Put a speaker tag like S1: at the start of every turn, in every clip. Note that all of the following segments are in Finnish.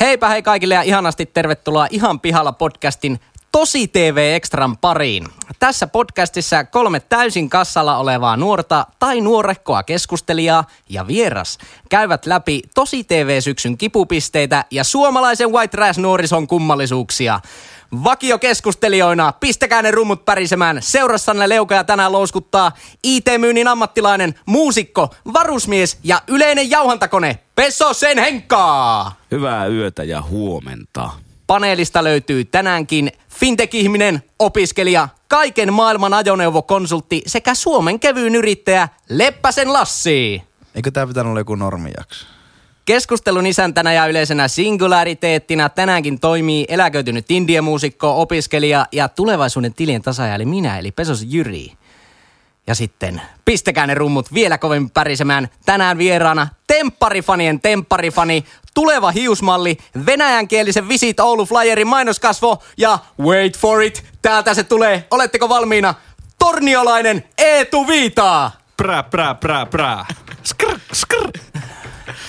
S1: Heipä hei kaikille ja ihanasti tervetuloa Ihan pihalla podcastin Tosi TV Extran pariin. Tässä podcastissa kolme täysin kassalla olevaa nuorta tai nuorekkoa keskustelijaa ja vieras käyvät läpi Tosi TV-syksyn kipupisteitä ja suomalaisen white trash nuorison kummallisuuksia. Vakiokeskustelijoina, pistäkää ne rummut pärisemään. Seurassanne leukoja tänään louskuttaa IT-myynnin ammattilainen, muusikko, varusmies ja yleinen jauhantakone Pesosen Henkkaa!
S2: Hyvää yötä ja huomenta.
S1: Paneelista löytyy tänäänkin fintech-ihminen, opiskelija, kaiken maailman ajoneuvokonsultti sekä Suomen kevyyn yrittäjä Leppäsen Lassi.
S3: Eikö tää pitänyt olla joku normijakso?
S1: Keskustelun isäntänä ja yleisenä singulariteettina tänäänkin toimii eläköitynyt indiemuusikko, opiskelija ja tulevaisuuden tilien tasaaja eli minä eli Pesos Jyri. Ja sitten pistäkää ne rummut vielä kovemmin pärisemään tänään vieraana tempparifanien tempparifani, tuleva hiusmalli, venäjänkielisen Visit Oulu Flyerin mainoskasvo ja wait for it, täältä se tulee, oletteko valmiina? Torniolainen Eetu Viitaa!
S4: Prä, prä, prä, prä. Skrr, skrr.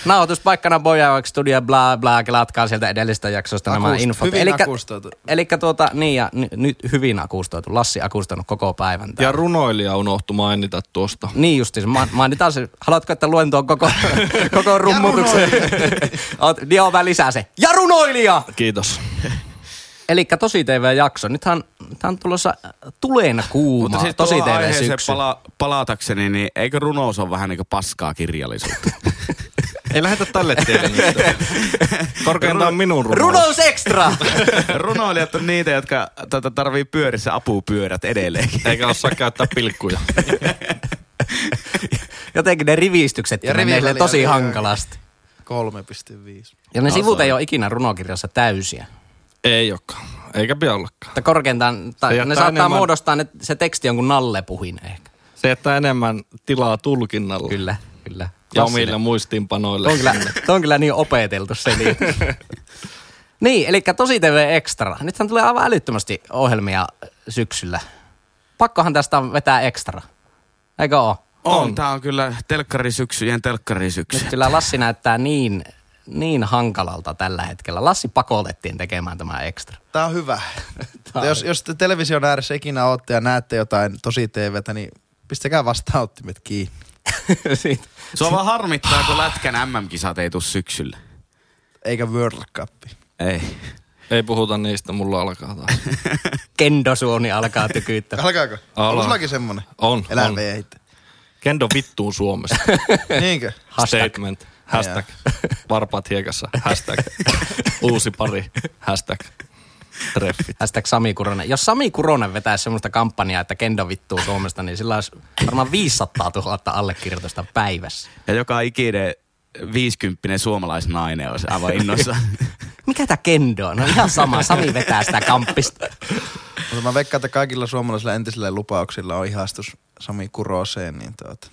S1: Nauhoituspaikkana Bojauk Studio, bla bla, kelatkaa sieltä edellisestä jaksosta nämä
S3: Akust-
S1: infot.
S3: hyvin
S1: Elikkä-
S3: akustoitu.
S1: Elikkä tuota, niin ja ny- nyt hyvin akustoitu. Lassi akustanut koko päivän.
S4: Ja
S1: täällä.
S4: runoilija unohtu mainita tuosta.
S1: Niin justiinsa, Ma- mainitaan se. Haluatko, että luen tuon koko, koko rummutuksen? Oot, joo, mä lisää se. Ja runoilija!
S4: Kiitos.
S1: Eli tosi TV-jakso. Nythän, nythän on tulossa äh, tulen kuuma.
S2: Mutta siis
S1: tosi
S2: tuohon aiheeseen
S1: TV-syksy.
S2: pala- palatakseni, niin eikö runous ole vähän niin kuin paskaa kirjallisuutta?
S4: Ei lähetä tälle tielle. Korkeintaan minun runous.
S1: Runous extra!
S2: Runoilijat on niitä, jotka tota, tarvii pyörissä apupyörät edelleenkin.
S4: Eikä osaa käyttää pilkkuja.
S1: Jotenkin ne rivistykset
S3: Ja
S1: ja menee
S3: riviväliä-
S1: tosi hankalasti.
S3: 3,5.
S1: Ja ne
S2: Osaa.
S1: sivut ei ole ikinä runokirjassa täysiä.
S4: Ei olekaan. Eikä pidä ollakaan.
S1: Mutta korkeintaan, tai
S4: jättää
S1: ne saattaa
S4: enemmän-
S1: muodostaa ne, se teksti jonkun nallepuhin ehkä.
S4: Se jättää enemmän tilaa tulkinnalle.
S1: Kyllä, kyllä.
S4: Ja
S1: Klassinen.
S4: omille muistiinpanoille.
S1: Tuo on kyllä, tuo on kyllä niin opeteltu se niin. niin, eli Tosi TV Extra. Nythän tulee aivan älyttömästi ohjelmia syksyllä. Pakkohan tästä on vetää extra. Eikö oo?
S2: On. Tää on kyllä telkkarisyksyjen telkkarisyksy.
S1: Nyt kyllä Lassi näyttää niin, niin hankalalta tällä hetkellä. Lassi pakotettiin tekemään tämä extra.
S3: Tää on hyvä. jos, jos te television ääressä ikinä ootte ja näette jotain tosi TVtä, niin pistäkää vastaanottimet kiinni.
S1: Siitä.
S2: Se on vaan harmittaa, kun lätkän MM-kisat ei tuu syksyllä.
S3: Eikä World Cup.
S2: Ei.
S4: Ei puhuta niistä, mulla alkaa taas.
S1: Kendosuoni alkaa tykyyttää.
S3: Alkaako?
S4: Ala.
S3: Onko sullakin semmonen?
S4: On,
S3: Elä
S4: on.
S3: veihitte.
S4: Kendo vittuun Suomessa.
S3: Niinkö?
S1: Hashtag.
S4: Statement. Hashtag. Varpaat hiekassa. Hashtag. Uusi pari. Hashtag. Treffit.
S1: Hashtag Sami Kuronen. Jos Sami Kuronen vetäisi semmoista kampanjaa, että kendo vittuu Suomesta, niin sillä olisi varmaan 500 000 allekirjoitusta päivässä.
S2: Ja joka ikinen viisikymppinen suomalaisnainen olisi aivan innossa.
S1: Mikä tää kendo on? No ihan sama, Sami vetää sitä kamppista.
S3: Mutta mä veikkaan, että kaikilla suomalaisilla entisillä lupauksilla on ihastus Sami Kuroseen. Niin tuot.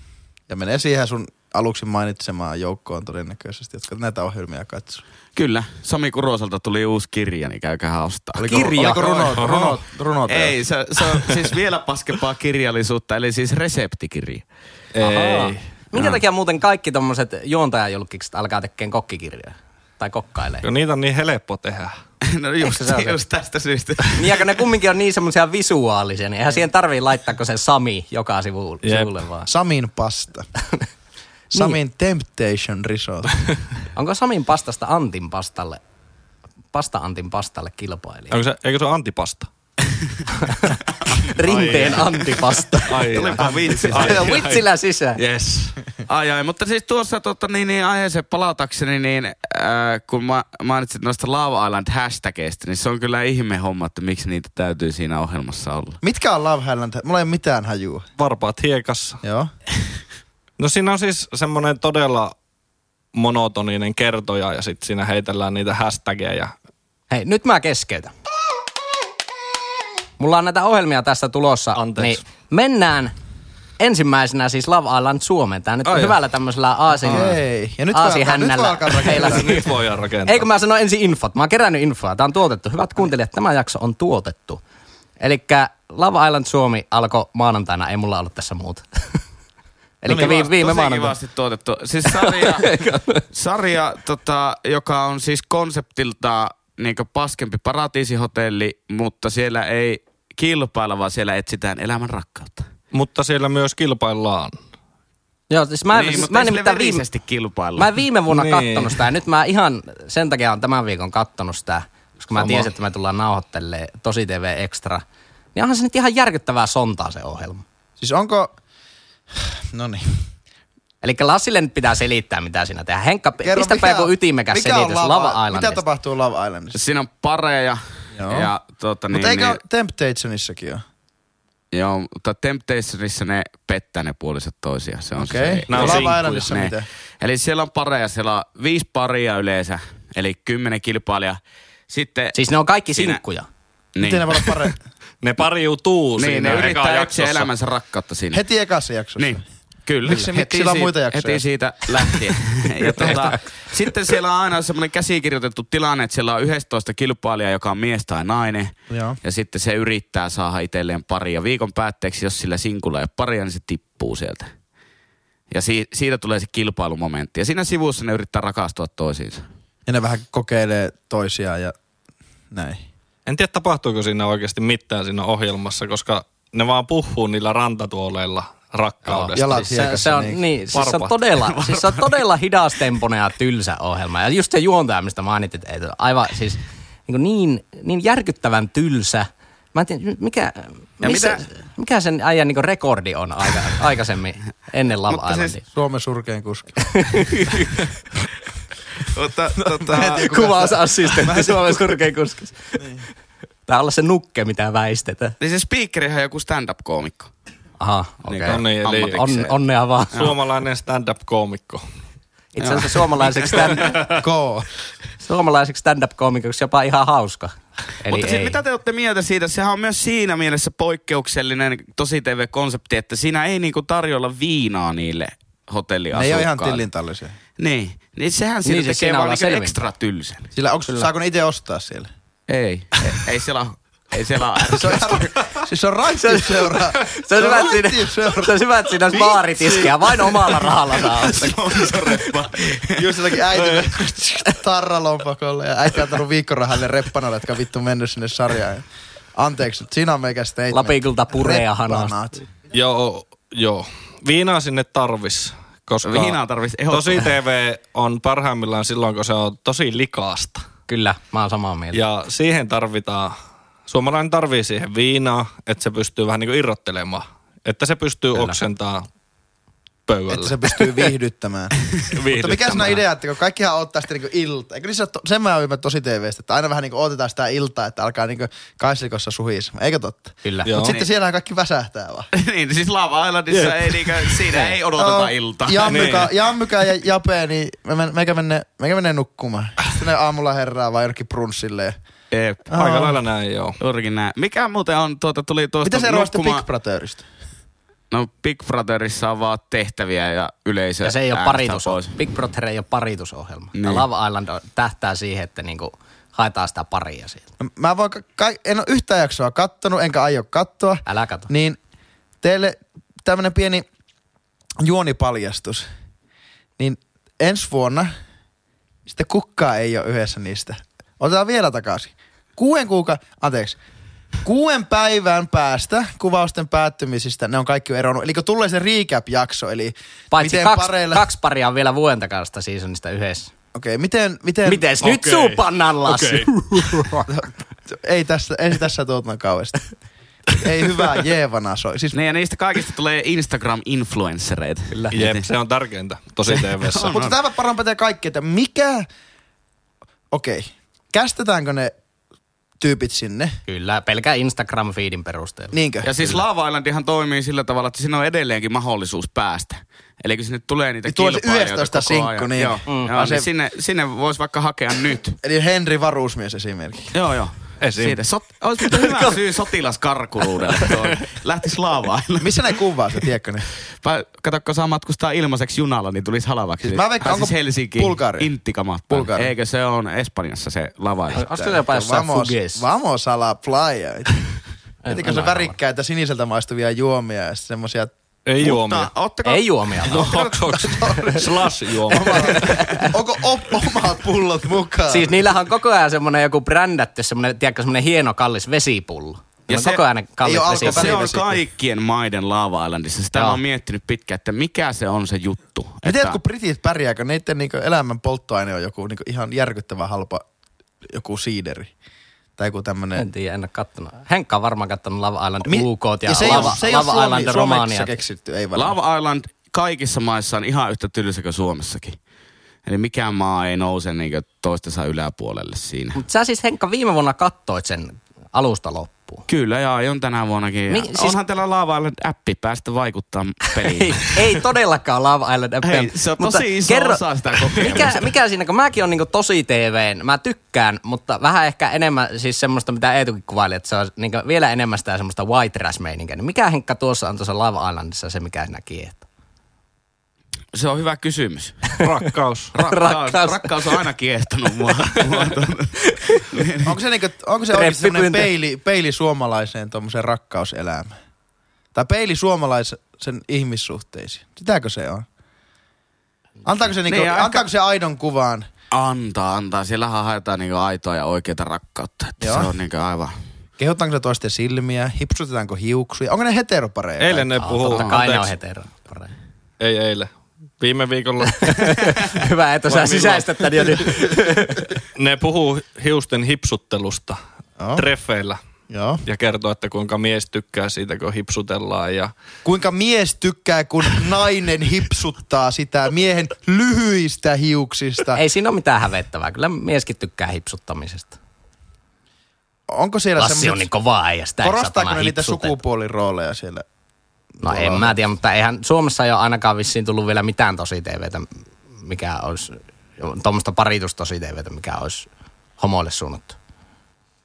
S3: Ja menee siihen sun aluksi mainitsemaan joukkoon todennäköisesti, jotka näitä ohjelmia katsoo.
S2: kyllä. Sami Kuroselta tuli uusi kirja, niin käykää ostaa.
S1: Kirja.
S3: Oliko runot? runot, runot
S2: Ei, se, se on siis vielä paskempaa kirjallisuutta, eli siis reseptikirja.
S1: Ahaa.
S4: Ei. No.
S1: Minkä takia muuten kaikki tommoset juontajajulkikset alkaa tekemään kokkikirjoja? Tai kokkailee?
S4: Ja niitä on niin helppo tehdä.
S2: No
S1: Ehkä se on se.
S2: just, just tästä syystä.
S1: Niin, ja kun ne kumminkin on niin semmoisia visuaalisia, niin eihän siihen tarvii laittaa kuin se Sami joka sivu,
S4: Jep.
S1: sivulle vaan.
S3: Samin pasta.
S4: Niin.
S3: Samin temptation risotto.
S1: Onko Samin pastasta Antin pastalle, pasta Antin pastalle kilpailija?
S4: Onko se, eikö se ole antipasta?
S1: Rinteen antipasta.
S4: Ai,
S2: Tulipa vitsi.
S1: Vitsillä sisään.
S4: Yes.
S2: Ai ai, mutta siis tuossa tota, niin, niin, aiheeseen palatakseni, niin äh, kun mä mainitsit noista Love Island hashtageista, niin se on kyllä ihme homma, että miksi niitä täytyy siinä ohjelmassa olla.
S3: Mitkä on Love Island? Mulla ei ole mitään hajua.
S4: Varpaat hiekassa.
S3: Joo.
S4: No siinä on siis semmoinen todella monotoninen kertoja ja sitten siinä heitellään niitä hashtageja.
S1: Hei, nyt mä keskeytän. Mulla on näitä ohjelmia tässä tulossa.
S4: Anteeksi.
S1: Niin mennään ensimmäisenä siis Love Island Suomeen. Tää nyt
S4: Ai
S1: Ai
S4: joo.
S1: hyvällä tämmöisellä aasin,
S3: Okei. Ja nyt
S1: aasin
S3: voi alkaa- nyt voi
S1: hännällä
S3: alkaa rakentaa.
S1: heilasin.
S4: Nyt voidaan rakentaa.
S1: Ei kun mä sanoin ensin infot. Mä oon kerännyt infoa. Tää on tuotettu. Hyvät kuuntelijat, tämä jakso on tuotettu. Eli Love Island Suomi alkoi maanantaina. Ei mulla ollut tässä muuta. Eli no
S2: niin,
S1: niin, viime, viime
S2: tosi
S1: maanantaina.
S2: kivasti tuotettu. Siis sarja, sarja tota, joka on siis konseptilta niin paskempi paratiisihotelli, mutta siellä ei kilpailla, vaan siellä etsitään elämän rakkautta.
S4: Mutta siellä myös kilpaillaan.
S1: Joo, siis mä,
S2: niin,
S1: niin,
S2: mutta
S1: mä,
S2: ei
S1: en
S2: sille
S1: nimittäin viime,
S2: verisesti kilpailla.
S1: mä en viime vuonna niin.
S4: Niin.
S1: kattonut sitä ja nyt mä ihan sen takia on tämän viikon kattonut sitä, koska mä
S4: Sama.
S1: tiesin, että me tullaan nauhoittelemaan Tosi TV Extra. Niin onhan se nyt ihan järkyttävää sontaa se ohjelma.
S3: Siis onko... No niin.
S1: Eli Lassille nyt pitää selittää, mitä siinä tehdään. Henkka, Kerro,
S3: Kerro,
S1: pistäpä joku ytimekäs
S3: mikä on
S1: selitys Lava Islandista.
S3: Mitä tapahtuu Love Islandissa?
S2: Siinä on pareja
S3: Joo.
S2: ja tota, niin,
S3: Mutta eikö
S2: niin,
S3: niin. Temptationissakin ole?
S2: joo, mutta Temptationissa ne pettää ne puoliset toisiaan. Se on
S3: Okei.
S2: se,
S4: Nää on
S2: ne-
S3: Lava Islandissa
S2: ne-
S3: miten?
S2: Eli siellä on pareja, siellä on viisi paria yleensä, eli kymmenen kilpailijaa. Sitten,
S1: Siis ne on kaikki
S2: Siinä-
S1: sinkkuja.
S2: niin,
S3: Miten ne voi olla parempi?
S4: Ne pariutuu
S2: niin,
S4: siinä
S2: ne
S4: ekaa
S2: yrittää etsiä
S4: jaksossa.
S2: elämänsä rakkautta siinä.
S3: Heti ekassa jaksossa.
S2: Niin, kyllä.
S3: Miksi- miksi sillä on
S2: siitä-
S3: muita jaksoja?
S2: Heti siitä lähtien. ja tuota, sitten siellä on aina semmoinen käsikirjoitettu tilanne, että siellä on 11 kilpailijaa, joka on mies tai nainen.
S3: Joo.
S2: Ja sitten se yrittää saada itselleen pari. Ja viikon päätteeksi, jos sillä sinkulla ei ole paria, niin se tippuu sieltä. Ja si- siitä tulee se kilpailumomentti. Ja siinä sivussa ne yrittää rakastua toisiinsa.
S3: Ja ne vähän kokeilee toisiaan ja näin.
S4: En tiedä tapahtuuko siinä oikeasti mitään siinä ohjelmassa, koska ne vaan puhuu niillä rantatuoleilla rakkaudesta.
S3: Jalat
S1: Siis se,
S3: hiekassa,
S1: se, on,
S3: niin.
S1: niin, siis se on
S4: Varpaat.
S1: todella, siis se on todella hidastemponen ja tylsä ohjelma. Ja just se juontaja, mistä mainitsit, että aivan siis niin, niin, niin järkyttävän tylsä. Mä en tiedä, mikä,
S2: Ja
S1: missä,
S2: mitä-
S1: mikä sen ajan niin rekordi on aika, aikaisemmin ennen Love
S2: Mutta siis-
S1: Islandia.
S3: Suomen surkein kuski.
S2: Mutta, tota,
S1: Kuvausassistentti Suomen surkein kuskis. Tää olla se nukke, mitä väistetään.
S2: niin se speakerihän on joku stand-up-koomikko.
S1: Aha,
S2: Niin,
S1: okei.
S4: No niin, eli
S1: on,
S2: Ammatikseen.
S1: onnea vaan.
S4: suomalainen stand-up-koomikko.
S1: Itse asiassa suomalaiseksi stand,
S3: Koo.
S1: suomalaiseksi stand-up-koomikoksi jopa ihan hauska. Eli
S2: Mutta siis
S1: ei.
S2: mitä te olette mieltä siitä? Sehän on myös siinä mielessä poikkeuksellinen tosi TV-konsepti, että siinä ei niinku tarjolla viinaa niille
S3: Ne ei
S2: hotelliasukkaille.
S3: ole ihan tillintallisia.
S2: Niin, niin sehän siitä
S1: Niin, siis
S2: niin, tekee
S1: siinä
S2: vaan
S1: ollaan
S2: niinku
S1: selvin.
S2: ekstra tylsän.
S3: Sillä onks, saako ne itse ostaa siellä?
S2: Ei, ei, ei siellä ole. Ei siellä ole.
S3: Se on, ihan- siis se on raittiusseura.
S1: Se on hyvä, että siinä,
S3: raittiusseura.
S1: se on hyvä, että siinä olisi baaritiskiä. Vain omalla rahalla saa ostaa.
S3: Just jotakin äiti tarralompakolle ja äiti antanut viikkorahalle reppanoille, jotka on vittu mennyt sinne sarjaan. Anteeksi, nyt siinä on meikä statement.
S1: Lapikyltä purea
S3: Reppanat.
S1: hanasta.
S4: Joo, joo. Viinaa sinne tarvis, koska
S2: Viinaa tarvis
S4: tosi
S2: ehdottomasti.
S4: TV on parhaimmillaan silloin, kun se on tosi likaasta.
S1: Kyllä, mä oon samaa mieltä.
S4: Ja siihen tarvitaan, suomalainen tarvii siihen viinaa, että se pystyy vähän niin kuin irrottelemaan. Että se pystyy Kyllä. oksentaa
S3: Että
S4: pöydälle.
S3: se pystyy viihdyttämään. Mutta mikä siinä on idea, että kun kaikkihan odottaa sitä niinku ilta. Eikö niissä, ole to- sen mä ymmärrän tosi TVstä, että aina vähän niinku odotetaan sitä iltaa, että alkaa niinku kaislikossa suhis. Eikö totta?
S1: Kyllä.
S4: Joo.
S3: Mutta sitten siellä kaikki väsähtää vaan.
S2: niin, siis Lava Islandissa ei niinku, siinä ei
S3: Oh,
S2: odoteta iltaa.
S3: Jammyka, Jammyka ja Jape, niin me men, meikä, menne, meikä menne nukkumaan. Sitten ne aamulla herraa vai jonnekin brunssille. ja-
S2: Jep.
S4: Aika lailla näin, joo.
S2: Juurikin näin. Mikä muuten on, tuota, tuli tuosta
S3: Mitä se eroaa sitten
S2: nukkumaan-
S3: Big Brotherista?
S2: No Big Brotherissa on vaan tehtäviä ja yleisö
S1: Ja se ei ole
S2: äänestää
S1: paritus.
S2: pois.
S1: Big Brother ei ole paritusohjelma. Niin.
S2: Niin.
S1: Love Island on- tähtää siihen, että niinku haetaan sitä paria sieltä.
S3: No, Mä voin, ka- ka- en ole yhtään jaksoa kattonut, enkä aio kattoa.
S1: Älä kato.
S3: Niin teille tämmönen pieni juonipaljastus. Niin ensi vuonna sitten kukkaa ei ole yhdessä niistä. Otetaan vielä takaisin. Kuuden kuuka, anteeksi, kuuden päivän päästä kuvausten päättymisistä ne on kaikki jo eronnut. Eli kun tulee se recap-jakso, eli
S1: Paitsi
S3: miten
S1: kaksi,
S3: pareilla...
S1: kaksi paria on vielä vuoden takasta seasonista yhdessä.
S3: Okei, okay, miten... miten
S1: Mites nyt
S4: Okei.
S1: suu pannaan Lassi?
S4: Okei.
S3: Ei tässä, ei tässä tuotna kauheasti. ei hyvää jeevana soi. Siis
S2: Niin ja niistä kaikista tulee Instagram-influenssereita. Kyllä.
S4: Jep, se on tärkeintä tosi TVssä.
S3: Mutta tämä parhaan pätee kaikki, että mikä... Okei, kästetäänkö ne tyypit sinne?
S1: Kyllä, pelkä Instagram-feedin perusteella.
S3: Niinkö?
S2: Ja siis Lava Islandihan toimii sillä tavalla, että siinä on edelleenkin mahdollisuus päästä. Eli kun sinne tulee niitä
S3: Niin tuo se
S2: kilpailijoita
S3: 11
S2: koko ajan.
S3: sinkku, niin.
S2: Joo,
S3: Mm.
S2: mm.
S3: Ah,
S2: joo
S3: se-
S2: se... niin sinne, sinne voisi vaikka hakea nyt.
S3: Eli Henri Varusmies esimerkiksi.
S2: joo, joo.
S4: Esim.
S2: Siitä. Sot, olisi muuten hyvä syy sotilaskarkuruudelle. tuo. Lähtis Lava Island.
S3: Missä ne kuvaa se, tiedätkö ne?
S2: Kato, kun saa matkustaa ilmaiseksi junalla, niin tulisi halavaksi.
S3: Siis mä veikkaan,
S2: Pääsis
S3: onko
S2: Helsinkiin
S3: Bulgaria?
S2: Inttikamat.
S3: Bulgaria.
S2: Eikö se on Espanjassa se Lava Island?
S1: Onko se jopa jossain
S3: Vamos,
S1: fugeessa?
S3: vamos a la playa. Etikö
S1: en
S3: se
S1: aivan
S3: värikkäitä siniseltä maistuvia juomia ja semmoisia
S4: Ei juomia.
S2: Mutta ootteko,
S1: Ei juomia.
S4: No, onks, onks, slash juoma.
S3: Onko op- omat pullot mukaan?
S1: Siis niillähän on koko ajan semmoinen joku brändätty, semmoinen, tiedätkö, semmoinen hieno kallis vesipullo. Ja
S2: Ja
S1: on
S2: se-
S1: koko ajan ne
S3: ei
S1: kallis
S3: oo
S1: vesipullo.
S2: se
S3: alkuperä-
S2: on kaikkien maiden laava-islandissa. Sitä
S1: Joo.
S2: mä oon miettinyt pitkään, että mikä se on se juttu.
S3: Mä
S2: että,
S3: tiedät, kun britit pärjääkö, niiden niinku elämän polttoaine on joku niinku ihan järkyttävän halpa joku siideri. Tai joku tämmönen...
S1: En tiedä, en ole kattonut. Henkka on varmaan kattonut Love Island
S3: Mi-
S1: UK ja,
S3: ja se ei
S1: Lava,
S3: oo- se ei oo
S1: Lava
S3: Suomi-
S1: Island
S3: Suomessa
S1: Romania.
S3: keksitty, ei varmaan.
S2: Love Island kaikissa maissa on ihan yhtä tylsä kuin Suomessakin. Eli mikään maa ei nouse niin toistensa yläpuolelle siinä.
S1: Mutta sä siis Henkka viime vuonna kattoit sen alusta loppuun.
S2: Kyllä, ja on tänä vuonnakin.
S1: Mi-
S2: Mi-
S1: siis-
S2: siis... Onhan teillä Lava Island-appi, päästä vaikuttaa
S1: Ei,
S2: peliin.
S1: ei todellakaan Love Island appia.
S2: Niin. Hei, se on tosi iso osa sitä kokemusta.
S1: mikä, mikä siinä, kun mäkin on niinku tosi TVn, mä tykkään, mutta vähän ehkä enemmän siis semmoista, mitä Eetukin kuvaili, että se on niinku vielä enemmän sitä semmoista white trash meininkiä. Niin Mikä Henkka tuossa on tuossa Love Islandissa se, mikä sinä kiehtoo?
S2: se on hyvä kysymys.
S4: Rakkaus.
S1: Rakkaus.
S2: Rakkaus, rakkaus on aina kiehtonut mua. mua tuon-
S3: Onko se, niinku, onko se oikeasti semmonen
S1: Treffipyyntö.
S3: peili, peili suomalaiseen tuommoiseen rakkauselämään? Tai peili suomalaisen ihmissuhteisiin? Sitäkö se on? Antaako se, niinku,
S2: Niin,
S3: niin,
S2: aika-
S3: antaako se aidon kuvan?
S2: antaa, antaa. Siellähän haetaan niinku aitoa ja oikeita rakkautta. Että se
S3: Joo.
S2: on niinku aivan...
S3: Kehotaanko se toisten silmiä? Hipsutetaanko hiuksia? Onko ne heteropareja?
S4: Eilen ne puhuu.
S1: Ah, Totta kai ne on
S4: anteeksi.
S1: hetero. Parempi.
S4: Ei eilen. Viime viikolla
S1: Hyvä, että
S4: Vai
S1: sä niin
S4: milloin?
S1: sisäistät tän jo nyt.
S4: ne puhuu hiusten hipsuttelusta
S3: Joo.
S4: treffeillä
S3: Joo.
S4: ja kertoo, että kuinka mies tykkää siitä, kun hipsutellaan ja
S3: Kuinka mies tykkää, kun nainen hipsuttaa sitä miehen lyhyistä hiuksista.
S1: Ei siinä ole mitään hävettävää. Kyllä mieskin tykkää hipsuttamisesta.
S3: Onko siellä
S1: Lassi on
S3: semmoiset...
S1: niin kovaa ja sitä ei
S3: Korostaako
S1: satana
S3: ne niitä
S1: hipsuteta.
S3: sukupuolirooleja siellä?
S1: No en mä tiedä, mutta eihän Suomessa ei ole ainakaan vissiin tullut vielä mitään tosi TVtä, mikä olisi, tuommoista paritustosi TVtä, mikä olisi homoille suunnattu.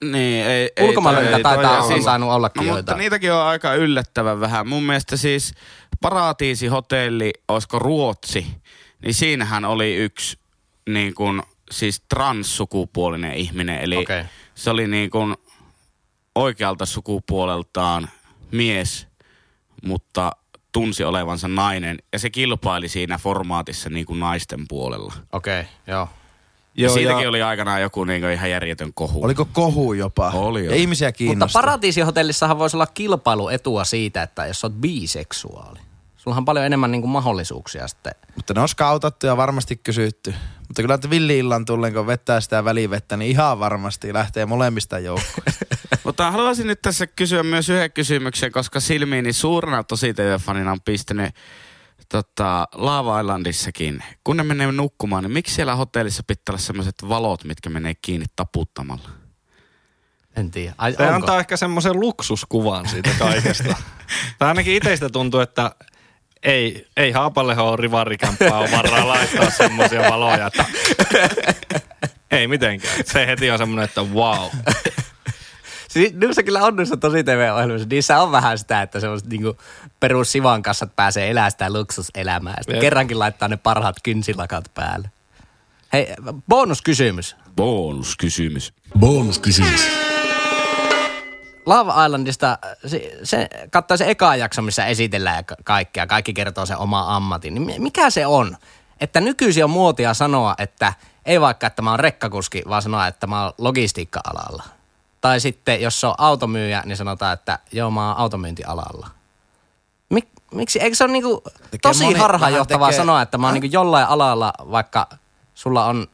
S2: Niin, ei, ei
S1: Ulkomailla
S2: toi-
S1: niitä
S2: ei toi
S1: taitaa
S2: ole
S1: on
S2: ollut.
S1: saanut ollakin
S2: no, mutta
S1: joitain.
S2: niitäkin on aika yllättävän vähän. Mun mielestä siis Paratiisi hotelli, olisiko Ruotsi, niin siinähän oli yksi niin kun, siis transsukupuolinen ihminen. Eli
S1: Okei.
S2: okay. se oli niin kun, oikealta sukupuoleltaan mies, mutta tunsi olevansa nainen. Ja se kilpaili siinä formaatissa niin kuin naisten puolella.
S1: Okei, okay, joo.
S2: Joo, ja siitäkin
S4: ja-
S2: oli aikanaan joku niin kuin ihan järjetön kohu.
S3: Oliko kohu jopa?
S2: Oli
S3: ja
S2: jo.
S3: ihmisiä
S1: Mutta
S3: kiinnosti.
S1: paratiisihotellissahan voisi olla kilpailuetua siitä, että jos sä oot biseksuaali. Sulla on paljon enemmän niin kuin mahdollisuuksia sitten.
S3: Mutta ne on skautattu ja varmasti kysytty. Mutta kyllä että villi-illan tullen, kun vettää sitä välivettä, niin ihan varmasti lähtee molemmista joukkoista.
S2: Mutta haluaisin nyt tässä kysyä myös yhden kysymyksen, koska silmiini suurena tosi TV-fanina on pistänyt tota, Laava Islandissakin. Kun ne menee nukkumaan, niin miksi siellä hotellissa pitää olla sellaiset valot, mitkä menee kiinni taputtamalla?
S1: En tiedä. Ai,
S4: Se
S1: onko?
S4: antaa ehkä semmoisen luksuskuvan siitä kaikesta. tai ainakin itsestä tuntuu, että ei, ei Haapalleho ole rivarikämppää on varaa laittaa semmoisia valoja, että ei mitenkään. Se heti on semmoinen, että wow.
S1: Siis niissä kyllä on niissä tosi TV-ohjelmissa. Niissä on vähän sitä, että semmoiset niinku perus Sivan kanssa pääsee elämään sitä luksuselämää. Sitten
S4: Jep.
S1: kerrankin laittaa ne parhaat kynsilakat päälle. Hei, bonuskysymys.
S2: Bonuskysymys.
S1: Love Islandista äh, se, se katsoi se eka jakso, missä esitellään ja ka- kaikkea. Kaikki kertoo sen oma ammatin. Niin mi- mikä se on? Että nykyisin on muotia sanoa, että ei vaikka, että mä oon rekkakuski, vaan sanoa, että mä oon logistiikka-alalla. Tai sitten, jos se on automyyjä, niin sanotaan, että joo, mä oon automyyntialalla. Mik, miksi? Eikö se ole niinku tosi
S3: moni-
S1: harhaanjohtavaa
S3: vähän tekee-
S1: sanoa, että mä oon niinku jollain alalla, vaikka sulla on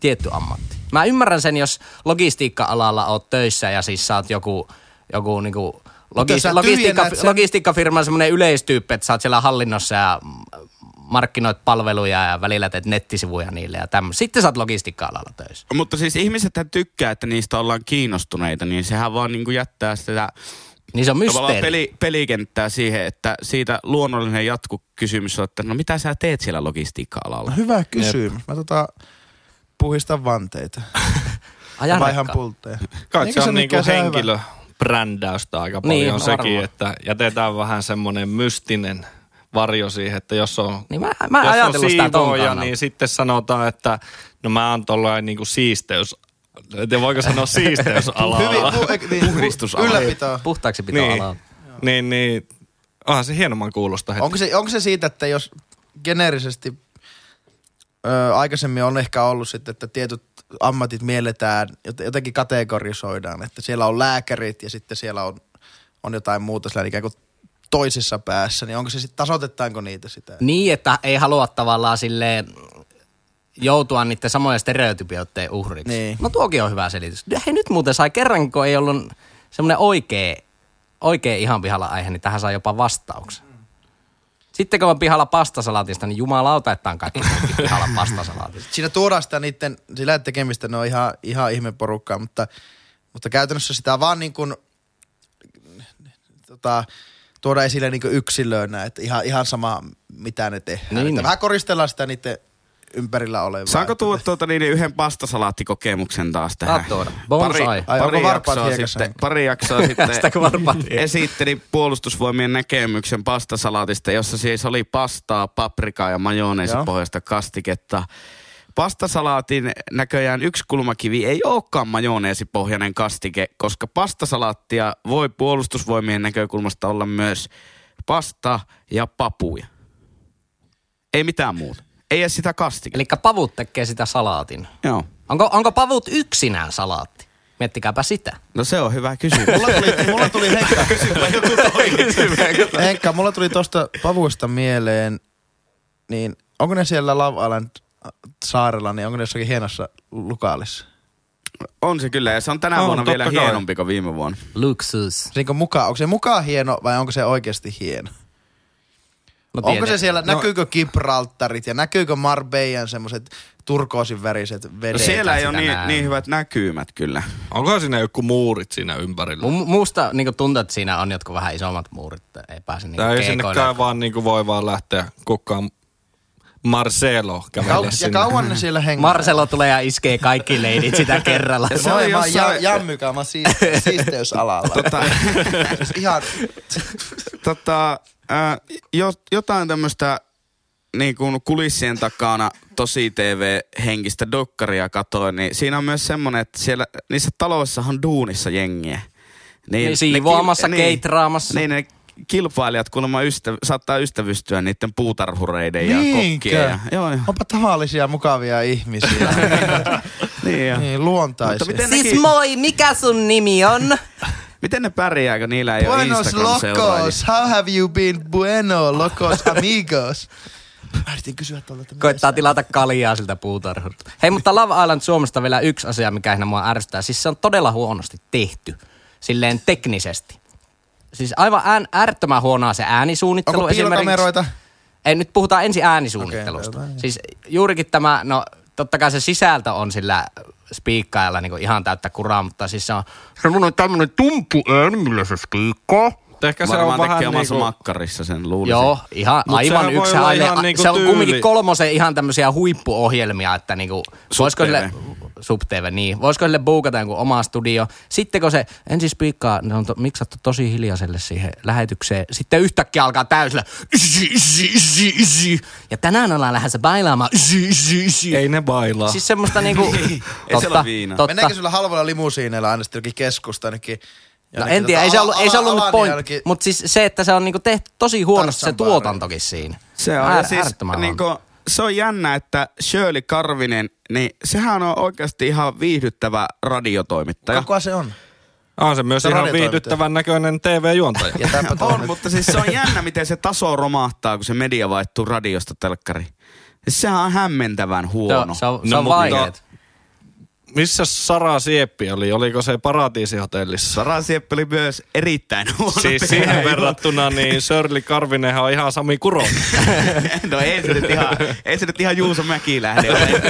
S1: tietty ammatti? Mä ymmärrän sen, jos logistiikka-alalla oot töissä ja siis sä oot joku, joku niinku
S3: Mutta
S1: logis,
S3: sä
S1: logistiikka,
S3: tyhjennät sen-
S1: logistiikkafirman semmoinen yleistyyppi, että sä oot siellä hallinnossa ja markkinoit palveluja ja välillä teet nettisivuja niille ja tämmöistä. Sitten sä oot logistiikka-alalla töissä.
S2: Mutta siis ihmiset tykkää, että niistä ollaan kiinnostuneita, niin sehän vaan niin kuin jättää sitä
S1: Niin se on
S2: tavallaan
S1: mysteeri.
S2: peli, pelikenttää siihen, että siitä luonnollinen jatkukysymys on, että no mitä sä teet siellä logistiikka-alalla?
S3: Hyvä kysymys. Mä tota puhistan vanteita.
S1: Aja
S3: Vaihan
S1: rekkaa.
S3: pultteja.
S4: Kai
S3: Eikö
S4: se on niinku
S3: mikään hyvä?
S4: henkilöbrändäystä aika
S1: Niin,
S4: paljon niin,
S1: varmaan.
S4: sekin, että jätetään vähän semmoinen mystinen varjo siihen, että jos on
S1: Niin mä, mä en
S4: jos
S1: ajatellut
S4: on
S1: sitä ton
S4: siivooja,
S1: kannalta.
S4: niin sitten sanotaan, että no mä oon tollain niinku siisteys, en tiedä voiko sanoa
S3: Hyvin,
S4: siisteysalalla.
S3: pu, e, niin, pu-
S2: Puhdistusala.
S3: Ylläpitoa.
S1: Puhtaaksi pitää
S4: niin,
S1: alalla.
S4: niin, niin, Onhan se hienomman kuulosta heti.
S3: Onko se, onko se siitä, että jos geneerisesti ö, aikaisemmin on ehkä ollut sitten, että tietyt ammatit mielletään, jot- jotenkin kategorisoidaan, että siellä on lääkärit ja sitten siellä on, on jotain muuta siellä ikään kuin toisessa päässä, niin onko se sitten, tasoitetaanko niitä sitä?
S1: Niin, että ei halua tavallaan sille joutua niiden samojen stereotypioiden uhriksi.
S3: Niin.
S1: No tuokin on hyvä selitys. Hei, nyt muuten sai kerran, kun ei ollut semmoinen oikea, oikea ihan pihalla aihe, niin tähän saa jopa vastauksen. Sitten kun on pihalla pastasalaatista, niin jumalauta, että on kaikki muutkin pihalla pastasalaatista.
S3: Siinä tuodaan sitä niiden, sillä ei ole tekemistä, ne on ihan, ihan ihme porukkaa, mutta, mutta käytännössä sitä vaan niin kuin, tota, tuoda esille niin kuin yksilöinä, että ihan, ihan sama mitä ne tehdään.
S1: Niin.
S3: Niin. Että vähän koristellaan sitä niiden ympärillä olevaa.
S2: Saanko
S3: Että-
S2: tuoda tuota niin yhden pastasalattikokemuksen taas tähän?
S1: Saat tuoda. Bonsai.
S2: Pari,
S3: Ai,
S2: pari,
S3: onko varpaat
S2: jaksoa
S3: hiekassa?
S2: sitten, pari jaksoa sitten
S1: Sitä kun varmaan tiedät.
S2: esittelin puolustusvoimien näkemyksen pastasalaatista, jossa siis oli pastaa, paprikaa ja majoneesin
S3: Joo.
S2: pohjasta kastiketta. Pastasalaatin näköjään yksi kulmakivi ei olekaan majoneesipohjainen kastike, koska pastasalaattia voi puolustusvoimien näkökulmasta olla myös pasta ja papuja. Ei mitään muuta. Ei edes sitä kastiketta.
S1: Eli pavut tekee sitä salaatin.
S2: Joo.
S1: Onko, onko pavut yksinään salaatti? Miettikääpä sitä.
S2: No se on hyvä kysymys.
S3: Mulla tuli, mulla tuli Henkka. Henkka, mulla tuli tosta pavuista mieleen, niin onko ne siellä Love Island äh, saarella, niin onko ne jossakin hienossa lukaalissa?
S2: on se kyllä, ja se on tänä
S4: On,
S2: on, vuonna
S4: totta
S2: vielä
S4: kai.
S2: hienompi kuin viime vuonna.
S1: Luksus.
S3: Niin kuin mukaan, onko se mukaan hieno vai onko se oikeasti hieno?
S1: No,
S3: Onko se
S1: tiedä.
S3: siellä, näkyykö Gibraltarit ja näkyykö Marbeijan semmoiset turkoosin väriset
S2: No
S3: vedet?
S2: siellä ei
S1: sitä
S2: ole niin,
S1: näe.
S2: niin hyvät näkymät kyllä.
S4: Onko siinä joku muurit siinä ympärillä?
S1: Mun, muusta niin tuntuu, että siinä on jotkut vähän isommat muurit, että ei pääse niin
S4: Tää ei sinnekään vaan niinku voi vaan lähteä kukaan Marcelo
S3: Kau-
S4: kävelle
S3: ja
S4: sinne.
S3: kauan ne siellä hengää.
S1: Marcelo tulee ja iskee kaikki leidit sitä kerralla.
S3: Se
S2: Se
S3: on
S2: oli
S3: vaan
S2: jossain-
S3: jossain... jämmykä, mä oon siiste- siisteysalalla.
S2: Tota,
S3: Siis Ihan,
S2: tota, ää, jo, jotain tämmöistä niin kuin kulissien takana tosi TV-henkistä dokkaria katoin, niin siinä on myös semmoinen, että siellä, niissä taloissahan on duunissa jengiä.
S1: Niin,
S2: ne
S1: siivoamassa,
S2: kil-
S1: keitraamassa.
S2: Niin, ne kilpailijat kuulemma ystä, saattaa ystävystyä niiden puutarhureiden ja kokkien.
S3: niinkö?
S2: Ja, joo, joo.
S3: Onpa tavallisia mukavia ihmisiä.
S2: Niin, ja.
S3: niin, luontaisia.
S2: Mutta miten-
S1: Siis moi, mikä sun nimi on?
S2: Miten ne pärjää, kun niillä ei ole
S3: Buenos
S2: Instagram-seuraajia?
S3: locos, how have you been bueno locos amigos? Mä yritin kysyä tuolta, että miten
S1: Koittaa
S3: sä-
S1: tilata kaljaa siltä puutarhulta. Hei, mutta Love Island Suomesta vielä yksi asia, mikä aina mua ärsyttää. Siis se on todella huonosti tehty, silleen teknisesti. Siis aivan ään, äärettömän huonoa se äänisuunnittelu
S3: Onko
S1: esimerkiksi.
S3: piilokameroita?
S1: Ei, nyt puhutaan ensin äänisuunnittelusta.
S3: Okei,
S1: Okay,
S3: hyvä.
S1: siis juurikin tämä, no totta kai se sisältö on sillä spiikkailla niin ihan täyttä kuraa, mutta siis se on semmoinen tämmöinen tumpu ääni, millä se spiikkaa.
S4: Ehkä se on
S2: Varmaan
S4: vähän
S2: tekee omassa
S4: niinku...
S2: makkarissa sen luulisin.
S1: Joo, ihan,
S4: Mut
S1: aivan
S4: sehän voi
S1: yksi
S4: olla
S1: aine.
S4: ihan niinku
S1: se on kumminkin
S4: tyyli.
S1: kolmosen ihan tämmöisiä huippuohjelmia, että niinku, voisiko sille, subtv, niin, voisiko sille buukata jonkun oma studio. Sitten kun se ensin spiikkaa, ne on to, miksattu tosi hiljaiselle siihen lähetykseen, sitten yhtäkkiä alkaa täysillä, yssi, yssi, yssi, yssi. ja tänään ollaan lähdössä bailaamaan, yssi, yssi, yssi.
S4: Ei ne bailaa.
S1: Siis semmoista niinku,
S2: Ei siellä
S1: totta,
S2: ole viinaa.
S1: totta.
S3: Meneekö sulla halvalla limusiineilla aina sitten jokin keskusta ainakin? tota
S1: No en tiedä, ei se ollut, ei se ollut nyt pointti,
S3: Mutta
S1: mutta siis se, että se on niinku tehty tosi huonosti se
S3: Tarzan baari.
S1: tuotantokin siinä.
S2: Se on, ja
S1: Äär-
S2: siis,
S1: äärettömän huono.
S4: niinku-
S2: niin kuin, se on jännä, että Shirley Karvinen, niin sehän on oikeasti ihan viihdyttävä radiotoimittaja.
S3: kuka se on?
S4: On se myös
S3: Se
S4: ihan
S3: radiotoimittaja.
S4: viihdyttävän näköinen TV-juontaja.
S3: Ja tämäpä tuo
S2: on,
S3: nyt.
S2: mutta siis se on jännä, miten se taso romahtaa, kun se media vaihtuu radiosta telkkari. Siis sehän on hämmentävän
S1: Se
S2: huono.
S1: on, se on,
S4: No,
S1: se on
S4: mutta-
S1: vaikeet.
S4: Missä Sara Sieppi oli? Oliko se Paratiisihotellissa?
S2: Sara Sieppi oli myös erittäin huono.
S4: Siis siihen verrattuna niin Shirley Karvinenhan on ihan Sami Kuronen.
S2: no ei se nyt ihan, ei se nyt ihan Juuso Mäki lähde ole.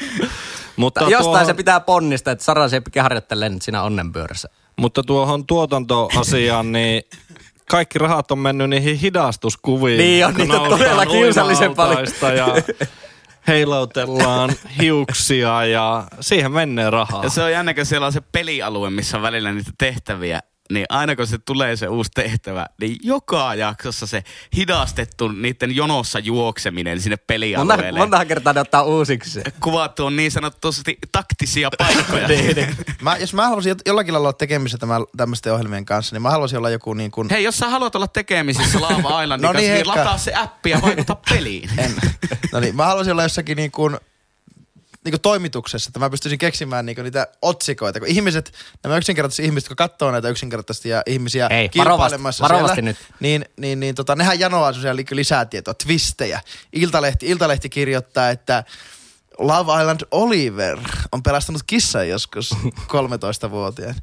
S4: Mutta
S1: Mutta Jostain
S4: tuohon-
S1: se pitää ponnistaa, että Sara Seppi harjoittelee nyt siinä onnenpyörässä.
S4: Mutta tuohon tuotantoasiaan, niin kaikki rahat on mennyt niihin hidastuskuviin.
S1: Niin on,
S4: kun
S1: niitä on
S4: naulitaan
S1: todella kiusallisen paljon.
S4: uima-autaista Ja heilautellaan hiuksia ja siihen menee rahaa.
S2: Ja se on jännä, kun siellä on se pelialue, missä on välillä niitä tehtäviä. niin aina kun se tulee se uusi tehtävä, niin joka jaksossa se hidastettu niiden jonossa juokseminen sinne
S1: Monta,
S2: pelialueelle.
S1: monta kertaa ne ottaa uusiksi.
S2: Kuvattu on niin sanotusti taktisia paikkoja.
S3: Niin, Mä, jos mä haluaisin jo- jollakin lailla olla tekemisissä tämän, tämmöisten ohjelmien kanssa, niin mä haluaisin olla joku niin kuin...
S2: Hei, jos sä haluat olla tekemisissä Laava Islandin
S3: No
S2: kanssa,
S3: niin,
S2: niin
S3: Heikka.
S2: lataa se appi ja vaikuta peliin.
S3: En. No niin, mä haluaisin olla jossakin niin kuin, niin kuin toimituksessa, että mä pystyisin keksimään niin kuin niitä otsikoita, kun ihmiset, nämä yksinkertaisesti ihmiset, kun katsoo näitä yksinkertaisia ihmisiä
S1: Hei,
S3: kilpailemassa
S1: varovasti- varovasti
S3: siellä,
S1: nyt.
S3: niin, niin, niin tota, nehän janoaa semmoisia li- lisätietoa, twistejä. Iltalehti, Iltalehti kirjoittaa, että Love Island Oliver on pelastanut kissan joskus 13-vuotiaan.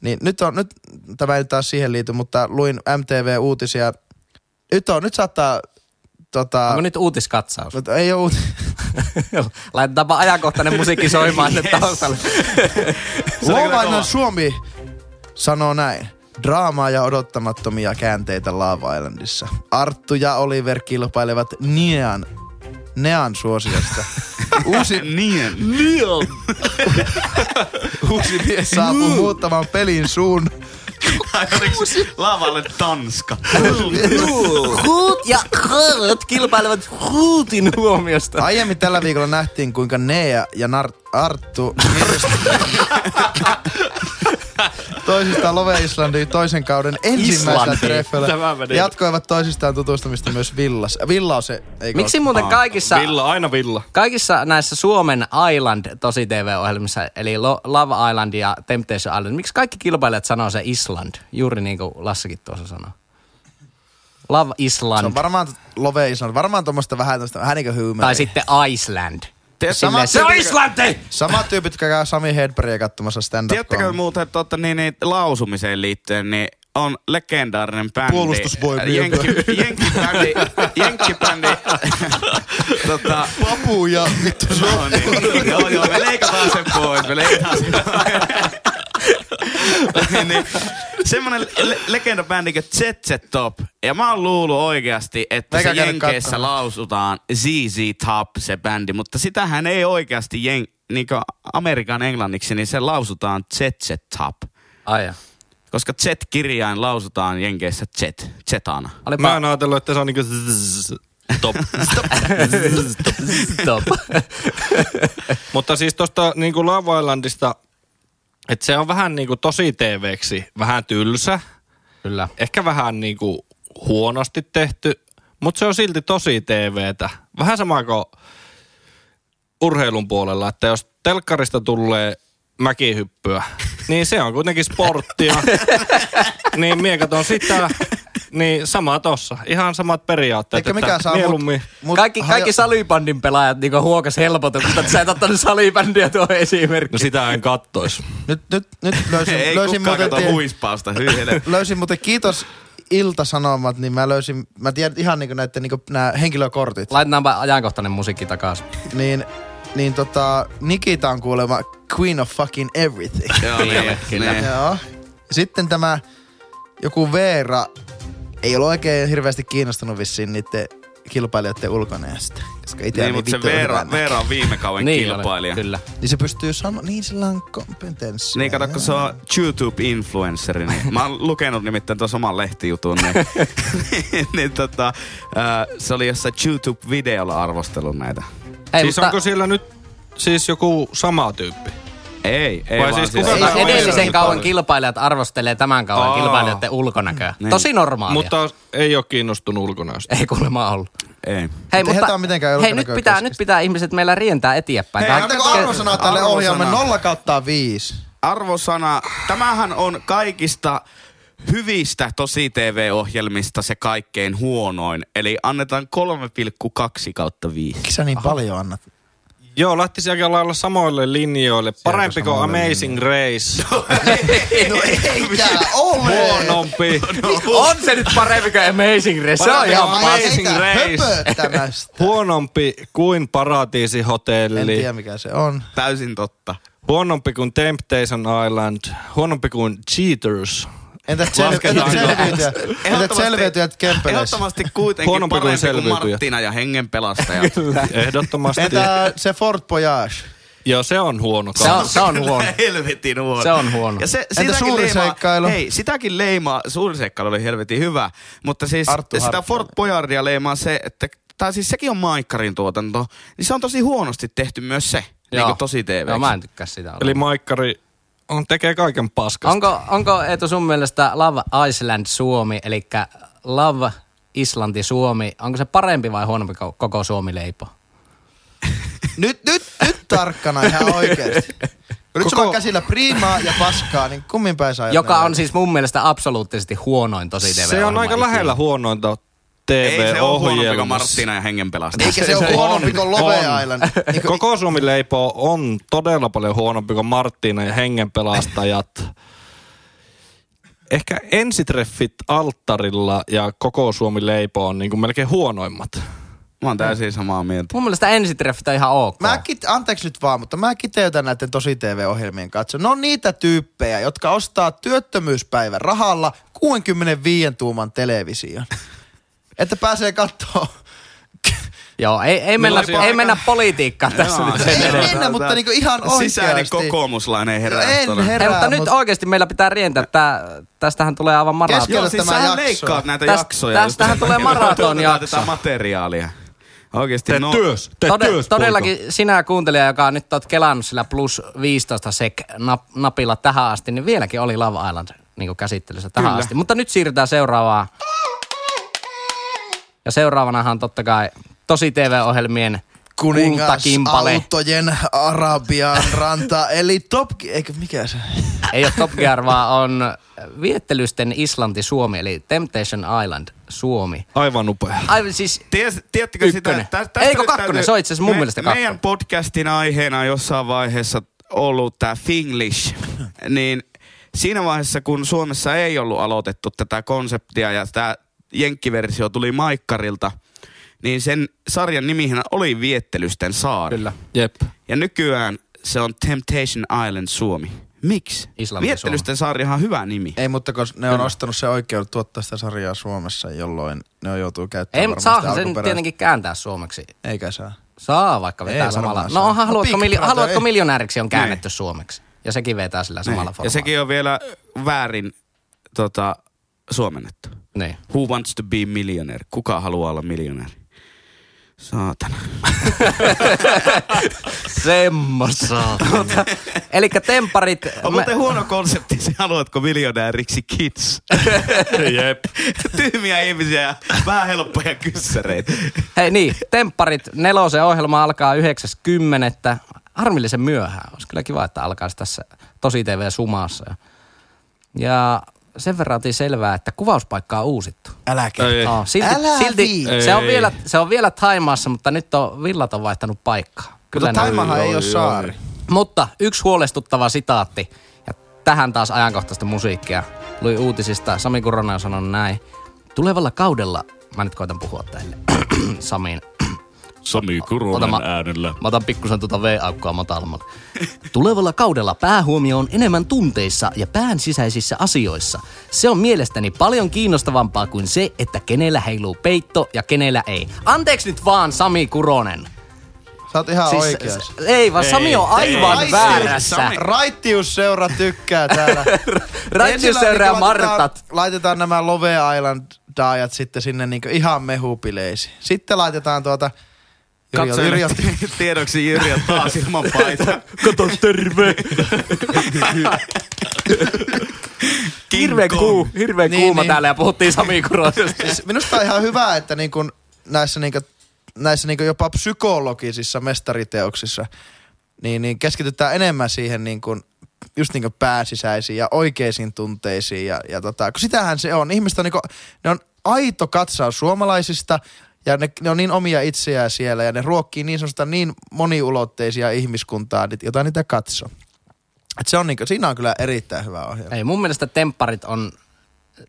S3: Niin nyt on, nyt, tämä ei taas siihen liity, mutta luin MTV-uutisia. Nyt on, nyt saattaa tota...
S1: Onko nyt uutiskatsaus?
S3: Mutta ei ole uut...
S1: Laitetaanpa ajankohtainen musiikki soimaan yes. taustalle.
S3: Love Island Suomi sanoo näin. Draamaa ja odottamattomia käänteitä Love Islandissa. Arttu ja Oliver kilpailevat Nian, Nean suosiosta. Uusi,
S2: Niin.
S3: uusi mies saapuu muuttamaan pelin suun.
S2: Laavalle Tanska.
S1: Huut ja hurt kilpailevat huutin huomiosta.
S3: Aiemmin tällä viikolla nähtiin, kuinka Nea ja Nar- Arttu toisistaan Love Islandin toisen kauden ensimmäisellä
S1: Islantiin.
S4: Tämä
S3: treffeillä
S4: meni.
S3: jatkoivat toisistaan tutustumista myös Villas. Villa on se, eikö
S1: Miksi muuten kaikissa,
S4: Villa, aina villa.
S1: kaikissa näissä Suomen Island tosi TV-ohjelmissa, eli Lo- Love Island ja Temptation Island, miksi kaikki kilpailijat sanoo se Island, juuri niin kuin Lassikin tuossa sanoi? Love
S3: Se
S1: Island
S3: on varmaan Love Island, varmaan tuommoista vähän tämmöistä, vähän niin kuin
S1: tai sitten Iceland.
S2: Te-
S1: Silleen,
S3: samat
S1: se on
S3: tyypit-
S1: Islanti!
S3: Samat tyypit, jotka käy Sami Hedbergia katsomassa stand up
S2: Tiedättekö muuten, että totta, niin, niin, lausumiseen liittyen, niin on legendaarinen bändi.
S3: Puolustusvoimien
S2: Jenki, jenkkibändi. jenkkibändi. tota,
S3: Papu ja vittu se
S2: no niin, joo, joo, me leikataan sen pois, me leikataan sen pois. Niin, niin, semmonen le- legendabändi kuin ZZ Top. Ja mä oon luullut oikeasti, että
S3: Meikä
S2: se
S3: käynyt
S2: Jenkeissä
S3: katsomassa.
S2: lausutaan ZZ Top se bändi, mutta sitähän ei oikeasti jen- niin Amerikan englanniksi, niin se lausutaan ZZ Top.
S1: Aja.
S2: Koska Z-kirjain lausutaan Jenkeissä Z, Zetana.
S1: Olipa
S4: Mä oon ajatellut, että se on niinku zzz, top.
S1: Stop.
S4: Mutta siis tuosta niinku Love Islandista, että se on vähän niinku tosi TV-ksi, vähän tylsä,
S1: Kyllä.
S4: ehkä vähän niinku huonosti tehty, mutta se on silti tosi TVtä. Vähän sama kuin urheilun puolella, että jos telkkarista tulee mäkihyppyä, niin se on kuitenkin sporttia. niin mie katon sitä, niin sama tossa. Ihan samat periaatteet,
S3: Eikä mikä saa
S4: mieluummin.
S1: Mut kaikki, kaikki salibändin pelaajat niinku huokas helpotusta, että sä et ottanut salibändiä tuo esimerkki.
S4: No sitä en kattois.
S3: Nyt, nyt, nyt löysin,
S2: Ei
S3: löysin,
S2: kukaan
S3: muuten,
S2: kato
S3: tie-
S2: huispausta, hyi hele.
S3: löysin muuten, kiitos Ilta-Sanomat, niin mä löysin, mä tiedän ihan niinku näitten niinku nää henkilökortit.
S1: Laitetaanpa ajankohtainen musiikki takaisin.
S3: Niin, niin tota, Nikita on kuulemma queen of fucking everything.
S2: Joo, niin,
S1: Kyllä.
S2: niin.
S3: Joo. Sitten tämä joku Veera ei ole oikein hirveästi kiinnostunut vissiin niiden kilpailijoiden ulkonäöstä. Koska itse
S2: Niin, mutta se Veera, Veera on viime kauden
S1: Niin oli,
S2: kilpailija.
S1: Kyllä.
S3: Niin se pystyy sanoa, niin sillä on kompetenssi.
S2: Niin, kato, kun se on YouTube-influenceri, niin mä oon lukenut nimittäin tuon saman lehtijutun, niin, niin, niin tota, ää, se oli jossain YouTube-videolla arvostellut näitä.
S1: Ei,
S4: siis
S1: mutta
S4: onko siellä nyt siis joku sama tyyppi?
S2: Ei,
S4: Vai
S2: ei vaan
S4: siis
S2: siis
S4: kuka-
S1: ei,
S3: se on
S1: edellisen
S3: oikein
S1: kauan kilpailijat arvostelee tämän kauan
S4: Aa.
S1: kilpailijoiden ulkonäköä.
S2: Niin.
S1: Tosi normaalia. Mutta...
S4: Mutta ei ole kiinnostunut ulkonäöstä.
S1: Ei kuulemma ollut.
S2: Ei.
S1: Hei,
S3: Mutta eihän
S1: mutta,
S3: tää ole mitenkään
S1: hei nyt,
S3: ulkonäköä
S1: pitää,
S3: keskeistä.
S1: nyt pitää ihmiset meillä rientää eteenpäin.
S3: Hei,
S1: Tää-
S3: antako arvosanaa tälle
S2: Arvosana.
S3: ohjelmalle 0 kautta 5?
S2: Arvosana, tämähän on kaikista hyvistä tosi TV-ohjelmista se kaikkein huonoin. Eli annetaan 3,2 kautta 5.
S3: Miksi sä niin paljon annat?
S4: Joo, lähtisi aika lailla samoille linjoille. Parempi kuin Amazing Race.
S3: No ei tää ole!
S4: Huonompi.
S1: on se nyt parempi kuin Amazing Race. Se on
S4: No, Parempi
S1: ihan
S4: kuin
S1: ma-
S4: Amazing Race.
S3: Höpöttämästä.
S4: Huonompi kuin
S3: En
S4: Paratiisihotelli.
S3: tiedä mikä se on.
S2: Täysin totta.
S4: Huonompi kuin Temptation Island. Huonompi kuin Cheaters.
S3: Entä
S2: Lasketaan.
S3: selviytyjät? Entä
S2: Ehdottomasti-
S3: selviytyjät kempeleissä?
S2: Ehdottomasti kuitenkin
S4: Huonompi kuin
S2: parempi kuin
S4: selviytyjä.
S2: Marttina ja hengenpelastajat.
S4: Ehdottomasti.
S3: Entä se Fort Boyage?
S4: Joo, se on huono
S1: Se on,
S4: kans.
S1: se on huono.
S2: helvetin huono.
S1: Se on huono.
S2: Ja se,
S3: Entä
S2: sitäkin
S3: suuri
S2: leimaa-
S3: seikkailu?
S2: Hei, sitäkin leimaa, suuri seikkailu oli helvetin hyvä, mutta siis
S3: Arttu
S2: sitä
S3: Hartwell.
S2: Fort Boyardia leimaa se, että tai siis sekin on Maikkarin tuotanto, niin se on tosi huonosti tehty myös se, niin
S1: Joo.
S2: kuin tosi TV.
S1: Joo, mä en tykkää sitä.
S4: Eli Maikkari on, tekee kaiken paskasta.
S1: Onko, onko Eetu sun mielestä Love Iceland Suomi, eli Love Islanti Suomi, onko se parempi vai huonompi kuin koko Suomi leipo?
S3: Nyt, nyt, nyt tarkkana ihan oikeesti. Kun nyt sulla on käsillä priimaa ja paskaa, niin kummin päin saa
S1: Joka on siis mun mielestä absoluuttisesti huonoin tosi tv
S4: Se on aika lähellä huonointa
S2: Ei se ole huonompi kuin
S4: TV-ohjelmassa.
S2: Marttina ja Siis hengenpelastus.
S3: Eikä se
S1: se
S3: ole huonompi kuin Love
S4: on.
S3: Island. Niin kuin-
S4: Koko Suomi leipo on todella paljon huonompi kuin Marttiina ja hengenpelastajat. Ehkä ensitreffit alttarilla ja koko Suomi leipo on niin kuin melkein huonoimmat.
S2: Mä oon täysin samaa mieltä.
S1: Mun mielestä ensitreffit on ihan ok.
S3: Mä kit, anteeksi nyt vaan, mutta mä kiteytän näiden tosi TV-ohjelmien katso. Ne on No niitä tyyppejä, jotka ostaa työttömyyspäivän rahalla 65 tuuman television. että pääsee katsoa.
S1: Joo, ei, ei, mennä,
S4: Millaisia-
S1: ei mennä politiikkaan tässä
S2: Joo,
S1: nyt
S2: se-
S1: sen
S3: Ei
S1: enempää.
S3: mennä, mutta niinku ihan
S2: Sisäinen
S3: oikeasti.
S2: kokoomuslainen herää.
S3: En
S2: todella.
S3: herää,
S1: Ei, mutta nyt
S3: mut-
S1: oikeasti meillä pitää rientää. Tää, tästähän tulee aivan maraton.
S3: Keski-
S2: Joo, siis
S3: Tämä
S2: sähän
S3: jakso.
S2: leikkaat näitä
S1: Täst-
S2: jaksoja. just
S1: tästähän
S2: sen
S1: tulee
S2: takia, kun
S1: maraton
S2: tuotetaan
S1: jakso.
S2: tätä materiaalia. Oikeesti,
S4: Tee
S2: no,
S4: työs, tee työs, poika.
S1: todellakin sinä kuuntelija, joka nyt oot kelannut sillä plus 15 sek nap, napilla tähän asti, niin vieläkin oli Love Island niin kuin käsittelyssä tähän
S2: Kyllä.
S1: asti. Mutta nyt siirrytään seuraavaan. Ja seuraavanahan totta kai tosi TV-ohjelmien kultakimpale.
S3: Kuningasautojen Arabian ranta, eli top... Eikö, mikä se?
S1: Ei ole Top Gear, vaan on Viettelysten Islanti Suomi, eli Temptation Island Suomi.
S4: Aivan upea.
S1: Aivan siis
S2: Ties, tiedättekö sitä,
S1: Ykkönen.
S2: että tä-
S1: Ei,
S2: nyt
S1: kun kakkonen, se on itse asiassa mun mielestä kakkonen.
S2: Meidän podcastin aiheena on jossain vaiheessa ollut tämä Finglish, niin siinä vaiheessa, kun Suomessa ei ollut aloitettu tätä konseptia ja tämä jenkkiversio tuli Maikkarilta, niin sen sarjan nimihän oli Viettelysten saari.
S1: Kyllä.
S4: Jep.
S2: Ja nykyään se on Temptation Island Suomi. Miksi?
S1: Islanti
S2: Viettelysten saarihan on hyvä nimi.
S3: Ei, mutta kun ne on ostanut se oikeuden tuottaa sitä sarjaa Suomessa, jolloin ne joutuu käyttämään
S1: Ei, mutta
S3: varmasti
S1: saahan sen
S3: alkuperäistä-
S1: tietenkin kääntää suomeksi.
S3: Eikä saa.
S1: Saa vaikka vetää
S3: Ei varmaan
S1: samalla.
S3: saa.
S1: No onhan,
S3: No,
S1: haluatko,
S3: Big
S1: miljo-
S3: Brother,
S1: haluatko
S3: ei. Niin.
S1: miljonääriksi on käännetty suomeksi. Ja sekin vetää sillä
S2: Niin.
S1: samalla
S2: Ja
S1: formaatilla.
S2: sekin on vielä väärin tota, suomennettu.
S1: Niin.
S2: Who wants to be millionaire? Kuka haluaa olla miljonääri? Saatana.
S1: Semmosta. Tuota, Eli temparit...
S2: On
S1: mä-
S2: muuten huono konsepti se, haluatko miljonääriksi kids.
S4: Jep.
S2: Tyhmiä ihmisiä ja vähän helppoja kyssäreitä.
S1: Hei niin, tempparit nelosen ohjelma alkaa 9.10. Harmillisen myöhään. Olisi kyllä kiva, että alkaisi tässä Tosi TV Sumassa. Ja sen verran otin selvää, että kuvauspaikka on uusittu.
S3: Älä
S4: Ei.
S1: No, silti,
S3: Älä
S1: silti
S3: viitsi.
S1: se, on
S4: Ei.
S1: vielä, se on vielä Taimaassa, mutta nyt on, villat on vaihtanut paikkaa. Kyllä
S3: Mutta
S1: ne on
S3: Taimahan ei ole saari.
S1: Mutta yksi huolestuttava sitaatti, ja tähän taas ajankohtaista musiikkia. Luin uutisista, Sami Kuronen on sanonut näin. Tulevalla kaudella, mä nyt koitan puhua teille, Samiin.
S5: Sami
S1: Ota
S5: Kuronen
S1: mä-
S5: äänellä.
S1: Mä otan pikkusen tuota V-aukkoa matalammalle. Tulevalla kaudella päähuomio on enemmän tunteissa ja pään sisäisissä asioissa. Se on mielestäni paljon kiinnostavampaa kuin se, että kenellä heiluu peitto ja kenellä ei. Anteeksi nyt vaan, Sami Kuronen.
S3: Sä oot ihan siis, oikeas.
S1: s- ei vaan, Sami on aivan
S3: Ai, siis,
S1: väärässä.
S3: Sami. Raittiusseura tykkää täällä.
S1: Raittiusseura ja
S3: Ensin laitetaan-
S1: Martat.
S3: Laitetaan nämä Love Island daajat sitten sinne niinku ihan mehupileisiin. Sitten laitetaan tuota... Jyrjö- Jyrjö-
S2: Katsoin tiedoksi Jyri on taas ilman paita.
S1: Kato terve. Hirveä,
S2: King
S1: kuu,
S2: Kong.
S1: hirveä
S3: Niin,
S1: kuuma
S3: niin.
S1: täällä ja puhuttiin Sami Kurosesta.
S3: Siis minusta on ihan hyvä, että niin kun näissä, niin kun, näissä niin kun jopa psykologisissa mestariteoksissa niin, niin keskitytään enemmän siihen niin kun, just niin kun pääsisäisiin ja oikeisiin tunteisiin. Ja, ja tota, kun sitähän se on. Ihmiset on, niin kun, ne on aito katsaus suomalaisista ja ne, ne on niin omia itseään siellä ja ne ruokkii niin sellaista niin moniulotteisia ihmiskuntaa, niin- jota niitä katsoo. Et se on niin kun, siinä on kyllä erittäin hyvä ohjelma.
S1: Ei, mun mielestä tempparit on,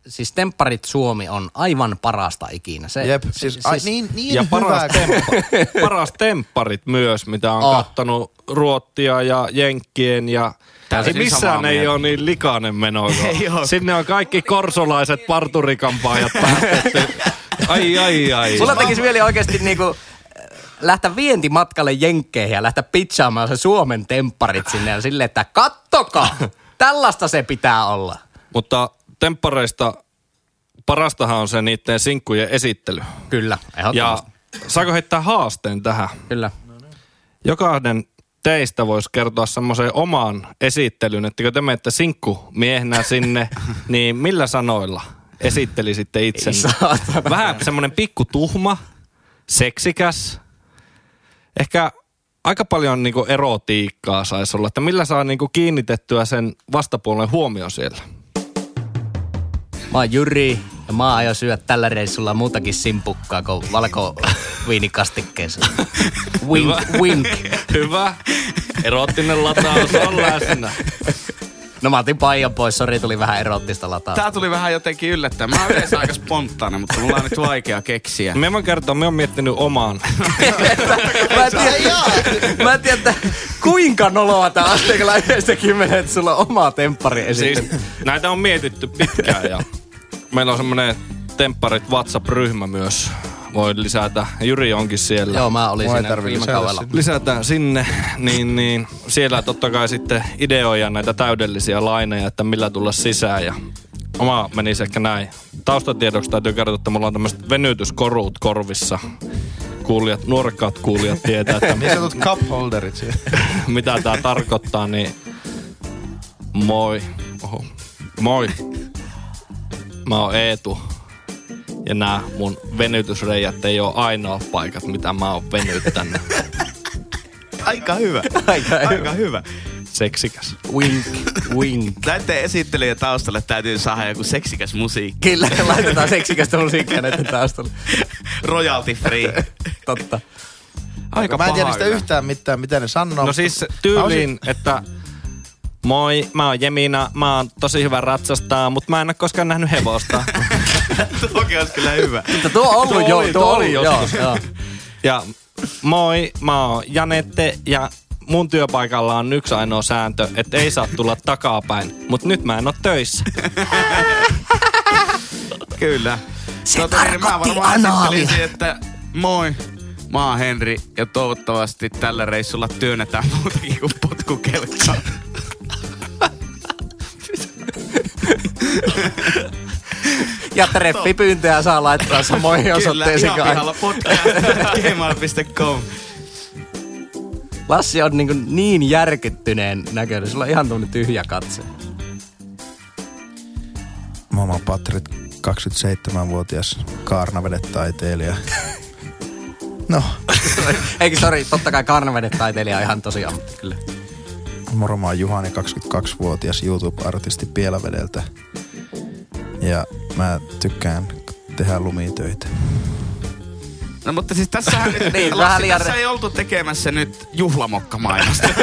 S1: siis tempparit Suomi on aivan parasta ikinä. Se,
S3: Jep,
S1: se-
S3: siis, siis, ai, niin, niin
S4: Ja paras,
S3: hyvä, kun-
S4: temppa, paras tempparit myös, mitä on
S1: Oh.
S4: oh.
S3: Ah.
S4: kattonut Ruottia ja Jenkkien ja
S2: Täysin
S4: ei missään
S2: samaa
S4: ei
S2: mieltä.
S4: ole niin likainen meno. kuin-
S2: Ei oo.
S4: Sinne on kaikki korsolaiset parturikampaajat päästetty. Ai, ai, ai.
S1: Siis Mulla tekisi mieli oikeasti niinku äh, lähteä vientimatkalle jenkkeihin ja lähteä pitchaamaan se Suomen tempparit sinne ja silleen, että kattokaa, tällaista se pitää olla.
S4: Mutta temppareista parastahan on se niiden sinkkujen esittely.
S1: Kyllä,
S4: Ja
S1: ehdottomasti.
S4: saako heittää haasteen tähän?
S1: Kyllä.
S4: Jokainen teistä voisi kertoa semmoisen oman esittelyn, että kun te menette sinkkumiehenä sinne, niin millä sanoilla esittelisitte itsenne?
S1: saatana.
S4: Vähän semmoinen pikku tuhma, seksikäs, ehkä aika paljon niinku erotiikkaa saisi olla, että millä saa niinku kiinnitettyä sen vastapuolen huomio siellä.
S1: Mä oon Jyri ja mä aion syödä tällä reissulla muutakin simpukkaa kuin valkoviinikastikkeessa. Wink, wink.
S4: Hyvä, eroottinen lataus on läsnä.
S1: No mä otin paijan pois, sori tuli vähän erottista lataa.
S2: Tää tuli vähän jotenkin yllättäen. Mä oon yleensä aika spontaani, mutta mulla on nyt vaikea keksiä.
S4: Mä voin kertoa, mä oon miettinyt omaan.
S1: Mä en tiedä, mä en tiedä että kuinka noloa tää asteikolla yhdestäkin menee, että sulla on oma temppari
S4: Siis,
S1: esitetty.
S4: näitä on mietitty pitkään ja meillä on semmoinen tempparit WhatsApp-ryhmä myös. Voi lisätä. Jyri onkin siellä.
S1: Joo, mä olin
S3: Mua ei
S1: siinä
S3: tarvii
S1: viime
S3: lisätä
S1: kaudella.
S3: sinne.
S4: Lisätään sinne, niin, niin siellä totta kai sitten ideoja näitä täydellisiä laineja, että millä tulla sisään ja oma menisi ehkä näin. Taustatiedoksi täytyy kertoa, että mulla on tämmöiset venytyskoruut korvissa. Kuulijat, nuorekkaat kuulijat tietää, että
S3: Niin sanotut cup holderit siellä.
S4: mitä tää tarkoittaa, niin moi. Oho. Moi. Mä oon Eetu. Ja nää mun venytysreijät ei oo ainoa paikat, mitä mä oon venyttänyt.
S2: Aika hyvä.
S1: Aika
S2: Aika hyvä.
S4: Seksikäs.
S1: Wink, wink.
S2: Näiden esittelijän taustalle täytyy saada joku seksikäs musiikki.
S1: Kyllä, laitetaan seksikästä musiikkia näiden taustalle.
S2: Royalty free.
S1: Totta.
S2: Aika
S3: Mä en tiedä
S2: paha
S3: niistä
S2: yle.
S3: yhtään mitään, mitä ne sanoo.
S4: No siis tyyliin, että moi, mä oon Jemina, mä oon tosi hyvä ratsastaa, mutta mä en oo koskaan nähnyt hevosta.
S2: Toki olisi kyllä hyvä.
S1: Mutta tuo on ollut
S4: Tuo
S1: jo,
S4: oli-
S1: tuo
S4: tuo
S1: on
S4: oli
S1: ollut, joo,
S4: joskus.
S1: joo.
S4: Ja moi, mä oon Janette ja mun työpaikalla on yksi ainoa sääntö, että ei saa tulla takapäin. Mut nyt mä en oo töissä.
S2: Kyllä.
S1: Se
S2: niin
S1: tarkoitti
S2: mä varmaan
S1: anaalia.
S2: esittelisin, että moi, mä oon Henri ja toivottavasti tällä reissulla työnnetään muutakin kuin potkukelkka.
S1: Ja treffipyyntöjä saa laittaa samoihin
S2: Kyllä,
S1: osoitteisiin.
S2: ihan
S1: kuin aina.
S2: pihalla podcast.gmail.com.
S1: Lassi on niin, kuin niin järkyttyneen näköinen. Sulla on ihan tuommoinen tyhjä katse.
S3: Mä oon Patrik, 27-vuotias kaarnavedetaiteilija. No,
S1: Eikö, sori, totta kai karnavedetaiteilija on ihan tosi ammatti, kyllä.
S3: moro mä oon Juhani, 22-vuotias YouTube-artisti Pielavedeltä. Ja mä tykkään tehdä lumitöitä.
S2: No mutta siis tässähän nyt,
S1: Niin,
S2: Lassi,
S1: vähän liian-
S2: tässä ei oltu tekemässä nyt juhlamokkamainosta.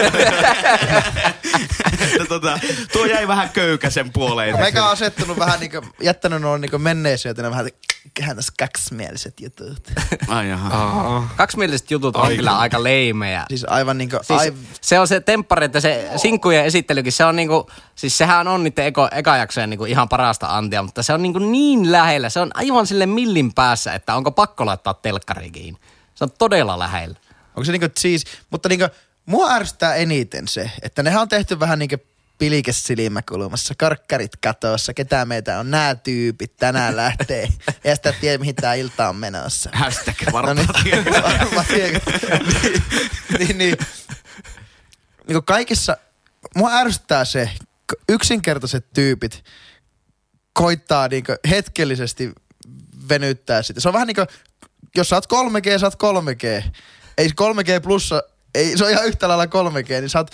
S2: Että tota, tuo jäi vähän köykäsen puoleen.
S3: No, Meikä on asettunut vähän niinku, jättänyt noin niinku menneisyytenä vähän, kähän tässä kaksimieliset jutut.
S2: Ai jaha.
S1: Kaksimieliset jutut on kyllä aika leimejä.
S3: Siis aivan niinku,
S1: Siis
S3: ai,
S1: se on se temppari, että se sinkkujen esittelykin, se on niinku, siis sehän on niiden eko, ekajaksojen niinku ihan parasta antia, mutta se on niinku niin lähellä, se on aivan sille millin päässä, että onko pakko laittaa telkkariin. Se on todella lähellä.
S3: Onko se niinku cheese? Mutta niinku, mua ärsyttää eniten se, että nehän on tehty vähän niinku pilikes silmäkulmassa, karkkarit katossa, ketä meitä on, nämä tyypit tänään lähtee. ja sitä tiedä, mihin tää ilta on menossa.
S2: Hashtag
S3: No niin,
S2: varmaan.
S3: varmaan tiedän. niin, niin, niin. niin kuin kaikissa, mua ärsyttää se, kun yksinkertaiset tyypit koittaa niin hetkellisesti venyttää sitä. Se on vähän niin kuin, jos sä oot 3G, sä oot 3G. Ei se 3G plussa, ei, se on ihan yhtä lailla 3G, niin sä oot,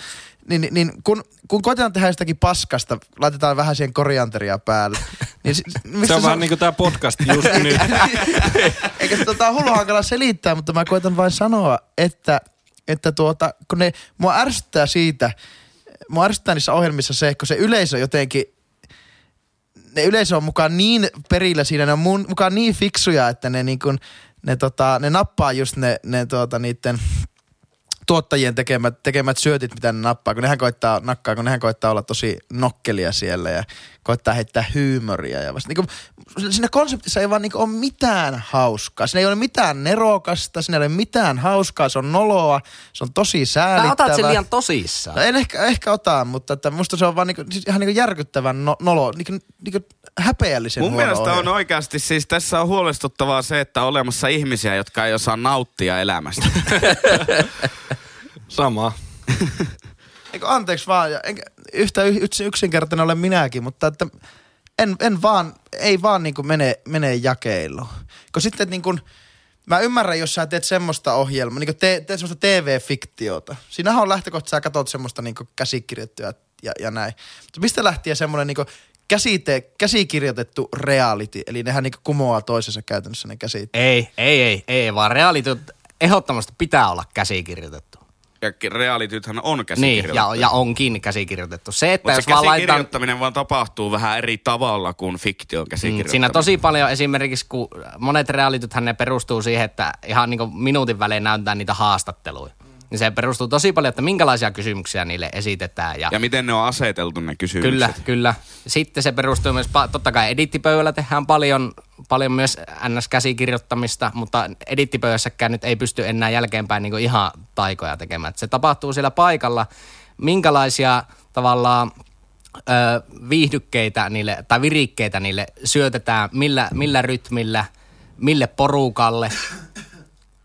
S3: niin, niin- niin kun, kun koitetaan tehdä jostakin paskasta, laitetaan vähän siihen korianteria päälle. Niin, si-
S4: Se
S3: mistä
S4: on vähän niinku tää podcast just nyt.
S3: Eikä se tota hullu hankala selittää, mutta mä koitan vain sanoa, että, että tuota, kun ne, mua ärsyttää siitä, mua ärsyttää niissä ohjelmissa se, kun se yleisö jotenkin, ne yleisö on mukaan niin perillä siinä, ne on mun, mukaan niin fiksuja, että ne niin kun, ne, tota, ne nappaa just ne, ne tuota, niitten tuottajien tekemät, tekemät syötit, mitä ne nappaa, kun nehän koittaa nakkaa, kun nehän koittaa olla tosi nokkelia siellä ja koittaa heittää hyymöriä ja vasta. Niin kuin, siinä konseptissa ei vaan niin kuin, ole mitään hauskaa. Siinä ei ole mitään nerokasta, siinä ei ole mitään hauskaa, se on noloa, se on tosi säälittävää.
S1: Mä otat sen liian tosissaan.
S3: No en ehkä, ehkä ota, mutta että musta se on vaan niinku, siis ihan niinku järkyttävän no, nolo, niinku, niinku häpeällisen
S2: Mun
S3: huono
S2: mielestä on
S3: ohjelma.
S2: oikeasti, siis tässä on huolestuttavaa se, että on olemassa ihmisiä, jotka ei osaa nauttia elämästä.
S4: Sama.
S3: Eiku, anteeksi vaan, ja enkä, yhtä y, yks, yksinkertainen olen minäkin, mutta että en, en vaan, ei vaan niinku mene, mene jakeiluun. Kun sitten niinku, mä ymmärrän, jos sä teet semmoista ohjelmaa, niinku te, teet semmoista TV-fiktiota. Siinähän on lähtökohta, sä katsot semmoista niinku käsikirjoittuja ja, ja näin. Mutta mistä lähtien semmoinen niinku käsite, käsikirjoitettu reality, eli nehän niinku kumoaa toisensa käytännössä ne käsitteet.
S1: Ei, ei, ei, ei, vaan realitut ehdottomasti pitää olla käsikirjoitettu.
S2: ja ki- realitythän
S1: Niin,
S2: on
S1: ja,
S2: käsikirjoittaminen.
S1: ja onkin käsikirjoitettu. Se, että
S2: Mutta
S1: jos
S2: se
S1: vaan laitetaan...
S2: käsikirjoittaminen vaan tapahtuu vähän eri tavalla kuin fiktion
S1: Mm,
S2: käsikirjoittaminen.
S1: Siinä tosi paljon esimerkiksi, kun monet realitythän ne perustuu siihen, että ihan niin kuin minuutin välein näytetään niitä haastatteluja. Niin se perustuu tosi paljon, että minkälaisia kysymyksiä niille esitetään. Ja,
S2: Ja miten ne on aseteltu ne kysymykset.
S1: kyllä, kyllä. Sitten se perustuu myös, pa- totta kai edittipöydällä tehdään paljon, paljon myös NS-käsikirjoittamista, mutta edittipöydässäkään nyt ei pysty enää jälkeenpäin niin ihan taikoja tekemään. Et Se tapahtuu siellä paikalla. Minkälaisia tavallaan ö, viihdykkeitä niille, tai virikkeitä niille syötetään, millä, millä rytmillä, mille porukalle.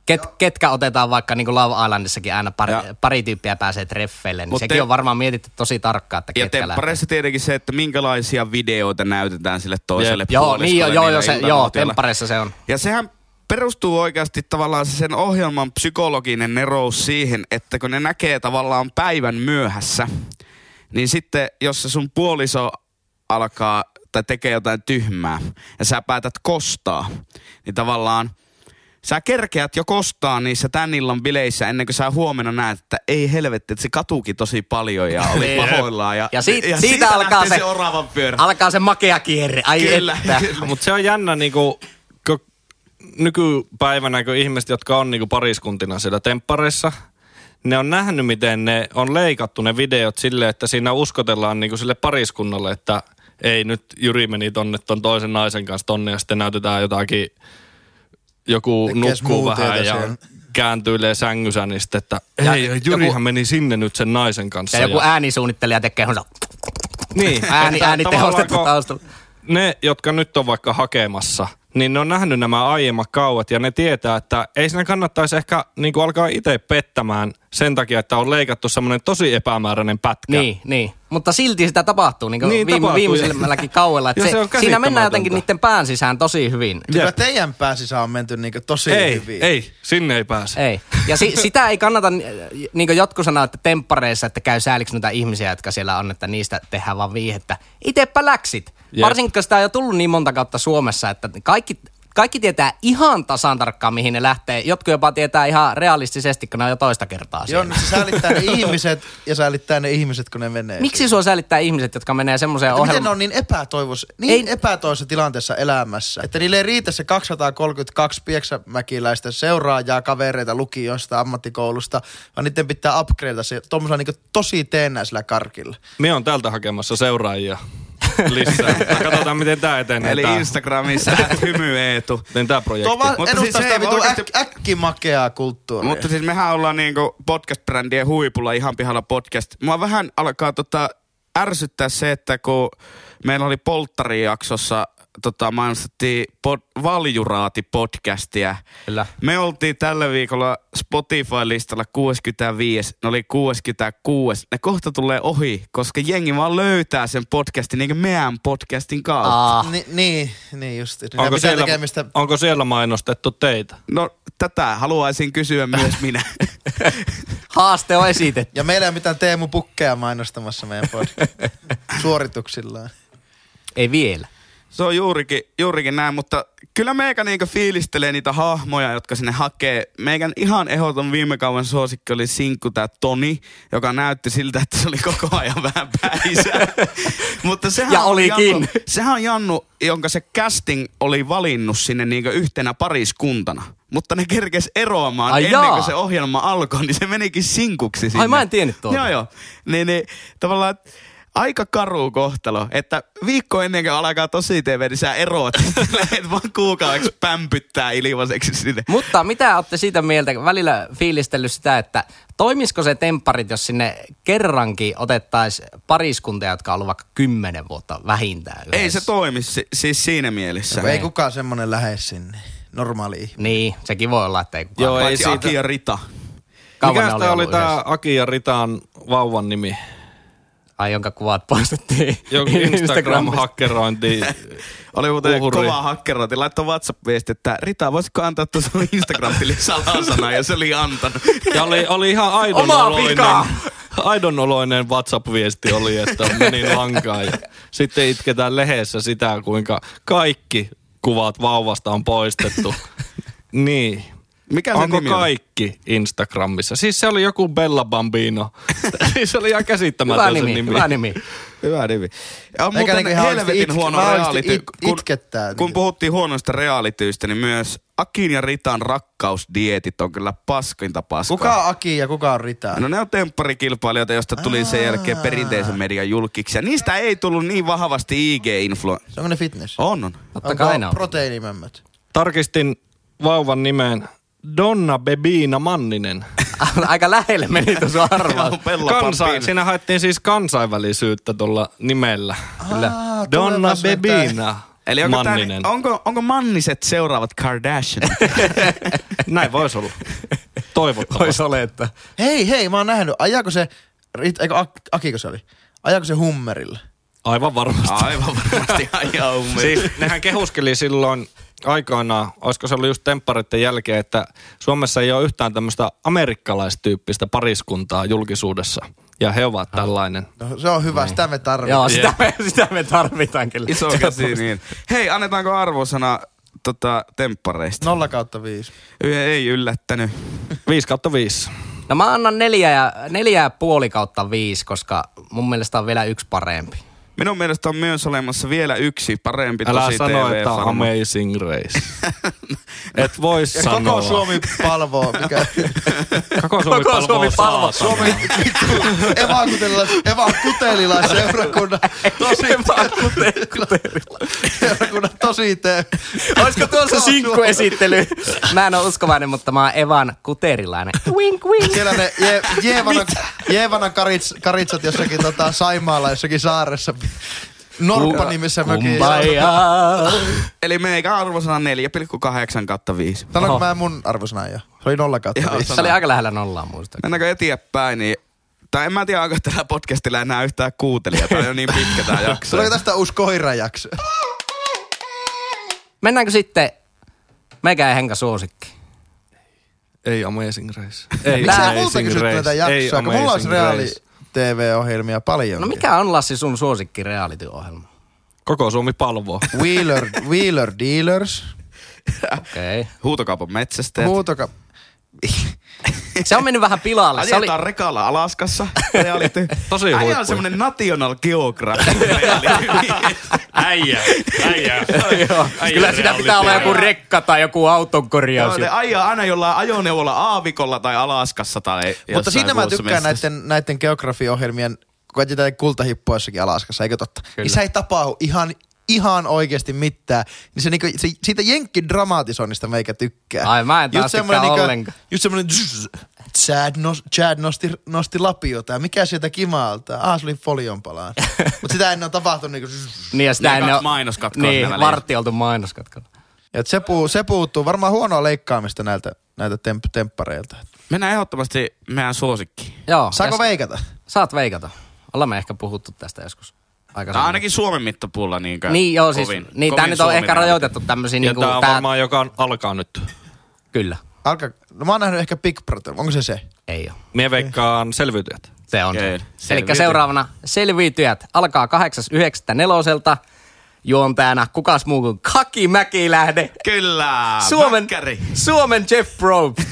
S1: Ket, ketkä otetaan vaikka niin kuin Love Islandissakin aina pari,
S2: Ja-
S1: pari tyyppiä pääsee treffeille, niin
S2: Mut
S1: sekin
S2: te-
S1: on varmaan mietitty tosi tarkkaan, että
S2: Ja
S1: ketkä lähtee.
S2: temppareissa tietenkin se, että minkälaisia videoita näytetään sille toiselle
S4: Jep.
S1: Joo,
S2: puoliskolle
S1: niin jo, joo,
S2: niillä
S1: joo, se, joo,
S2: iltanuotioilla.
S1: temppareissa se on.
S2: Ja sehän perustuu oikeasti tavallaan se sen ohjelman psykologinen nerous siihen, että kun ne näkee tavallaan päivän myöhässä, niin sitten jos se sun puoliso alkaa tai tekee jotain tyhmää ja sä päätät kostaa, niin tavallaan sä kerkeät jo kostaa niissä tän illan bileissä ennen kuin sä huomenna näet, että ei helvetti, että se katuuki tosi paljon ja oli pahoillaan. Ja,
S1: Niin, Ja si- siitä alkaa se-
S2: lähtee se oravan pyörä.
S1: Alkaa se makea kierre, ai
S2: Kyllä,
S1: että.
S2: kyllä.
S4: Mutta se on jännä niinku, kun nykypäivänä, kun ihmiset, jotka on niinku pariskuntina siellä temppareissa, ne on nähnyt, miten ne on leikattu ne videot sille, että siinä uskotellaan niinku sille pariskunnalle, että ei nyt Jyri meni tonne ton toisen naisen kanssa tonne ja sitten näytetään jotakin, joku
S3: Tekee
S4: nukkuu vähän
S3: smoothieta
S4: ja
S3: siellä.
S4: kääntyilee sängyssä, niin sitten, että
S1: Ja
S4: ei,
S1: joku-
S4: Jyrihän meni sinne nyt sen naisen kanssa.
S1: Ja joku äänisuunnittelija tekee hon
S4: niin,
S1: ääni,
S4: että
S1: ääni
S4: tavallaan
S1: tehostettu
S4: kun-
S1: taustalla.
S4: ne, jotka nyt on vaikka hakemassa, niin ne on nähnyt nämä aiemmat kauet ja ne tietää, että ei siinä kannattaisi ehkä niin kuin alkaa itse pettämään sen takia, että on leikattu semmoinen tosi epämääräinen pätkä.
S1: Niin, niin. Mutta silti sitä tapahtuu niin niin,
S4: Niin,
S1: viime,
S4: tapahtuu.
S1: viimeiselläkin kauella. Että
S4: Ja
S1: se,
S4: se on
S1: siinä mennään
S4: käsittämätöntä.
S1: jotenkin niiden pään sisään tosi hyvin.
S3: Kyllä
S4: Jep.
S3: teidän pääsissä on menty niinku tosi
S4: Ei,
S3: hyvin.
S4: ei, sinne ei pääse.
S1: Ei. Ja si- sitä ei kannata, niin kuin jotkut sanoo, että temppareissa, että käy sääliksi noita ihmisiä, jotka siellä on, että niistä tehdään vaan viihettä. Itepä läksit.
S4: Jep.
S1: Varsinkin, kun sitä on jo tullut niin monta kautta Suomessa, että kaikki, kaikki tietää ihan tasan tarkkaan, mihin ne lähtee. Jotkut jopa tietää ihan realistisesti, kun ne on jo toista kertaa
S3: Joo,
S1: siellä.
S3: niin se säällittää ne ihmiset ja säällittää ne ihmiset, kun ne menee.
S1: Miksi sua säällittää ihmiset, jotka menee semmoiseen
S3: Että Miten ne
S1: ohjelmaan?
S3: on niin epätoivossa, niin
S1: Ei-
S3: ei. epätoivossa tilanteessa elämässä, että niille ei riitä se 232 pieksämäkiläistä seuraajaa, kavereita lukiosta, ammattikoulusta, vaan niiden pitää upgradeata se tuommoisella niinku tosi teennäisellä karkilla.
S4: Me on täältä hakemassa seuraajia lisää. Katsotaan, miten tämä etenee.
S2: Eli
S4: tää,
S2: Instagramissa at hymy Eetu.
S4: miten tämä projekti.
S3: Tuo on vaan
S2: Mutta siis
S3: edustaa
S2: ei,
S3: sitä
S2: vaan
S3: vitu
S2: oikeasti-
S3: äk, äkkimakeaa kulttuuria.
S2: Mutta siis mehän ollaan niinku podcast-brändien huipulla, ihan pihalla podcast. Mua vähän alkaa tota ärsyttää se, että kun meillä oli polttarijaksossa tota, mainostettiin pod- valjuraati-podcastia.
S1: Kyllä.
S2: Me oltiin tällä viikolla Spotify-listalla 65, ne oli 66. Ne kohta tulee ohi, koska jengi vaan löytää sen podcastin, niin kuin meidän podcastin kautta.
S1: Aa,
S3: Ni, niin, niin just. Niin
S4: onko,
S3: pitää
S4: siellä,
S3: tekemistä
S4: onko siellä mainostettu teitä?
S2: No tätä haluaisin kysyä myös minä.
S1: haaste on esitetty.
S3: Ja meillä ei ole mitään Teemu Pukkeja mainostamassa meidän podcast suorituksillaan.
S1: Ei vielä.
S2: Se on juurikin, juurikin näin, mutta kyllä meikä niinku fiilistelee niitä hahmoja, jotka sinne hakee. Meikän ihan ehdoton viime kauan suosikki oli sinkku tää Toni, joka näytti siltä, että se oli koko ajan vähän päisä. mutta sehän
S1: Ja
S2: on
S1: olikin.
S2: Jannu, sehän on Jannu, jonka se casting oli valinnut sinne niinku yhtenä pariskuntana. Mutta ne kerkes eroamaan
S1: Ai
S2: ennen
S1: jaa.
S2: kuin se ohjelma alkoi, niin se menikin sinkuksi sinne.
S1: Ai, mä en tiennyt tuota.
S2: Joo, joo. Niin, niin tavallaan et aika karu kohtalo, että viikko ennen kuin alkaa tosi TV, niin sä eroat. Lähet vaan kuukaudeksi pämpyttää ilmaiseksi sinne.
S1: Mutta mitä olette siitä mieltä, välillä fiilistellyt sitä, että toimisiko se tempparit, jos sinne kerrankin otettaisiin pariskuntia, jotka on ollut vaikka kymmenen vuotta vähintään yhdessä?
S2: Ei se toimi si- siis siinä mielessä.
S3: Ei kukaan semmonen lähde sinne. Normaali ihminen.
S1: Niin, sekin voi olla, että ei kukaan.
S4: Joo, ei
S2: Paitsi
S4: siitä.
S2: Aki ja Rita.
S1: Kauan
S4: Mikäs
S1: ne
S4: tää oli
S1: ollut
S4: tää
S1: yhdessä?
S4: Aki ja Ritaan vauvan nimi?
S1: Ai, jonka kuvat poistettiin
S4: Joku Instagram-hakkerointi.
S2: Oli muuten
S4: Uhri.
S2: kova hakkerointi. Laittoi WhatsApp-viesti, että Rita, voisitko antaa tuossa sun Instagram-tilin salasana? Ja se oli antanut.
S4: Ja oli, oli ihan aidon
S1: Omaa
S4: oloinen,
S1: vikaa!
S4: aidon oloinen WhatsApp-viesti oli, että meni lankaan. Ja sitten itketään lehdessä sitä, kuinka kaikki kuvat vauvasta on poistettu. Niin.
S2: Mikä se
S4: Onko
S2: nimi oli?
S4: kaikki Instagramissa? Siis se oli joku Bella Bambino. siis se oli ihan käsittämätön
S1: Hyvä
S4: se
S1: nimi,
S4: nimi.
S1: hyvä nimi.
S2: Hyvä nimi. On
S3: Eikä
S2: muuten
S3: niinku ihan
S2: helvetin
S3: oikeesti itke-
S2: huono
S3: vaan oikeesti
S2: reality.
S3: it- itkettää
S2: kun
S3: niinku.
S2: puhuttiin huonoista realityistä, niin myös Akin ja Ritan rakkausdietit on kyllä paskinta paskaa.
S3: Kuka on Aki ja kuka on Rita?
S2: No ne on tempparikilpailijoita, joista tuli sen jälkeen perinteisen median julkiksi. Ja niistä ei tullut niin vahvasti IG-influ.
S3: Se onko ne fitness?
S2: On, on.
S1: Totta kai ne on.
S3: proteiinimömmöt?
S4: Tarkistin vauvan nimeen Donna Bebina Manninen.
S1: Aika lähelle meni tuossa arvaus.
S2: Pella
S4: Kansa,
S2: Pampin.
S4: siinä haettiin siis kansainvälisyyttä tuolla nimellä.
S1: Kyllä.
S3: Ah,
S4: Donna
S3: tulepas vetää.
S4: Bebina
S2: Eli onko, tää, niin-
S4: Manninen.
S2: onko, onko manniset seuraavat Kardashian?
S4: Näin voisi olla. Toivottavasti.
S1: Voisi olettaa.
S3: Hei, hei, mä oon nähnyt. Ajaako se, Rit- eikö Ak- Akiko se oli? Ajaako se hummerilla?
S4: Aivan varmasti.
S2: Aivan varmasti ihan siis,
S4: Siis nehän kehuskeli silloin aikoinaan, olisiko se ollut just temppareiden jälkeen, että Suomessa ei ole yhtään tämmöistä amerikkalaistyyppistä pariskuntaa julkisuudessa. Ja he ovat tällainen.
S3: No se on hyvä, Noin. sitä me tarvitaan.
S1: Joo, sitä me, sitä me tarvitaan kyllä.
S2: Iso käsi, niin. Hei, annetaanko arvosana tota, temppareista?
S3: 0 kautta 5.
S2: Yö ei yllättänyt.
S4: 5 kautta 5.
S1: No mä annan neljä ja, neljä ja puoli kautta viisi, koska mun mielestä on vielä yksi parempi.
S2: Minun mielestä on myös olemassa vielä yksi parempi
S4: Älä
S2: tosi
S4: sano,
S2: tv
S4: että on
S2: sarja
S4: Amazing Race. Et voi
S3: Ja
S4: sanoa.
S3: koko Suomi palvoo, mikä
S4: koko Suomi,
S1: Koko Suomi palvoo.
S4: Suomi.
S3: evakutelilla- evakutelilla seurakunnan tosi, seurakunnan tosi tee.
S1: Olisiko tuossa sinkkuesittely? Mä en ole uskovainen, mutta mä oon Evan kuterilainen. Wink, wink.
S3: Siellä ne Je- Jeevanan, Jeevanan karits, karitsat jossakin tota, Saimaalla, jossakin saaressa. Norppa nimissä mökissä.
S1: Kumbaya.
S2: Eli meikä arvosana 4,8 kautta 5.
S3: Sanoinko mä mun arvosanan jo? Se oli 0 kautta
S2: Joo,
S3: 5.
S1: Se oli aika lähellä nollaa muista.
S2: Mennäänkö eteenpäin, niin... Tai en mä tiedä, onko tällä podcastilla enää yhtään kuuntelijaa. Tämä on jo niin pitkä tämä jakso.
S3: Tuleeko tästä uusi koirajakso?
S1: Mennäänkö sitten Meikä ja Henka suosikki?
S4: Ei Amazing Race. Ei
S3: Tää on multa
S4: Amazing
S3: kysytty näitä
S4: Race. Ei
S3: jaksoja, kun mulla olisi
S4: Amazing
S3: reaali
S4: Race.
S3: TV-ohjelmia paljon.
S1: No mikä on Lassi sun suosikki reality-ohjelma?
S4: Koko Suomi palvoo.
S3: Wheeler, Wheeler Dealers.
S1: Okei. Okay.
S2: Huutokaupan metsästä.
S3: Huutoka...
S1: Se on mennyt vähän pilalle. Se oli,
S2: Ajetaan rekalla Alaskassa. Reality.
S4: Tosi
S2: Äijä
S4: huippu.
S2: on semmonen national geographic reality.
S4: Äijä, äijä.
S1: joo, kyllä siinä pitää olla joku rekka tai joku auton korjaus.
S2: Joo, ne Aijaa aina jollain ajoneuvolla aavikolla tai Alaskassa tai
S3: Mutta
S2: jossain
S3: siinä mä
S2: muussa
S3: tykkään
S2: metsässä.
S3: näiden, näiden geografiohjelmien, kun etsitään kultahippoa jossakin Alaskassa, eikö totta? Niin se ei tapahdu ihan, ihan oikeasti mitään. Niin se, niinku, se, siitä jenkkidramatisoinnista meikä tykkää.
S1: Ai, mä en taas
S3: semmonen niinku-
S1: tykkää ollenkaan.
S3: Just semmonen zzz, Chad, nos, Chad nosti, nosti lapiota ja mikä sieltä kimaltaa? Ah, se oli folion palaan. Mutta sitä ennen on tapahtunut niinku zzz.
S1: Niin, ja sitä
S2: Niin,
S1: ennen
S2: kaksi
S1: on-
S2: mainoskatkoa
S1: Niin,
S2: siinä väliin.
S1: vartioitu mainoskatkolla.
S3: Ja et se, puu, se puuttuu varmaan huonoa leikkaamista näiltä, näiltä temp, temppareilta.
S2: Mennään ehdottomasti meidän suosikkiin.
S1: Joo.
S3: Saako
S1: ja-
S3: veikata?
S1: Saat veikata. Ollaan me ehkä puhuttu tästä joskus
S2: Tämä on
S1: aikaisemmin.
S2: ainakin Suomen mittapuulla niin
S1: Niin joo, siis, kovin, niin tämä nyt on ehkä rajoitettu tämmöisiin,
S4: Ja
S1: niin kuin,
S4: tää on varmaan, joka alkaa nyt.
S1: kyllä,
S3: Alka, no mä oon nähnyt ehkä Big Brother, onko se se?
S1: ei ole.
S4: Mie veikkaan selviytyjät.
S1: Se on.
S2: Kyllä.
S1: Eli
S2: Selviytyjät.
S1: seuraavana selviytyjät alkaa 8.9. neloselta juontajana kukas muu kuin Kaki Mäkilähde.
S2: Kyllä,
S1: Suomen,
S2: mäkkäri.
S1: Suomen Jeff Probe.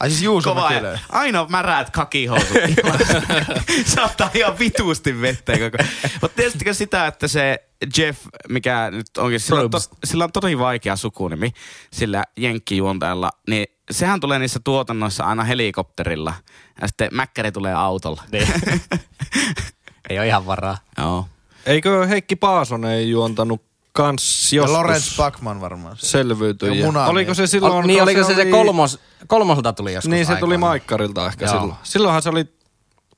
S3: Ai siis Juuso
S2: Kova
S3: Mäkelä.
S2: Aina märät kakihousut. Saattaa ihan vituusti vettä koko. Mutta tiesittekö sitä, että se Jeff, mikä nyt onkin, sillä on, to,
S1: Probst.
S2: sillä on tosi vaikea sukunimi, sillä jenkkijuontajalla, niin sehän tulee niissä tuotannoissa aina helikopterilla. Ja sitten mäkkäri tulee autolla.
S1: Niin. Ei ole ihan varaa.
S2: Joo.
S4: Eikö Heikki Paasonen juontanut kans
S3: Ja Lorenz
S4: joskus
S3: Backman varmaan. Se. Ja
S4: selviytyjä?
S3: Munamies.
S4: Oliko se
S1: Ol,
S4: silloin?
S1: niin
S4: kun
S1: oliko se se
S4: oli-
S1: kolmos, kolmoselta tuli joskus
S4: Niin se tuli
S1: aikoinaan.
S4: Maikkarilta ehkä
S1: Joo.
S4: silloin. Silloinhan se oli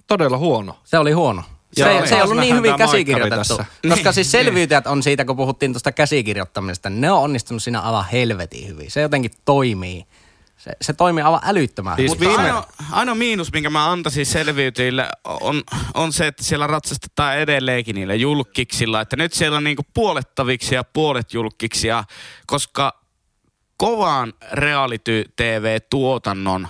S4: todella huono.
S1: Se oli huono. Se,
S4: Joo,
S1: se ei
S4: taas
S1: ollut niin
S4: nähdään
S1: hyvin
S4: tämä
S1: käsikirjoitettu.
S4: Maikkari
S1: Koska siis selviytyjät on siitä, kun puhuttiin tuosta käsikirjoittamisesta, niin ne on onnistunut siinä aivan helvetin hyvin. Se jotenkin toimii. Se, se toimii aivan älyttömän
S4: Siis
S1: hyvin.
S2: Mutta
S4: viime-
S2: ainoa, ainoa miinus, minkä mä antaisin selviytyjille, on, on se, että siellä ratsastetaan edelleenkin niillä julkiksilla. Että nyt siellä on niinku puolettaviksi ja puolet julkiksia, koska kovan reality-tv-tuotannon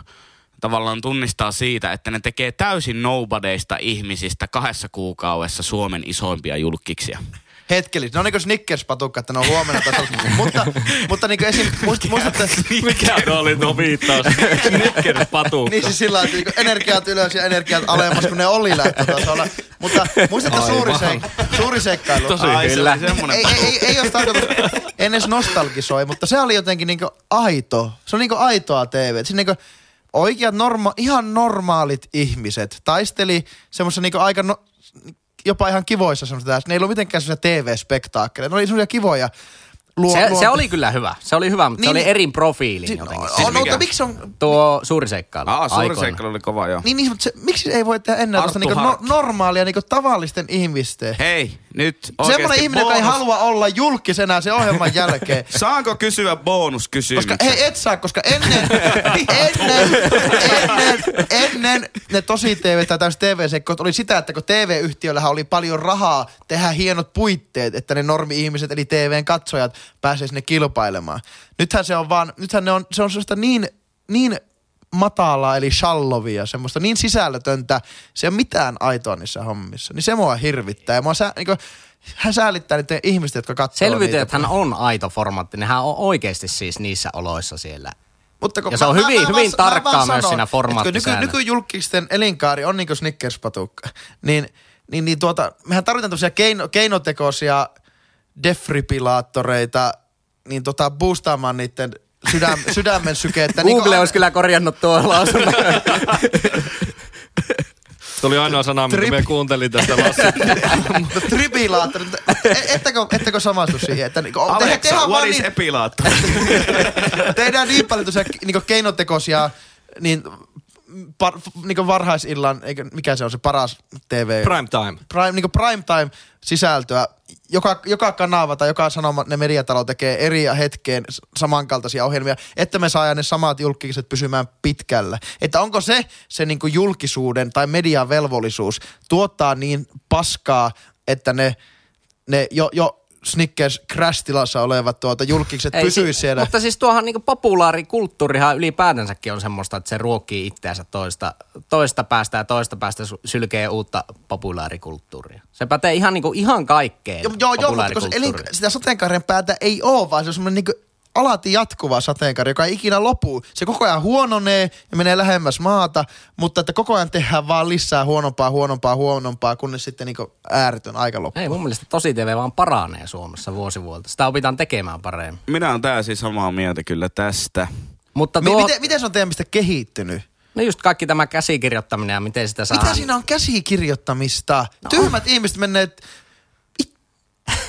S2: tavallaan tunnistaa siitä, että ne tekee täysin nobodeista ihmisistä kahdessa kuukaudessa Suomen isoimpia julkiksia.
S3: Hetkellisesti. No niin kuin Snickers-patukka, että ne on huomenna tasolla. mutta, mutta niin kuin esim. Muist, muistatte,
S4: Mikä oli tuo viittaus? Snickers patu.
S3: niin siis sillä lailla, että niin energiat ylös ja energiat alemmas, kun ne oli lähtötasolla. Mutta muistatte
S4: Aivan.
S3: suuri, seik- suuri seikkailu.
S4: Tosi
S2: Ai, se
S4: kyllä.
S2: oli semmonen
S3: ei, ei, ei, ei ole tarkoitus, en edes nostalgisoi, mutta se oli jotenkin niinku aito. Se on niinku aitoa TV. Siinä niinku oikeat, norma- ihan normaalit ihmiset taisteli semmoisessa niinku aika no- jopa ihan kivoissa semmoisessa. Ne ei ollut mitenkään semmoisia TV-spektaakkeleja. Ne oli semmoisia kivoja. Luo,
S1: se,
S3: luo-
S1: se oli kyllä hyvä. Se oli hyvä, mutta niin, se
S3: Niin,
S1: oli
S3: niin.
S1: eri profiilin
S3: Si-
S1: jotenkin.
S3: on,
S2: Siis
S3: on,
S2: mikä?
S3: mutta miksi se on...
S1: Tuo suuri seikkailu.
S2: Aa, suuri
S1: aikoinaan.
S2: seikkailu oli kova joo.
S3: Niin, niin, mutta se, miksi ei voi tehdä enää
S2: Arttu
S3: tästä niinku no,
S2: Harkki.
S3: normaalia, niinku tavallisten ihmisten?
S2: Hei, nyt
S3: Semmoinen
S2: oikeesti
S3: ihminen, joka ei
S2: bonus-
S3: halua olla julkisena sen ohjelman jälkeen.
S2: Saanko kysyä bonuskysymyksen?
S3: Koska, hei, et saa, koska ennen, ennen, ennen, ennen ne tosi TV tai täysin tv oli sitä, että kun TV-yhtiöllähän oli paljon rahaa tehdä hienot puitteet, että ne normi-ihmiset eli TVn katsojat pääsee sinne kilpailemaan. Nythän se on vaan, nythän ne on, se on sellaista niin, niin matalaa eli shallovia, semmoista niin sisällötöntä, se ei ole mitään aitoa niissä hommissa. Niin se mua hirvittää ja mua sä, niin kuin, hän säälittää niitä ihmistä, jotka katsoo niitä.
S1: Selviytyjäthän on aito formaatti. Nehän on oikeasti siis niissä oloissa siellä.
S3: Mutta kun
S1: Ja se on hyvin- hyvin
S3: vaan-
S1: tarkkaa
S3: vaan
S1: myös siinä
S3: että kun
S1: formaattisäännöt.
S3: Nyky, nykyjulkisten elinkaari on niin kuin Snickers-patukka. Niin, niin, niin tuota, mehän tarvitaan tämmöisiä keino, keinotekoisia defibrillaattoreita, niin tota, boostaamaan niiden sydäm, sydämen sykettä. niin kuin
S1: Google
S3: aina-
S1: olisi kyllä korjannut tuo lausunnon.
S4: Tuli ainoa sana, mitä me kuuntelin tästä Lassi.
S3: Mutta Tribilaattori, mutta e- ettekö, ettekö samastu siihen, että niinku, tehdään-
S2: Alexa,
S3: tehdään
S2: what
S3: vaan
S2: is
S3: niin,
S2: epilaatto?
S3: tehdään niin paljon tosiaan niin keinotekoisia, niin, par, niin varhaisillan, eikö, mikä se on se paras TV?
S4: Prime time.
S3: prime, niin prime time sisältöä. Joka, joka kanava tai joka sanoma, ne mediatalo tekee eri hetkeen s- samankaltaisia ohjelmia, että me saadaan ne samat julkiset pysymään pitkällä. Että onko se se niin julkisuuden tai median velvollisuus tuottaa niin paskaa, että ne, ne jo, jo Snickers crash-tilassa olevat tuota julkikset
S1: Ei
S3: pysyisi
S1: si-
S3: siellä.
S1: Mutta siis tuohan niinku populaarikulttuurihan ylipäätänsäkin on semmoista, että se ruokkii itseänsä toista, toista päästä ja toista päästä su- sylkee uutta populaarikulttuuria. Se pätee ihan, niinku, ihan kaikkeen
S3: Joo, joo, joo mutta kun se elin,
S1: populaarikulttuuriin.
S3: sitä sateenkaaren päätä ei ole, vaan se on semmoinen niinku alati jatkuva sateenkaari, joka ei ikinä lopu. Se koko ajan huononee ja menee lähemmäs maata, mutta että koko ajan tehdään vaan lisää huonompaa, huonompaa, huonompaa, kunnes sitten niinku ääretön aika loppuu.
S1: Ei, mun mielestä tosi TV vaan paranee Suomessa vuosi vuodelta. Sitä opitaan tekemään paremmin.
S2: Minä olen täysin samaa mieltä kyllä tästä.
S1: Mutta
S3: Mi-
S1: No tuo,
S3: miten, miten se on teidän mistä kehittynyt?
S1: no just kaikki tämä käsikirjoittaminen ja miten sitä saa.
S3: Mitä siinä on käsikirjoittamista? No. Tyhmät ihmiset menneet...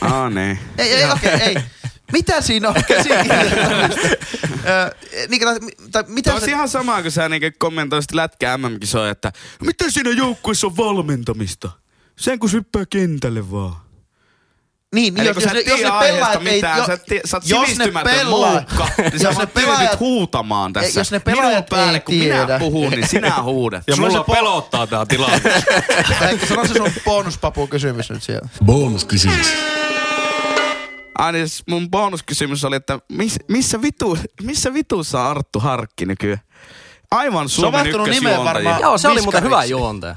S2: Ah, niin.
S3: Ei, ei, okei, okay, ei. Mitä siinä on käsikirjoittamista? Ö, niin, tai, tai mitä
S2: Tämä on
S3: se-
S2: ihan sama, kun sä niinku kommentoisit lätkä MM-kisoja, että miten siinä joukkueessa on valmentamista? Sen kun se hyppää kentälle vaan.
S3: Niin, niin
S2: Eli
S3: jos,
S2: kun
S3: jos,
S2: sä et
S3: ne- jos,
S2: tiedä
S3: ne
S2: aiheesta
S3: pelaajat ei...
S2: mitään,
S3: jo-
S2: sä, et tie- sä oot
S3: jos ne
S2: sivistymätön
S3: pelaa-
S2: muukka, niin sä
S3: jos
S2: vaan
S3: ne
S2: tyydyt
S3: pelaajat...
S2: huutamaan tässä.
S3: jos ne
S2: Minun
S3: pelaajat
S2: päälle,
S3: ei
S2: kun minä
S3: tiedä.
S2: puhun, niin sinä huudat.
S4: Ja
S3: Sulla on
S4: mulla
S3: se po-
S4: pelottaa tää tilanne.
S3: Eikö sano se sun bonuspapu kysymys nyt siellä?
S5: Bonuskysymys.
S2: Aina siis mun bonuskysymys oli, että miss, missä, vitu, missä vitussa on Arttu Harkki nykyään? Aivan Suomen
S3: vaihtunut nimeä
S2: ykkösjuontajia.
S3: varmaan.
S1: Joo, se oli muuten hyvä
S3: Viskariksi.
S1: juontaja.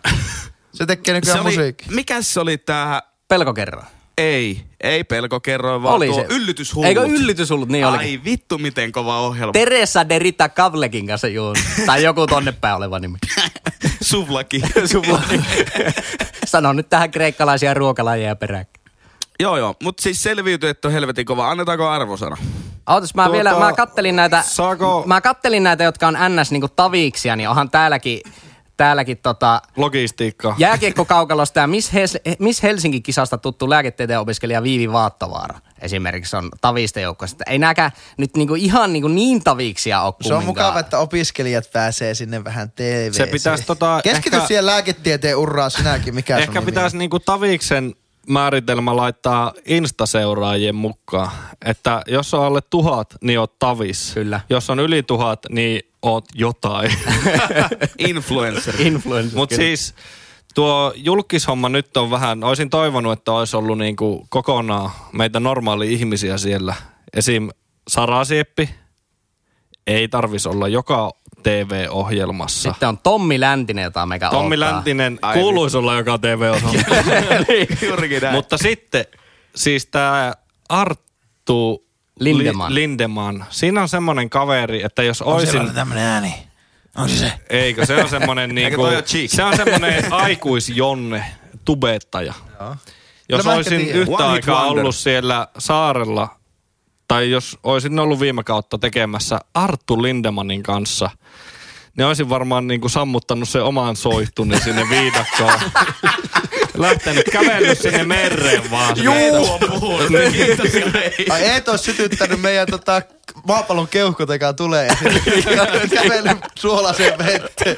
S3: Se tekee
S2: Se
S3: nykyään
S2: oli,
S3: musiikki.
S2: mikäs se oli tää
S1: Pelko kerran.
S2: Ei, ei pelkokerroin, vaan
S1: Oli
S2: Oli tuo
S1: se.
S2: se. yllytyshullut.
S1: Eikö yllytyshullut, niin
S2: Ai
S1: olikin.
S2: vittu, miten kova ohjelma. Ter-
S1: Teresa de Rita Kavlekin kanssa juon. tai joku tonne päin oleva nimi.
S2: Suvlaki.
S1: Sulla- Sano nyt tähän kreikkalaisia ruokalajeja peräkkäin.
S2: joo, joo. Mutta siis selviytyy, että on helvetin kova. Annetaanko arvosana?
S1: Ootas, mä
S4: Tuota,
S1: vielä, mä kattelin näitä,
S4: saako-
S1: mä kattelin näitä, jotka on ns. niinku taviksia, niin onhan täälläkin, täälläkin tota,
S4: Logistiikka.
S1: jääkiekkokaukalosta ja Miss, Hes- Miss Helsingin kisasta tuttu lääketieteen opiskelija Viivi Vaattovaara esimerkiksi on tavista joukossa. Ei näkään nyt niinku ihan niinku niin taviksia ole
S3: Se on
S1: kumminkaan.
S3: mukava, että opiskelijat pääsee sinne vähän tv
S4: Se pitäisi tota
S3: Keskity
S4: ehkä-
S3: siihen lääketieteen urraa sinäkin, mikä sun
S4: Ehkä
S3: nimi
S4: pitäisi niinku Taviksen määritelmä laittaa instaseuraajien mukaan. Että jos on alle tuhat, niin oot Tavis.
S1: Kyllä.
S4: Jos on yli tuhat, niin oot jotain.
S2: Influencer.
S1: Influencer.
S4: Mutta siis tuo julkishomma nyt on vähän, olisin toivonut, että olisi ollut niinku kokonaan meitä normaali ihmisiä siellä. Esim. Sara Sieppi ei tarvis olla joka TV-ohjelmassa.
S1: Sitten on Tommi Läntinen, jota mekä
S4: Tommi
S1: odottaa.
S4: Läntinen kuuluisi olla joka TV-ohjelmassa.
S2: Juurikin näin.
S4: Mutta sitten, siis tämä Arttu
S1: Lindeman.
S4: Li- Lindeman. Siinä on semmoinen kaveri, että jos
S3: on.
S4: oisin...
S3: Siellä on tämmönen ääni. On se se.
S4: Eikö, se on semmoinen niinku,
S2: toi ole Cheek?
S4: se on semmoinen aikuisjonne, tubettaja. Jos
S3: Kyllä mä
S4: olisin
S3: ehkä tiedän.
S4: yhtä
S2: One hit
S4: aikaa
S2: wonder.
S4: ollut siellä saarella, tai jos olisin ollut viime kautta tekemässä Arttu Lindemanin kanssa, niin olisin varmaan niinku sammuttanut sen oman soihtuni sinne viidakkoon. Lähtenyt kävellyt sinne mereen vaan.
S2: Juu, puhuu. Kiitos ja ei.
S3: Ai Eet on sytyttänyt meidän tota, maapallon keuhkot, joka tulee. Ja sitten kävellyt suolaseen vetteen.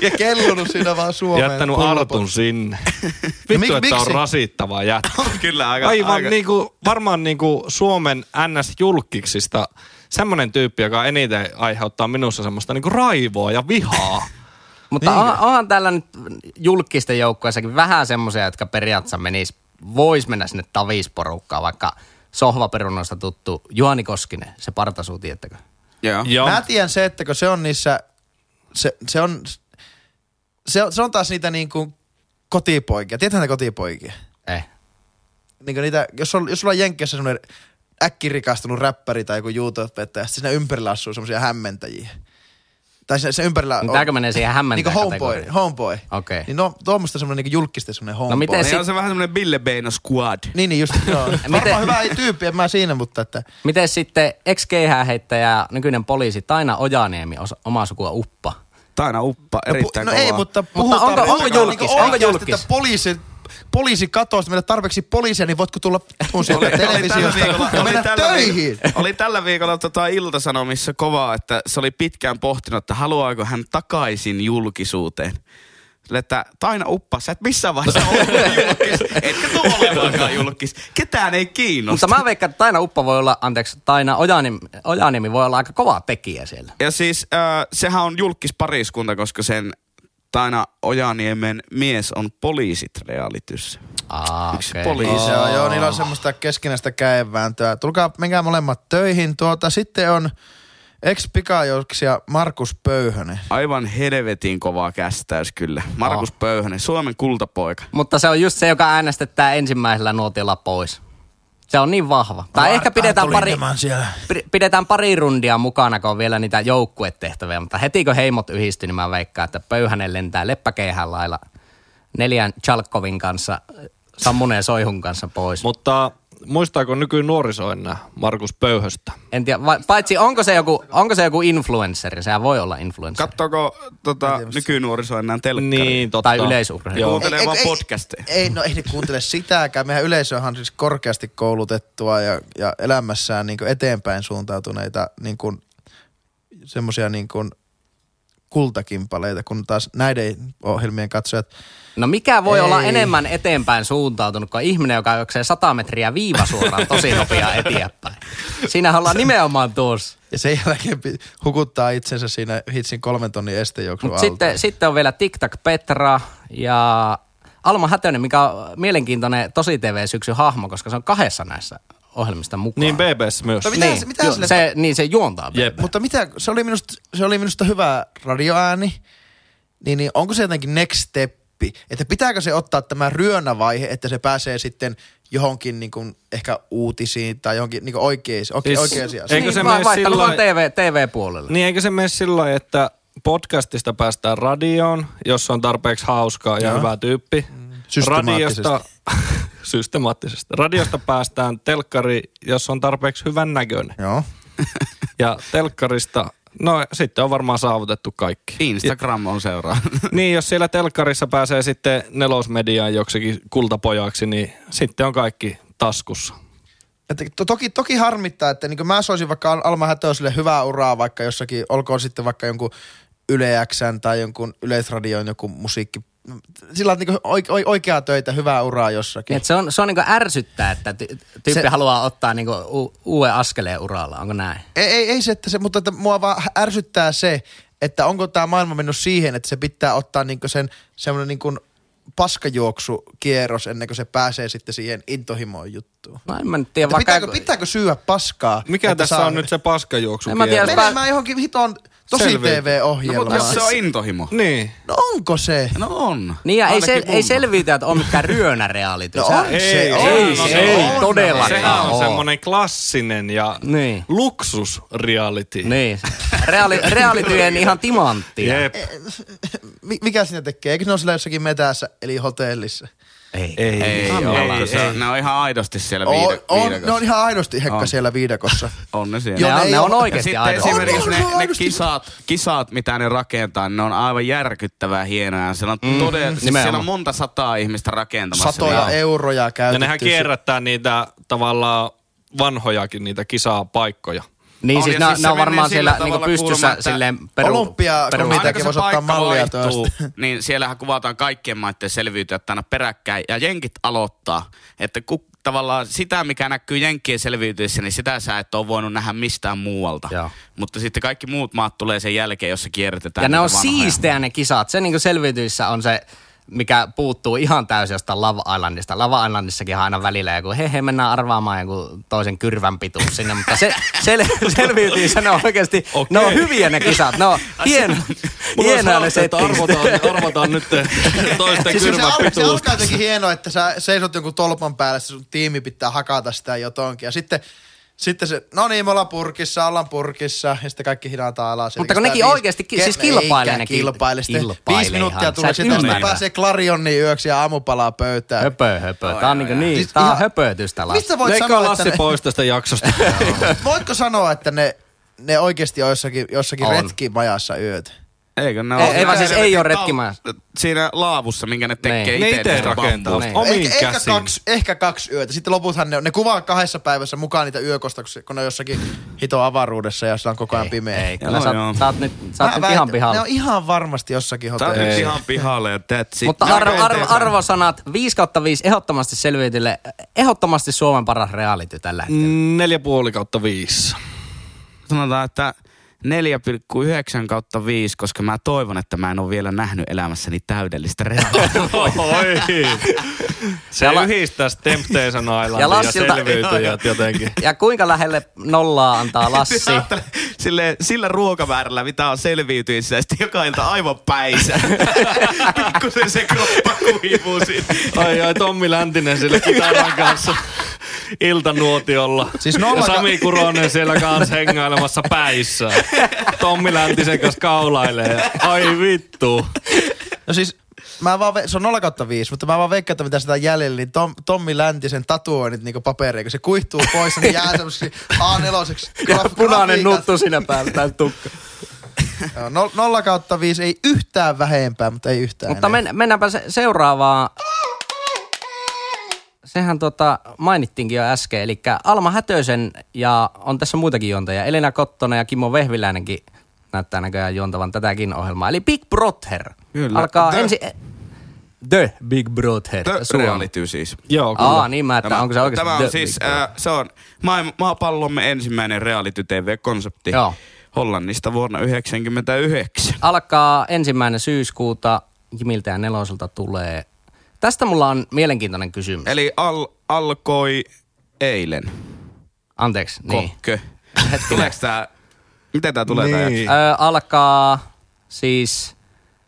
S3: Ja kellunut siinä vaan Suomeen.
S4: Jättänyt
S3: Pullopot-
S4: Artun sinne.
S3: No
S4: Vittu,
S3: mik-
S4: että on
S3: miksi?
S4: rasittavaa jättä.
S2: Kyllä aika.
S4: Aivan
S2: aika.
S4: niinku, varmaan niinku Suomen NS-julkiksista semmonen tyyppi, joka eniten aiheuttaa minussa semmoista niinku raivoa ja vihaa.
S1: Mutta on, onhan täällä nyt julkisten joukkueessakin vähän semmoisia, jotka periaatteessa menis, vois mennä sinne tavisporukkaan, vaikka sohvaperunnoista tuttu Juhani Koskinen, se partasuu, tiettäkö?
S2: Joo.
S1: Niin,
S4: Joo.
S3: Mä tiedän se, että kun se on niissä, se, se on, se, on- se on taas niitä niinku kotipoikia. Tiedätkö näitä kotipoikia?
S1: Eh.
S3: Niinku niitä, jos, on, jos sulla on Jenkeissä semmoinen äkkirikastunut räppäri tai joku YouTube-vettäjä, sitten siinä ympärillä asuu semmoisia hämmentäjiä. Tai se, se ympärillä on...
S1: Tääkö menee siihen
S3: Niinku
S1: hämmentää
S3: homeboy, homeboy.
S1: Okei. No
S3: Niin no, tuommoista semmoinen niinku julkisten semmoinen homeboy.
S1: miten
S2: Se on se vähän semmoinen Ville Beino squad.
S3: Niin, niin just joo.
S1: Miten-
S3: Varmaan hyvä ei tyyppi, en mä siinä, mutta että...
S1: Miten sitten ex heittäjä nykyinen poliisi Taina Ojaniemi, osa, omaa sukua Uppa?
S2: Taina uppa,
S3: No, pu-
S2: erittäin
S3: no
S2: kovaa.
S3: ei, mutta puhutaan...
S1: onko- onko
S3: puhutaan
S1: julkis? Onko
S3: oikeasti,
S1: julkis?
S3: Että poliisi, poliisi katoaa, meillä on tarpeeksi poliisia, niin voitko tulla tuun sieltä televisiosta ja mennä töihin?
S2: Viikolla, oli tällä viikolla tota iltasanomissa kovaa, että se oli pitkään pohtinut, että haluaako hän takaisin julkisuuteen. Sille, että Taina Uppa, sä et missään vaiheessa ole julkis, etkä tuu olemaankaan julkis. Ketään ei
S1: Mutta
S2: kiinnosta.
S1: mä veikkaan, että Taina Uppa voi olla, anteeksi, Taina Ojaniemi, Ojaniemi voi olla aika kova tekijä siellä.
S2: Ja siis äh, sehän on julkis pariskunta, koska sen Taina Ojaniemen mies on poliisit realityssä.
S1: Aa,
S2: Yksi
S1: okei.
S2: poliisi.
S3: Niin se on, joo, niillä on semmoista keskinäistä käenvääntöä. Tulkaa, menkää molemmat töihin. Tuota, sitten on ex ja Markus Pöyhönen.
S2: Aivan helvetin kovaa kästäys kyllä. Markus
S3: Ah.
S2: Pöyhönen, Suomen kultapoika.
S1: Mutta se on just se, joka äänestetään ensimmäisellä nuotilla pois. Se on niin vahva. Tai ehkä pidetään
S3: Arto
S1: pari,
S3: Lindeman siellä.
S1: pi- pidetään pari rundia mukana, kun on vielä niitä joukkuetehtäviä. Mutta heti kun heimot yhdistyy, niin mä veikkaan, että pöyhänen lentää leppäkeihän lailla neljän Chalkovin kanssa, Sammuneen Soihun kanssa pois. Mut.
S4: Mutta muistaako nykynuoriso enää Markus Pöyhöstä?
S1: En tiedä, vai, paitsi onko se, joku, onko se joku influenssari? Sehän voi olla influenssari.
S2: Kattoako tota, nykynuoriso enää telkkari?
S4: Niin, totta.
S1: Tai yleisurheilu.
S4: Joo.
S2: Kuuntelee
S3: Ei,
S2: vaan
S3: ei, ei.
S2: podcasteja.
S3: Ei, no ei ne kuuntele sitäkään. Mehän yleisö on siis korkeasti koulutettua ja, ja elämässään niin eteenpäin suuntautuneita niin kuin, semmosia niin kuin kultakimpaleita, kun taas näiden ohjelmien katsojat
S1: No mikä voi Ei.
S3: Ei.
S1: olla enemmän eteenpäin suuntautunut kuin ihminen, joka juoksee 100 metriä viivasuoraan tosi nopeaa eteenpäin. Siinä ollaan nimenomaan tuossa.
S3: ja sen jälkeen pi- hukuttaa itsensä siinä hitsin kolmen tonnin estejuoksun
S1: Mutta
S3: alta.
S1: sitten, sitten on vielä TikTok Petra ja Alma Hätönen, mikä on mielenkiintoinen tosi TV-syksy hahmo, koska se on kahdessa näissä ohjelmista mukaan.
S4: Niin BBS myös.
S3: No mitä-
S1: niin,
S3: se- mitä
S1: ju-
S3: sille-
S1: se, niin se juontaa.
S4: Jep.
S3: Mutta mitä, se oli minusta, se oli minusta hyvä radioääni, niin, niin onko se jotenkin next step oppi, että pitääkö se ottaa tämä ryönävaihe, että se pääsee sitten johonkin niin kuin, ehkä uutisiin tai johonkin niin kuin oikeisiin, okay,
S4: Siis-
S3: oikeisiin asioihin.
S4: Eikö
S1: Niin,
S4: se
S1: vaan
S4: mene
S1: vaihtanut vaan
S4: sillä
S1: TV, TV-puolelle?
S4: Niin eikö se mene sillä lailla, että podcastista päästään radioon, jos on tarpeeksi hauskaa ja
S3: Joo.
S4: hyvä tyyppi.
S3: Systemaattisesti.
S4: Radiosta, systemaattisesti. Radiosta päästään telkkari, jos on tarpeeksi hyvän näköinen.
S3: Joo.
S4: Ja telkkarista, no sitten on varmaan saavutettu kaikki.
S2: Instagram on seuraa. No,
S4: Niin, jos siellä telkkarissa pääsee sitten nelosmediaan joksikin kultapojaksi, niin sitten on kaikki taskussa.
S3: Että to, toki, toki harmittaa, että niin mä soisin vaikka Al- Alma Hätöselle hyvää uraa vaikka jossakin, olkoon sitten vaikka jonkun Yle Xn tai jonkun Yleisradion joku musiikki. Sillä on niin oike, oikeaa töitä, hyvää uraa
S4: Niin.
S3: jossakin.
S1: Et se on, se on niinku ärsyttää, että ty- tyyppi
S3: Se-
S1: se... haluaa ottaa niinku u- uuden askeleen uralla, onko näin?
S3: Ei, ei, ei se, että se, mutta että mua vaan ärsyttää se, että onko tämä maailma mennyt siihen, että se pitää ottaa niinku sen semmoinen niinku paskajuoksukierros ennen kuin se pääsee sitten siihen intohimoon juttuun.
S1: No en mä nyt tiedä,
S3: Että
S1: vaikka...
S3: pitääkö, pitääkö syyä paskaa?
S4: Mikä
S3: että
S4: tässä
S3: saa-
S4: on nyt se paskajuoksu?
S1: En mä tiedä.
S3: Menemään johonkin hiton tosi
S4: Selviytyy. No,
S3: TV-ohjelmaan.
S2: Mutta jos se on intohimo.
S4: Niin.
S3: No onko se?
S2: No on.
S1: Niin ja ei,
S2: Ainakin
S1: se, ei
S2: mulla.
S1: selviytyä, että on mikään ryönäreality.
S3: No
S1: Sä-
S3: on se,
S4: Ei,
S3: on
S4: ei,
S3: se,
S4: ei,
S3: on
S1: todella.
S3: se.
S4: Sehän on
S1: Oo.
S4: semmoinen klassinen ja
S1: Niin.
S4: luksusreality.
S1: Niin. Reaali, reaalityön ihan timanttia.
S4: Jep.
S3: Mi- Mikä siinä tekee? Eikö ne ole sillä jossakin metässä, eli hotellissa?
S1: Ei.
S4: Ei.
S2: Ei,
S1: Ihan
S2: ole,
S1: vallan
S2: ei,
S1: se.
S2: ei. Ne on ihan aidosti siellä
S3: On,
S2: viide,
S3: on,
S2: viidekossa.
S3: ne on ihan aidosti hekka
S2: On.
S3: siellä viidakossa.
S2: on ne siellä.
S3: Joo,
S1: Ne
S3: ne
S1: on,
S3: ei
S1: ne on
S3: ole.
S2: Ja
S1: oikeasti
S2: sitten
S1: aidosti.
S2: esimerkiksi
S3: On, on,
S2: ne,
S3: on
S2: ne
S3: aidosti.
S2: kisat, kisat, mitä ne rakentaa, ne on aivan järkyttävää hienoja. Siellä on, mm, todella, siis
S1: nimenomaan.
S2: siellä on monta sataa ihmistä rakentamassa.
S3: Satoja
S2: niitä.
S3: euroja käytetty.
S4: Ja nehän
S3: si-
S4: kierrättää niitä tavallaan vanhojakin niitä kisapaikkoja.
S1: Niin
S2: On,
S1: siis
S2: ja
S1: nä,
S2: siis se
S1: nää on
S2: menee
S1: varmaan
S2: sillä
S1: siellä
S2: tavalla
S1: niinku pystyssä
S2: kuulemma,
S1: kuulemma,
S2: että
S1: silleen peru,
S3: Olympiakomitea-
S1: peru-
S3: Mitä
S2: Aina kun
S3: voisi
S2: se
S3: ottaa
S2: paikka
S3: mallia
S2: vaihtuu,
S3: toista.
S2: niin siellähän kuvataan kaikkien maiden selviytyä tänä peräkkäin ja jenkit aloittaa. Että ku, tavallaan sitä, mikä näkyy jenkkien selviytyessä, niin sitä sä et ole voinut nähdä mistään muualta.
S1: Joo.
S2: Mutta sitten kaikki muut maat tulee sen jälkeen, jossa kierrätetään
S1: Ja ne
S2: niitä
S1: on
S2: vanhoja.
S1: siistejä ne kisat. Se niinku selviytyissä on se, mikä puuttuu ihan täysin jostain Love Islandista. Love Islandissakin on aina välillä joku, hei hei, mennään arvaamaan joku toisen kyrvän pituus sinne. Mutta se, sel, selviytyissä ne on oikeasti, okay. ne on hyviä ne kisat. Ne on hieno, hienoja ne settingit.
S4: arvotaan, arvotaan nyt toisten
S3: Siis se,
S4: kylmän
S3: al- se
S4: pituus.
S3: alkaa jotenkin hienoa, että sä seisot jonkun tolpan päällä, se sun tiimi pitää hakata sitä jotonkin. Ja sitten, sitten se, no niin, me ollaan purkissa, ollaan purkissa, ja sitten kaikki hinataan alas.
S1: Mutta
S3: Ja
S1: kun
S3: sitä
S1: nekin oikeasti ki- siis kilpailee
S3: eikä
S1: ne ki-
S3: kilpaile. Sitten
S1: kilpailee
S3: viisi minuuttia
S1: ihan. Sä
S3: tulee
S1: et
S3: sitä,
S1: ymmärrä.
S3: sitten pääsee klarionni yöksi ja aamupalaa pöytään.
S1: Höpö, höpö. Tää on niinku niin,
S3: Siis
S1: tää on
S3: ihan-
S1: höpötystä lasten.
S3: Mistä voit
S4: Leikkaa
S3: sanoa, että
S4: Lassi
S3: ne,
S4: pois tästä jaksosta.
S3: voitko sanoa, että ne, ne oikeasti on jossakin, jossakin
S1: On.
S3: retkimajassa yöt?
S2: Eikö ne
S1: Ei-
S2: ole?
S1: ei vaan
S2: Ne
S1: siis ei
S2: tekee
S1: ole Niin.
S2: tal-
S1: retkimaja.
S2: Siinä laavussa, minkä ne tekee
S4: Ne
S2: itse
S4: itse
S2: niistä
S4: rakentaa.
S2: bambuista.
S1: Niin.
S4: Omiin
S3: Ehkä, ehkä,
S4: käsiin.
S3: kaksi, ehkä kaksi yötä. Sitten loputhan ne, on- ne kuvaa kahdessa päivässä mukaan niitä yökosta, kun se- kun ne on jossakin hito avaruudessa ja sillä on koko ajan pimeä.
S1: Ei, kyllä sä,
S2: joo.
S1: oot- sä oot nyt, sä oot
S3: Mä
S1: nyt
S3: väitän,
S1: ihan
S3: Ne
S1: pihalla.
S3: on ihan varmasti jossakin
S2: Tää on
S3: hotelli.
S2: nyt
S4: Ei.
S2: ihan pihalle ja that's it.
S1: Mutta
S2: No,
S1: arvo,
S2: okei,
S1: arvo,
S2: tehdään.
S1: arvosanat 5 kautta 5 ehdottomasti selviytylle. Ehdottomasti Suomen paras reality tällä hetkellä.
S4: Neljä puoli kautta viisi.
S2: sanotaan, että 4,9 kautta 5, koska mä toivon, että mä en ole vielä nähnyt elämässäni täydellistä reaaliota.
S4: Oi. Se
S1: Ja la-
S4: yhdistäisi Temptation Islandin
S1: Ja
S4: ja,
S1: Lassilta-
S4: selviytyjät jotenkin.
S1: Ja kuinka lähelle nollaa antaa Lassi?
S2: Sille, sillä ruokamäärällä, mitä on selviytynyt, sitä sitten joka ilta aivan päissä. Pikkusen se kroppa kuivuu siitä.
S4: Ai ai, Tommi Läntinen sillä kitaran kanssa iltanuotiolla.
S3: Siis nolla-
S4: ja Sami Kuronen siellä kanssa hengailemassa päissä. Tommi Läntisen kanssa kaulailee. Ai vittu.
S3: No siis, mä vaan ve- se on 0 kautta 5, mutta mä vaan veikkaan, että mitä sitä on jäljellä, niin Tom, Tommi Läntisen tatuoinnit niinku paperiin, kun se kuihtuu pois, niin jää semmoseksi A4
S1: Ja punainen nuttu siinä päällä tai tukka.
S3: 0 no- kautta 5 ei yhtään vähempää, mutta ei yhtään
S1: Mutta
S3: enempää.
S1: men, mennäänpä se, seuraavaan. Sehän tota, mainittiinkin jo äsken, eli Alma Hätösen ja on tässä muitakin juontajia. Elina Kottonen ja Kimmo Vehviläinenkin näyttää näköjään juontavan tätäkin ohjelmaa. Eli Big Brother.
S2: Kyllä.
S1: Alkaa
S2: The-
S1: ensi... The Big Brother. Suomi.
S2: Reality siis.
S4: Joo, kyllä.
S1: Aa, niin mä, että onko se oikeasti
S2: tämä
S1: The
S2: on siis,
S1: Big Brother?
S2: äh, se on maailma, maapallomme ensimmäinen reality TV-konsepti.
S1: Joo.
S2: Hollannista vuonna 1999.
S1: Alkaa ensimmäinen syyskuuta, Jimiltä ja Neloselta tulee. Tästä mulla on mielenkiintoinen kysymys. Eli...
S2: Eli al, alkoi eilen.
S1: Anteeksi, niin.
S2: Kokkö. Tuleeko tää, miten tää tulee tää
S4: Niin.
S2: jakso?
S1: Ö, alkaa siis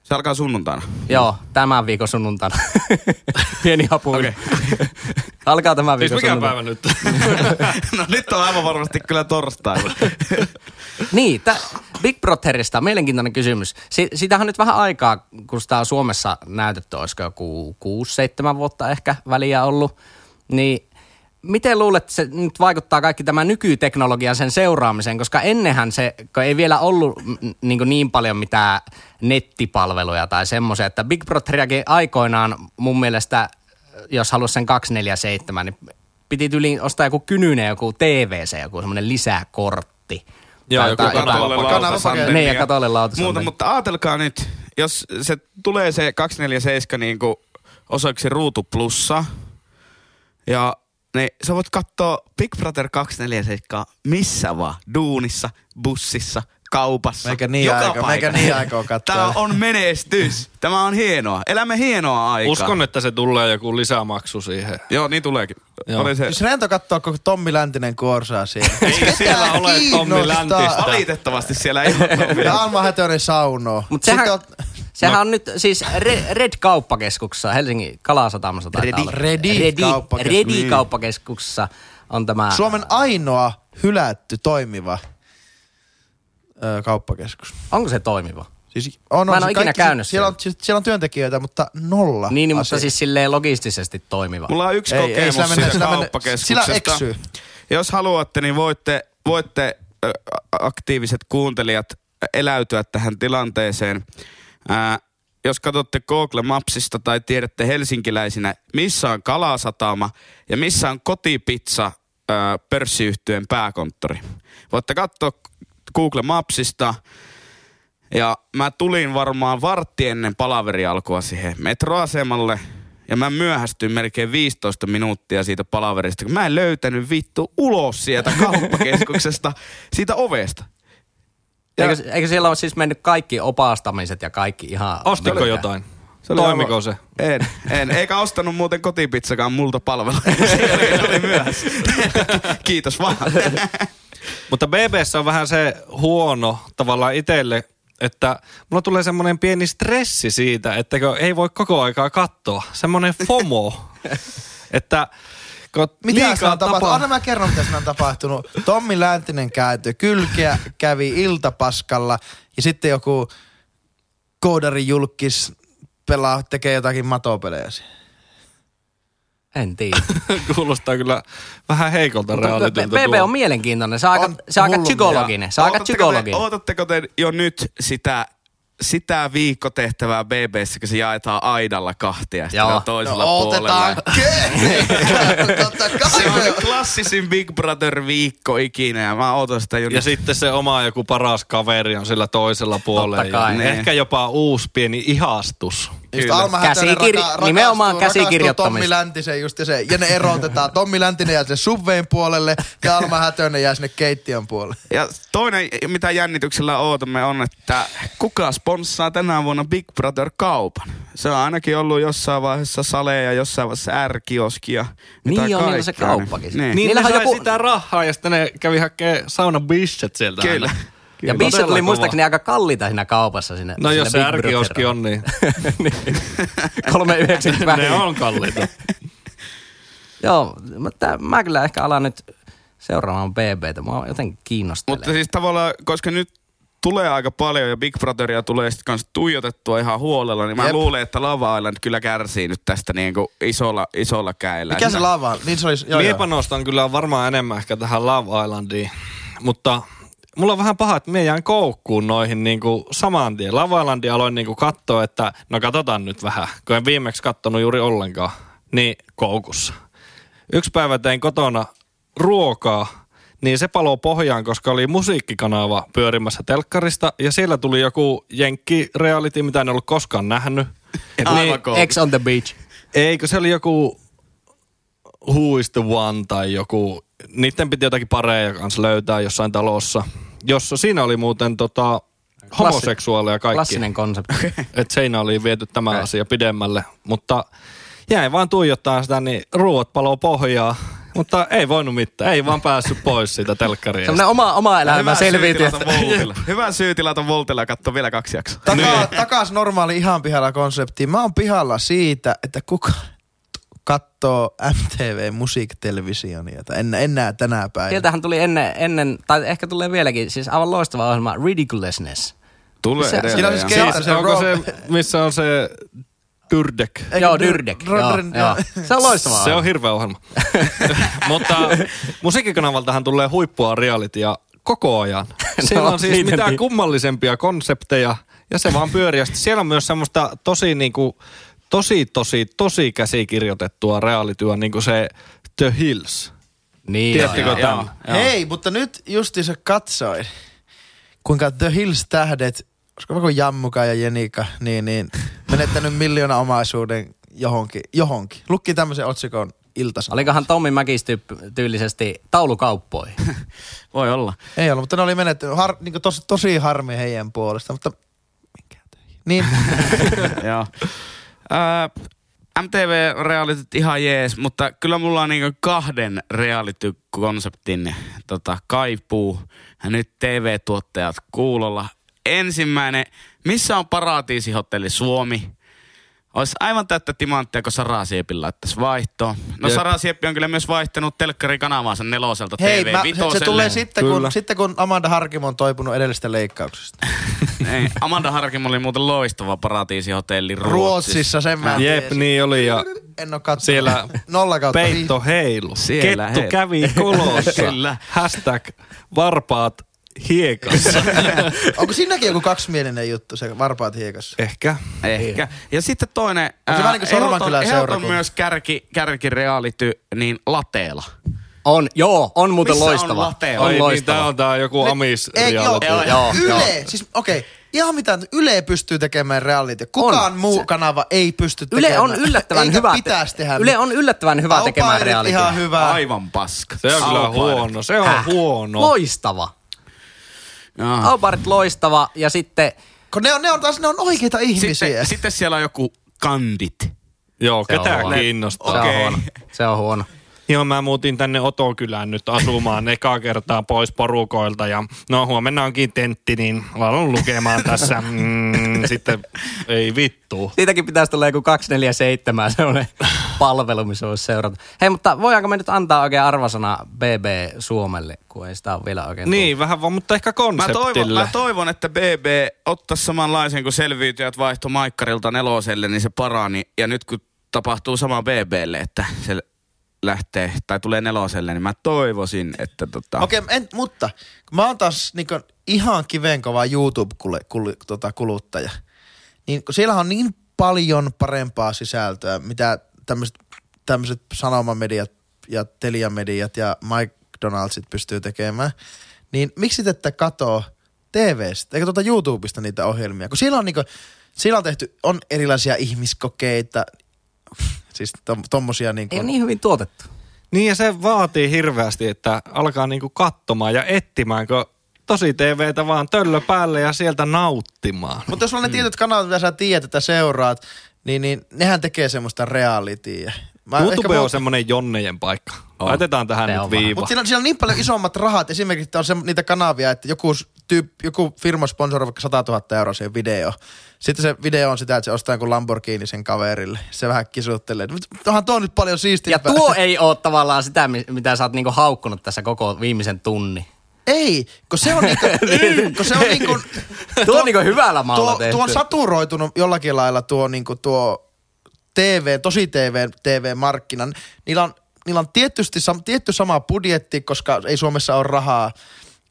S2: Se alkaa sunnuntaina.
S1: Joo, tämän viikon sunnuntaina. Pieni hapu. Okay. Alkaa tämän
S4: Siis
S1: viikon
S4: mikä
S1: sunnuntaina.
S4: päivä nyt?
S2: no nyt on aivan varmasti kyllä torstaina.
S1: Niin, tä, Big Brotherista, mielenkiintoinen kysymys. Si, sitähän on nyt vähän aikaa, kun sitä on Suomessa näytetty, olisiko joku 6-7 vuotta ehkä väliä ollut, niin miten luulet, että se nyt vaikuttaa kaikki tämä nykyteknologia sen seuraamiseen, koska ennenhän se, kun ei vielä ollut mm, niin, kuin niin paljon mitään nettipalveluja tai semmoisia, että Big Brotheriakin aikoinaan mun mielestä, jos halusi sen 247, niin piti tyyliin ostaa joku kynyinen, joku TVC, joku semmoinen lisäkortti.
S4: Joo,
S1: Tai
S4: joku
S1: jotain-
S4: kanava-
S1: jotain-
S3: kanavapaketti.
S1: Niin, ja katolle lautasanden.
S2: Muuta, mutta ajatelkaa nyt, jos se tulee se 247 niin kuin osaksi Ruutu Plussa, ja niin sä voit katsoa Big Brother 247 missä vaan, duunissa, bussissa, kaupassa,
S3: Meikä niin
S2: joka
S3: aikoo- meikä
S2: paikassa.
S3: niin aikoo katsoa.
S2: Tämä on menestys. Tämä on hienoa. Elämme hienoa aikaa.
S4: Uskon, että se tulee joku lisämaksu siihen.
S2: Joo, niin tuleekin.
S4: Joo.
S2: Oli se
S3: Jos Siis rento katsoo, kun Tommi Läntinen kuorsaa siinä.
S4: Ei siellä ole Tommi
S3: kiinnostaa?
S4: Läntistä.
S2: valitettavasti siellä ei ole
S3: Ja Alma Hätönen saunoo.
S1: Mut sehän,
S3: Sitten
S1: sehän no. on nyt siis Re- Red-kauppakeskuksessa, Helsingin Kalasatamassa taitaa
S3: Redi-
S1: olla.
S3: Redi-
S1: Redi-
S3: kauppakeskus.
S1: Redi-kauppakeskuksessa on tämä...
S3: on Suomen ainoa hylätty toimiva ö, kauppakeskus.
S1: Onko se toimiva?
S3: Siis on, on
S1: Mä en
S3: se
S1: oo ikinä
S3: kaikki-
S1: käynyt
S3: siellä. On, siis siellä on työntekijöitä, mutta nolla
S1: Niin, niin, mutta
S3: asiaa.
S1: siis silleen logistisesti toimiva.
S2: Mulla on yksi
S3: Ei,
S2: ei,
S3: ei,
S2: kokemus
S3: sillä
S2: ei,
S3: mennään-
S2: siitä
S3: sillä mennään-
S2: kauppakeskuksesta.
S3: sillä eksyy.
S2: Jos haluatte, niin voitte, voitte ö, aktiiviset kuuntelijat eläytyä tähän tilanteeseen. Ää, jos katsotte Google Mapsista tai tiedätte helsinkiläisinä, missä on kalasatama ja missä on kotipizza ää, pörssiyhtiön pääkonttori. Voitte katsoa Google Mapsista ja mä tulin varmaan vartti ennen palaveri alkua siihen metroasemalle. Ja mä myöhästyin melkein 15 minuuttia siitä palaverista, kun mä en löytänyt vittu ulos sieltä kauppakeskuksesta, siitä ovesta. Ja-
S1: Eikö, eikö siellä ole siis mennyt kaikki opastamiset ja kaikki ihan...
S4: Ostiko
S1: mitä?
S4: jotain?
S2: Se oli
S4: Toimiko
S2: aivan-
S4: se?
S2: En, en. Eikä ostanut muuten kotipizzakaan multa palvelua. Se oli myöhässä. Kiitos vaan.
S4: Mutta BBssä on vähän se huono tavallaan itselle, että mulla tulee semmoinen pieni stressi siitä, että kun ei voi koko aikaa katsoa. Semmoinen FOMO. että kun
S3: Mitä sinä
S4: liikaa
S3: on tapahtunut?
S4: tapaa,
S3: Anna mä kerron, mitä sinä on tapahtunut. Tommi Läntinen kääntyi kylkeä, kävi iltapaskalla ja sitten joku koodarin julkis pelaa, tekee jotakin matopelejä siellä.
S1: En tiedä.
S4: kuulostaa kyllä vähän heikolta realityltä
S1: BB on mielenkiintoinen. Se on aika,
S3: On
S1: se on aika
S3: hullu.
S1: psykologinen. Se on Niin, aika
S2: Ootatteko te-
S1: psykologinen.
S2: Ootatteko te jo nyt sitä sitä viikkotehtävää BBssä, kun se jaetaan aidalla kahtia
S1: Joo.
S2: ja toisella
S3: no,
S2: puolella.
S3: otetaan Totta kai.
S2: Se on se klassisin Big Brother viikko ikinä ja mä ootan sitä jo
S4: Ja
S2: nyt.
S4: sitten se oma joku paras kaveri on sillä toisella puolella.
S1: Totta kai.
S4: ja
S2: Niin.
S4: Ehkä jopa uusi pieni ihastus.
S3: Just
S2: Kyllä.
S3: Alma Hätönen
S1: Käsikir-
S3: raka-
S1: nimenomaan
S3: rakastuu- rakastuu
S1: käsikirjoittamista.
S3: Tommi Läntisen just ja se, ja ne erotetaan. Tommi Läntinen jää sinne subvein puolelle ja Alma Hätönen jää sinne keittiön puolelle.
S2: Ja toinen, mitä jännityksellä ootamme, on, että kuka sponssaa tänä vuonna Big Brother kaupan. Se on ainakin ollut jossain vaiheessa saleja, jossain vaiheessa R-kioskia. mitä
S1: Niin on, niillä se
S2: kaikkea, niin-
S1: kauppakin.
S2: Niin.
S1: Niin.
S4: Niin
S1: Niillähän
S4: ne sai
S1: joku-
S4: joku... sitä rahaa ja sitten ne kävi hakemaan saunabisset sieltä
S1: Niin
S2: Kyllä.
S4: aina.
S1: Ja biiset
S4: Todella
S1: oli
S4: kova.
S1: muistaakseni aika kalliita siinä kaupassa. Siinä,
S4: No
S1: siinä
S4: jos se
S1: Big
S4: ärkioski
S1: Brother-
S4: on, niin
S1: niin. 390 väliin.
S4: ne on kalliita.
S1: Joo, mutta mä kyllä ehkä alan nyt seuraamaan BBtä. Mua jotenkin kiinnostelee.
S2: Mutta siis tavallaan, koska nyt tulee aika paljon ja Big Brotheria tulee sitten kanssa tuijotettua ihan huolella, niin mä
S3: Jep.
S2: luulen, että Lava Island kyllä kärsii nyt tästä niinku isolla, isolla käillä.
S3: Mikä se lava on? Niin se olisi, joo,
S4: Mie
S3: joo.
S4: panostan kyllä varmaan enemmän ehkä tähän Love Islandiin, mutta mulla on vähän paha, että mie jään koukkuun noihin niinku saman tien. Love Islandin aloin niinku katsoa, että no katsotaan nyt vähän, kun en viimeksi kattonut juuri ollenkaan, niin koukussa. Yksi päivä tein kotona ruokaa, niin se palo pohjaan, koska oli musiikkikanava pyörimässä telkkarista ja siellä tuli joku jenkki reality, mitä en ollut koskaan nähnyt.
S2: Aivan niin,
S1: X on the beach.
S4: Eikö se oli joku Who is the One tai joku, niiden piti jotakin pareja kanssa löytää jossain talossa, jossa siinä oli muuten tota, homoseksuaaleja kaikki.
S1: Klassinen konsepti.
S4: Et seinä oli viety tämä asia pidemmälle, mutta jäin vaan tuijottaa sitä, niin ruuat palo pohjaa. Mutta ei voinut mitään. Ei vaan päässyt pois siitä telkkaria.
S1: Semmoinen oma, oma elämä
S2: Hyvä syy
S1: selviytyy.
S2: tilata
S1: että-
S2: Voltilla. Hyvä syy tilata Voltilla ja katso vielä kaksi jaksoa.
S3: Taka, takas normaali ihan pihalla konseptiin. Mä oon pihalla siitä, että kuka katsoo MTV musiikkitelevisionia tai en, enää tänä päivänä.
S1: Sieltähän tuli ennen, ennen, tai ehkä tulee vieläkin, siis aivan loistava ohjelma, Ridiculousness.
S2: Tulee
S1: Se-
S2: edelleen.
S3: siinä on siis
S2: ja-
S3: ke-
S4: Siis,
S3: se
S4: onko
S3: Rob-
S4: se, missä on se Tyrdek?
S3: Eikö
S1: joo,
S3: Dyr-
S1: Dyrdek.
S3: Dyr-
S1: joo,
S3: Dyr-
S1: joo. Se on loistava
S4: Se
S1: ohjelma.
S4: on hirveä ohjelma. Mutta musiikkikanavaltahan tulee huippua realitya koko ajan. Siellä on siis
S1: niitä
S4: mitä
S1: niin.
S4: kummallisempia konsepteja ja se vaan pyörii. Ja sit Siellä on myös semmoista tosi niinku, tosi, tosi, tosi käsikirjoitettua realityä, niin kuin se The Hills.
S1: Niin, joo,
S4: Tiedättekö
S1: joo.
S4: tämän?
S3: Hei, mutta nyt justiinsa katsoin, kuinka The Hills-tähdet, koska vaikka Jammuka ja Jenika, niin, niin menettänyt miljoona omaisuuden johonkin. johonkin. Lukki tämmöisen otsikon iltasana.
S1: Olikohan Tommi Mäkis tyyp- tyylisesti taulukauppoihin?
S2: Voi olla.
S3: Ei ollut, mutta ne oli menettänyt. Har, niin tosi, tosi harmi heidän puolesta, mutta mikä töihin. Niin,
S2: Joo. Ö, MTV realityt ihan jees, mutta kyllä mulla on niinku kahden reality-konseptin tota, kaipuu. Ja nyt TV-tuottajat kuulolla. Ensimmäinen, missä on paratiisihotelli Suomi? Olisi aivan täyttä timanttia, kun Sara Siepin laittaisi vaihtoon. No
S4: Jep.
S2: Sara Sieppi on kyllä myös vaihtanut telkkarikanavaansa neloselta
S3: hei,
S2: TV
S3: mä, se,
S2: vitoselle.
S3: se, tulee sitten
S4: Kyllä.
S3: kun, sitten, kun Amanda Harkimo on toipunut edellisestä leikkauksesta.
S2: Ei, Amanda Harkimo oli muuten loistava paratiisihotelli Ruotsissa.
S3: Ruotsissa, sen mä
S4: Jep,
S3: tiesin.
S4: niin oli ja
S3: En oo katsonut.
S4: Siellä
S3: Nolla kautta
S4: peitto heilu.
S2: Siellä
S4: Kettu
S2: heilu.
S4: kävi kolossa.
S2: Kyllä.
S4: Hashtag varpaat hiekassa.
S3: viisi. Onko siinäkin joku kaksimielinen juttu, se varpaat hiekassa?
S4: Ehkä.
S1: Niin.
S2: Ehkä. Ja sitten toinen,
S3: On se
S2: ää,
S3: vähän niinku
S2: ehdoton-
S3: Sormankylän
S2: ehdoton
S3: seurakunta.
S2: myös kärki, kärki reality, niin lateella.
S1: On, joo, on muuten
S2: Missä on
S1: loistava.
S2: Latea?
S1: on
S4: Ai niin,
S1: loistava.
S4: tää on tää joku amis
S3: Ei, joo,
S4: reality.
S3: joo,
S1: joo,
S3: joo, Yle, siis okei, okay, ihan mitä Yle pystyy tekemään reality. Kukaan
S1: On.
S3: on. muu
S1: Se-
S3: kanava ei pysty tekemään.
S1: Yle on yllättävän
S3: Eikä
S1: hyvä. te-
S3: pitäisi tehdä.
S1: Yle on yllättävän hyvä
S3: Au
S1: tekemään
S3: pairit
S1: realitya.
S3: ihan hyvä.
S2: Aivan paska.
S4: Se on kyllä
S2: Alpairet.
S4: huono, se on
S1: Häh?
S4: huono.
S1: Loistava.
S3: Ah.
S2: Jaa.
S1: Aubart loistava ja sitten
S3: Kun ne on, ne on taas, ne on oikeita ihmisiä.
S2: Sitten,
S3: Sitten,
S2: sitten siellä on joku kandit.
S4: Joo,
S1: Se on
S4: ketään
S1: huono.
S4: kiinnostaa.
S1: se on
S2: Okei.
S1: huono. Se on huono.
S4: Joo, mä muutin tänne Otokylään nyt asumaan eka kertaa pois porukoilta ja no huomenna onkin tentti, niin alan lukemaan tässä. Mm, sitten ei vittu.
S1: Siitäkin pitäisi tulla joku 247 sellainen palvelu, missä voisi seurata. Hei, mutta voidaanko me nyt antaa oikein arvosana BB Suomelle, kun ei sitä ole vielä oikein
S4: Niin, vähän vaan, mutta ehkä
S2: Mä toivon,
S4: konseptille.
S2: mä toivon, että BB ottaisi samanlaisen kuin selviytyjät vaihto Maikkarilta neloselle, niin se parani. Ja nyt kun tapahtuu sama BBlle, että se lähtee tai tulee neloselle, niin mä toivoisin, että tota...
S3: Okei, en, mutta kun mä oon taas niin kuin, ihan kivenkova YouTube-kuluttaja, tota, kuluttaja, niin kun siellä on niin paljon parempaa sisältöä, mitä tämmöiset tämmöiset sanomamediat ja teliamediat ja McDonaldsit pystyy tekemään, niin miksi te ette katoo TVstä, eikä tuota YouTubesta niitä ohjelmia, kun siellä on, niinku, siellä on tehty, on erilaisia ihmiskokeita, siis tom, tommosia niinku,
S1: Ei ole niin hyvin tuotettu.
S4: Niin ja se vaatii hirveästi, että alkaa niinku katsomaan ja etsimään, kun tosi TVtä vaan töllö päälle ja sieltä nauttimaan.
S3: Mutta jos on ne tietyt kanavat, mitä sä tiedät, että seuraat, niin, niin nehän tekee semmoista realityä. Mä
S4: YouTube
S3: ehkä-
S4: on semmoinen jonnejen paikka. Laitetaan tähän
S1: Se
S4: nyt
S1: on varma.
S4: viiva.
S3: Mutta siellä, on- siellä on niin paljon isommat rahat. Esimerkiksi että on se, niitä kanavia, että joku, s- tyyp, joku firma sponsoroi vaikka 100 000 euroa siihen video. Sitten se video on sitä, että se ostaa joku Lamborghini sen kaverille. Se vähän kisuttelee. Mutta onhan tuo nyt paljon
S1: Ja
S3: siistimpää.
S1: tuo ei ole tavallaan sitä, mi- mitä sä oot niinku haukkunut tässä koko viimeisen tunnin.
S3: Ei, kun se on niinku... kun se on niinku
S1: Niin, Tuo on niinku hyvällä maalla
S3: tuo,
S1: tehty.
S3: tuo on saturoitunut jollakin lailla tuo, niin tuo TV, tosi TV, TV-markkinan. Niillä on, niillä on tietysti sam, tietty sama budjetti, koska ei Suomessa ole rahaa,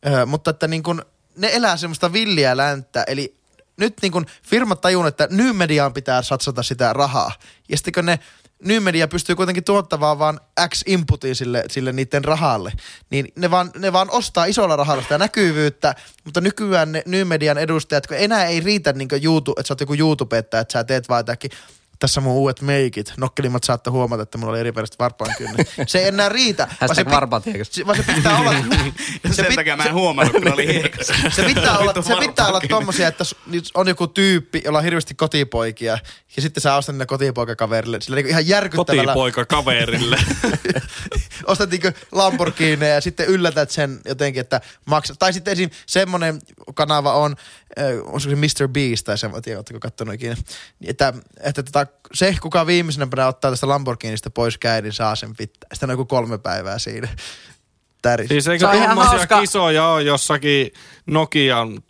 S3: öö, mutta että niin kuin, ne elää semmoista villiä länttä, eli nyt niin kuin firmat tajun, että nymediaan pitää satsata sitä rahaa. Ja sitten kun ne nymedia pystyy kuitenkin tuottamaan vaan X inputia sille, sille niiden rahalle, niin ne vaan, ne vaan ostaa isolla rahalla sitä näkyvyyttä, mutta nykyään ne nymedian edustajat, kun enää ei riitä niin YouTube, että sä oot joku YouTube, että sä teet vaan jotakin tässä mun uudet meikit. Nokkelimmat saatte huomata, että mulla oli eri väriset varpaan kynnet. Se ei enää riitä. vaan
S1: Hashtag
S3: se pit-
S1: varpaat hiekas.
S3: se- Vaan se pitää olla...
S2: sen
S3: pit-
S2: takia mä en huomannut, kun
S4: Niin.
S2: oli hiekassa.
S3: se pitää olla,
S2: Vittu
S3: se pitää olla
S2: varpaat kynnet.
S3: tommosia, että s- nyt on joku tyyppi, jolla on hirveästi kotipoikia, ja sitten sä ostat niitä kotipoikakaverille. Sillä niinku ihan järkyttävällä...
S4: Kotipoika kaverille.
S3: ostat niinku Lamborghini ja sitten yllätät sen jotenkin, että maksat. Tai sitten esim. semmonen kanava on, äh, on se Mr. Beast tai semmoinen, tiedä, ootteko kattonut ikinä. Että, että tota, se, kuka viimeisenä ottaa tästä Lamborghinista pois käyn, niin saa sen pitää. Sitten on joku kolme päivää siinä. Täris.
S4: Siis
S1: Se
S4: eikö
S1: on ihan
S4: tuommoisia
S1: hauska.
S4: kisoja ole jossakin Nokian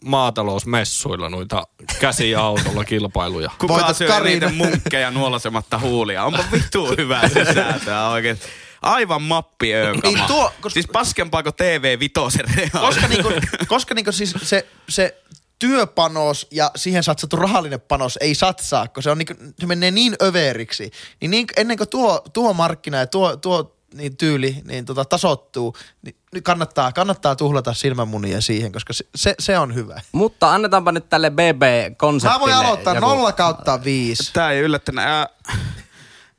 S4: maatalousmessuilla noita käsiautolla kilpailuja?
S2: Kuka
S3: Voitat
S2: syö
S3: Karina.
S2: niitä munkkeja nuolasematta huulia? Onpa vittu hyvää se säätöä oikeesti. Aivan mappi öökama.
S3: Niin tuo- koska-
S2: Siis paskempaako TV Vitosen reaali?
S3: koska, niinku, koska niinku siis se, se työpanos ja siihen satsattu rahallinen panos ei satsaa, kun se, on niinku, se menee niin överiksi. Niin, niin ennen kuin tuo, tuo markkina ja tuo, tuo niin tyyli niin tota, tasottuu, niin nyt kannattaa, kannattaa tuhlata silmämunia siihen, koska se, se, se on hyvä.
S1: Mutta annetaanpa nyt tälle BB-konseptille.
S3: Mä voin aloittaa
S1: joku-
S3: nolla kautta viisi.
S2: Tää ei yllättänyt. Ää,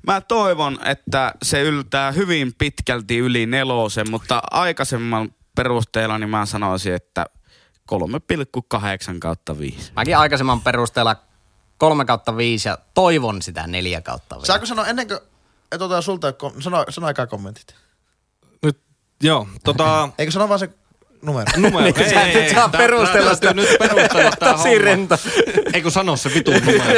S2: Mä toivon, että se yltää hyvin pitkälti yli nelosen, mutta aikaisemman perusteella niin mä sanoisin, että 3,8 kautta 5.
S1: Mäkin aikaisemman perusteella 3 kautta 5 ja toivon sitä 4 kautta 5.
S3: Saako sanoa ennen kuin, että otetaan sulta, kom- sano, sano aikaa kommentit.
S4: Nyt, joo, tota...
S3: Eikö sano vaan se numero?
S4: Numero.
S1: Niin, sä et nyt saa
S4: tää-
S1: perustella
S4: tää
S1: sitä.
S4: täytyy nyt perustella sitä
S1: Tosi rento.
S4: Ei kun sano se vitun numero.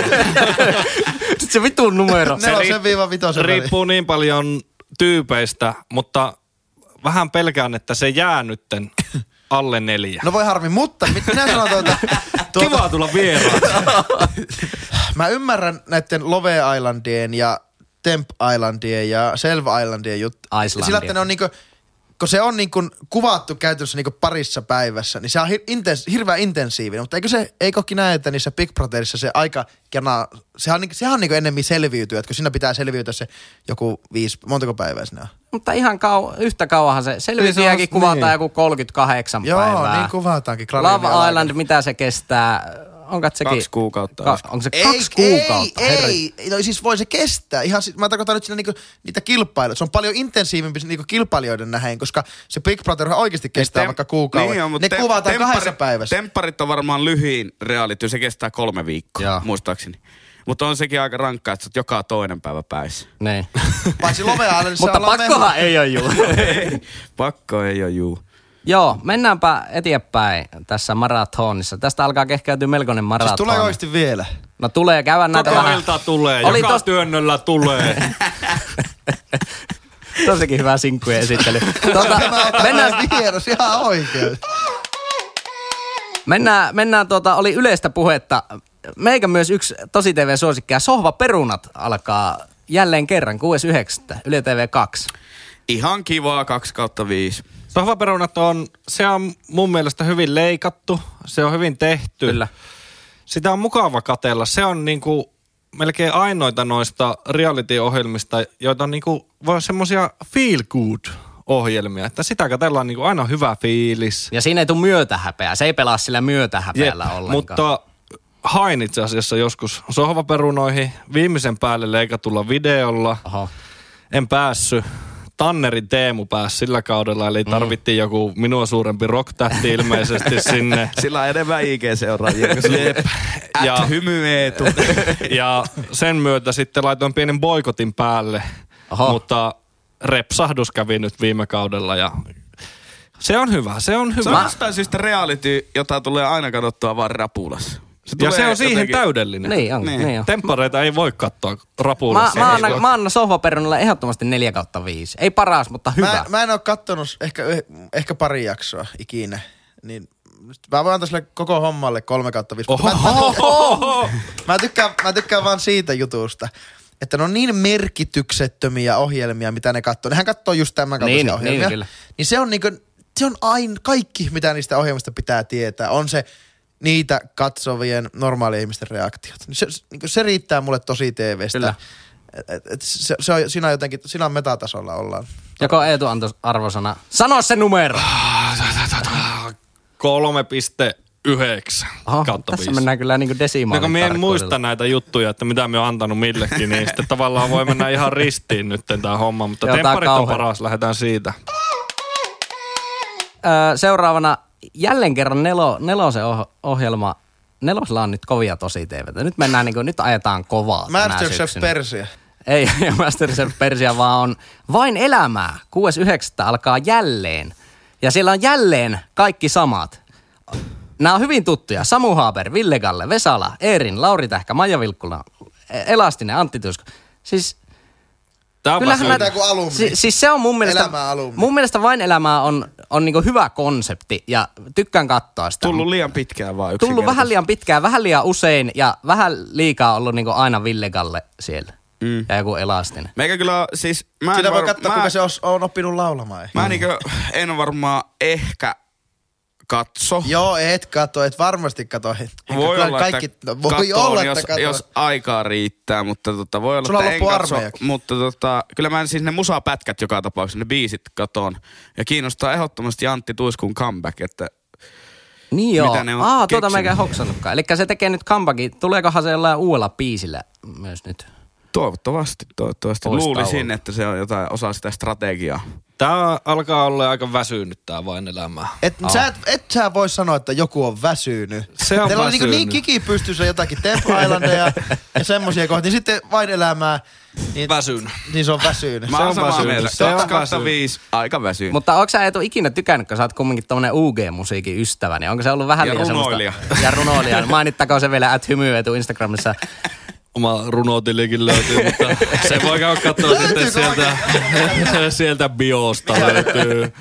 S1: Sitten se vitun numero.
S3: Se Nelosen viiva vitosen väliin.
S4: Riippuu niin paljon tyypeistä, mutta vähän pelkään, että se jää nytten alle neljä.
S3: No voi harmi, mutta mit- minä sanon tuota, tuota
S4: Kiva tulla vieraan.
S3: Mä ymmärrän näiden Love Islandien ja Temp Islandien ja Selva Islandien juttu.
S1: Islandien.
S3: Sillä, että ne on niinku, kun se on niinku kuvattu käytännössä niinku parissa päivässä, niin se on hir- intens- hirveän intensiivinen. Mutta eikö se, eikö ookin näe, että niissä Big Brotherissa se aika jana, sehän on, niinku- sehän on niinku ennemmin selviytyä, että kun siinä pitää selviytyä se joku viisi, montako päivää sinne on?
S1: Mutta ihan kau- yhtä kauahan se
S3: Niin se
S1: selviäkin
S3: on-
S1: kuvataan
S3: niin.
S1: joku 38
S3: Joo,
S1: päivää.
S3: niin kuvataankin. Klarionin
S1: Love
S3: alakerta.
S1: Island, mitä se kestää? Onko sekin?
S2: Kaksi kuukautta
S1: Ka-
S2: olisiko?
S1: onko se kaksi kuukautta?
S3: Ei,
S1: Herra-
S3: ei, ei. No siis voi se kestää. Ihan, si- mä tarkoitan nyt siinä niinku, niitä kilpailuja. Se on paljon intensiivimpi niinku kilpailijoiden nähden, koska se Big Brother oikeasti kestää
S2: Tem-
S3: vaikka kuukauden.
S2: Niin on, mutta
S3: ne
S2: tem-
S3: kuvataan
S2: temppari-
S3: kahdessa päivässä.
S2: Tempparit on varmaan lyhyin reality, se kestää kolme viikkoa,
S1: Joo.
S2: muistaakseni. Mutta on sekin aika rankkaa, että sä oot joka toinen päivä päissä.
S1: Niin.
S3: Paitsi Love Islandissa
S1: Mutta
S3: ollaan
S1: pakkohan
S3: mennyt-
S1: ei ole juu.
S2: Pakko ei ole juu.
S1: Joo, mennäänpä eteenpäin tässä maratonissa. Tästä alkaa kehkeytyä melkoinen
S3: Siis
S1: maraton.
S3: tulee oikeasti vielä.
S1: No tulee, käydään näitä
S4: Koko
S1: vähän.
S4: ilta tulee,
S1: Oli
S4: joka
S1: tos-
S4: työnnöllä tulee.
S1: Tosikin hyvä sinkkujen esittely. Tota,
S3: Tämä on
S1: mennään,
S3: mennään vieras ihan oikein.
S1: mennään, mennään tuota, oli yleistä puhetta. Meikä myös yksi tosi TV-suosikkia, Sohva Perunat alkaa jälleen kerran 6.9. Yle TV2.
S2: Ihan kivaa 2 kautta 5.
S4: Sohvaperunat on, se on mun mielestä hyvin leikattu, se on hyvin tehty.
S1: Kyllä.
S4: Sitä on mukava katella. Se on niinku melkein ainoita noista reality-ohjelmista, joita on niinku, voi semmosia feel good ohjelmia, että sitä katellaan niinku aina on hyvä fiilis.
S1: Ja siinä ei tule myötähäpeää. Se ei pelaa sillä myötähäpeällä ollenkaan.
S4: mutta hain itse asiassa joskus sohvaperunoihin viimeisen päälle leikatulla videolla.
S1: Oho.
S4: En päässyt. Tannerin Teemu pääsi sillä kaudella, eli tarvittiin joku minua suurempi rocktähti ilmeisesti sinne.
S2: Sillä on enemmän IG-seuraajia. Jep.
S4: Ja-
S2: Ja hymy Eetu.
S4: Ja sen myötä sitten laitoin pienen boikotin päälle.
S1: Aha.
S4: Aha. Mutta repsahdus kävi nyt viime kaudella ja se on hyvä, se on
S2: Se
S4: hyvä.
S2: on jostain syystä reality, jota tulee aina katsottua vaan rapulassa. Se
S4: ja
S2: tulee
S4: se on siihen täydellinen.
S1: Niin on, niin,
S2: Niin.
S1: niin on.
S4: Temppareita ei voi katsoa
S1: Mä,
S4: rapulassa.
S1: mä,
S4: Ei
S1: annan,
S4: voi.
S1: mä annan sohvaperunalle ehdottomasti 4 kautta 5. Ei paras, mutta hyvä.
S3: Mä, mä en oo kattonut ehkä, ehkä pari jaksoa ikinä. Niin mä voin antaa sille koko hommalle 3 kautta 5. Mä, mä,
S4: Oho!
S3: Mä tykkään, mä tykkään vaan siitä jutusta, että ne on niin merkityksettömiä ohjelmia, mitä ne katsoo. Nehän katsoo just tämän kaltaisia
S1: Niin,
S3: ohjelmia.
S1: niin, kyllä.
S3: niin se on niinku, se on aina kaikki, mitä niistä ohjelmista pitää tietää. On se niitä katsovien normaalien ihmisten reaktiot. Niin Se, niinku se riittää mulle tosi TVstä.
S1: Kyllä.
S3: Et- Et, et se, se on, siinä on jotenkin, siinä on metatasolla ollaan.
S1: Joko Eetu antoi arvosana? Sano se numero!
S4: 3,9
S1: Aha,
S4: kautta
S1: tässä
S4: viisi.
S1: mennään kyllä niin
S4: No kun
S1: desimaalitarkkuudella.
S4: mä en muista näitä juttuja, että mitä me on antanut millekin, niin sitten tavallaan voi mennä ihan ristiin nyt tämä homma. Mutta
S1: Joo, tää on
S4: tempparit on
S1: kauhea.
S4: paras, lähdetään siitä.
S1: Öö, seuraavana jälleen kerran nelo, nelosen oh- ohjelma. Nelosella on niinku, nyt kovia tosi TVtä. Nyt mennään niin kuin, nyt ajetaan kovaa tänä
S3: Masterchef
S1: syksynä.
S3: Persia.
S1: Ei, ja Masterchef Persia vaan on vain elämää. 6.9. alkaa jälleen. Ja siellä on jälleen kaikki samat. Nämä on hyvin tuttuja. Samu Haaber, Ville Galle, Vesala, Eerin, Lauri Tähkä, Maija Vilkkula, E- Elastinen, Antti Tuisko. Siis
S2: Tämä on
S1: Kyllähän
S2: Kyllähän
S3: Mitä kuin alumni.
S1: si, siis se on mun mielestä,
S3: Elämää alumni.
S1: mun mielestä vain elämää on, on niinku hyvä konsepti ja tykkään katsoa sitä.
S2: tullut liian pitkään vaan
S1: Tullut vähän liian pitkään, vähän liian usein ja vähän liikaa ollut niinku aina Ville Galle siellä. Mm. Ja joku elastinen.
S2: Meikä kyllä on- siis... Mä en
S3: Sitä voi
S2: var-
S3: katsoa,
S2: mä,
S3: kuinka se os, on oppinut laulamaan. ehkä.
S2: Mä niinkö, en varmaan ehkä katso.
S3: Joo, et kato, et varmasti kato. Et-
S2: Voi
S3: kyllä
S2: olla,
S3: kaikki,
S2: että
S3: no, voi
S2: katoon,
S3: olla,
S2: jos,
S3: että kato.
S2: jos aikaa riittää, mutta tota, voi olla,
S3: Sulla
S2: että en
S3: loppuu
S2: katso,
S3: armeijakin.
S2: mutta tota, kyllä mä en siis ne musapätkät joka tapauksessa, ne biisit katoon. Ja kiinnostaa ehdottomasti Antti Tuiskun comeback, että
S1: Niin joo.
S2: Mitä ne on
S1: Aa, tuota
S2: keksinyt?
S1: mä en hoksannutkaan. Eli se tekee nyt comebackin. Tuleekohan se jollain uudella biisillä myös nyt?
S2: toivottavasti, toivottavasti.
S1: Olisi
S2: Luulisin,
S1: tauolla.
S2: että se on jotain osa sitä strategiaa.
S4: Tää alkaa olla aika väsynyt tää vain elämää.
S3: Et, sä et, et sä voi sanoa, että joku on väsynyt.
S4: Se on
S3: Teillä on niin,
S4: väsynyt.
S3: niin kiki pystyssä jotakin Temple Islandeja ja semmosia kohtia. Sitten vain elämää, niin,
S4: Väsyn.
S3: niin se on väsynyt.
S2: Mä
S3: se
S2: oon
S3: on
S2: samaa
S3: väsynyt.
S2: mieltä.
S4: se on
S2: 2 kautta
S4: väsynyt.
S2: 5, aika väsynyt.
S1: Mutta onko sä Eetu ikinä tykännyt, kun sä oot kumminkin tommonen UG-musiikin ystävä, niin onko se ollut vähän
S2: Ja
S1: liian
S2: runoilija.
S1: semmoista... Ja runoilija. Mainittakoon se vielä, että hymy Eetu Instagramissa.
S4: Oma runotilikin löytyy, mutta se voi käydä katsoa sitten sieltä, sieltä biosta löytyy.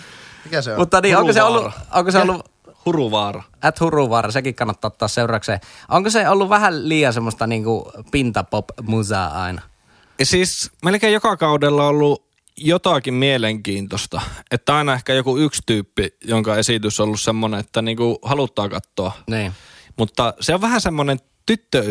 S3: Mikä se on?
S1: Mutta niin, onko se ollut,
S4: Huruvaara.
S1: onko se ollut
S4: Huruvaara.
S1: at Huruvaara, sekin kannattaa ottaa seurakseen. Onko se ollut vähän liian semmoista niinku pintapop-musaa aina?
S4: Ja siis melkein joka kaudella on ollut jotakin mielenkiintoista. Että aina ehkä joku yksi tyyppi, jonka esitys on ollut semmoinen, että niinku haluttaa katsoa.
S1: Niin.
S4: Mutta se on vähän semmoinen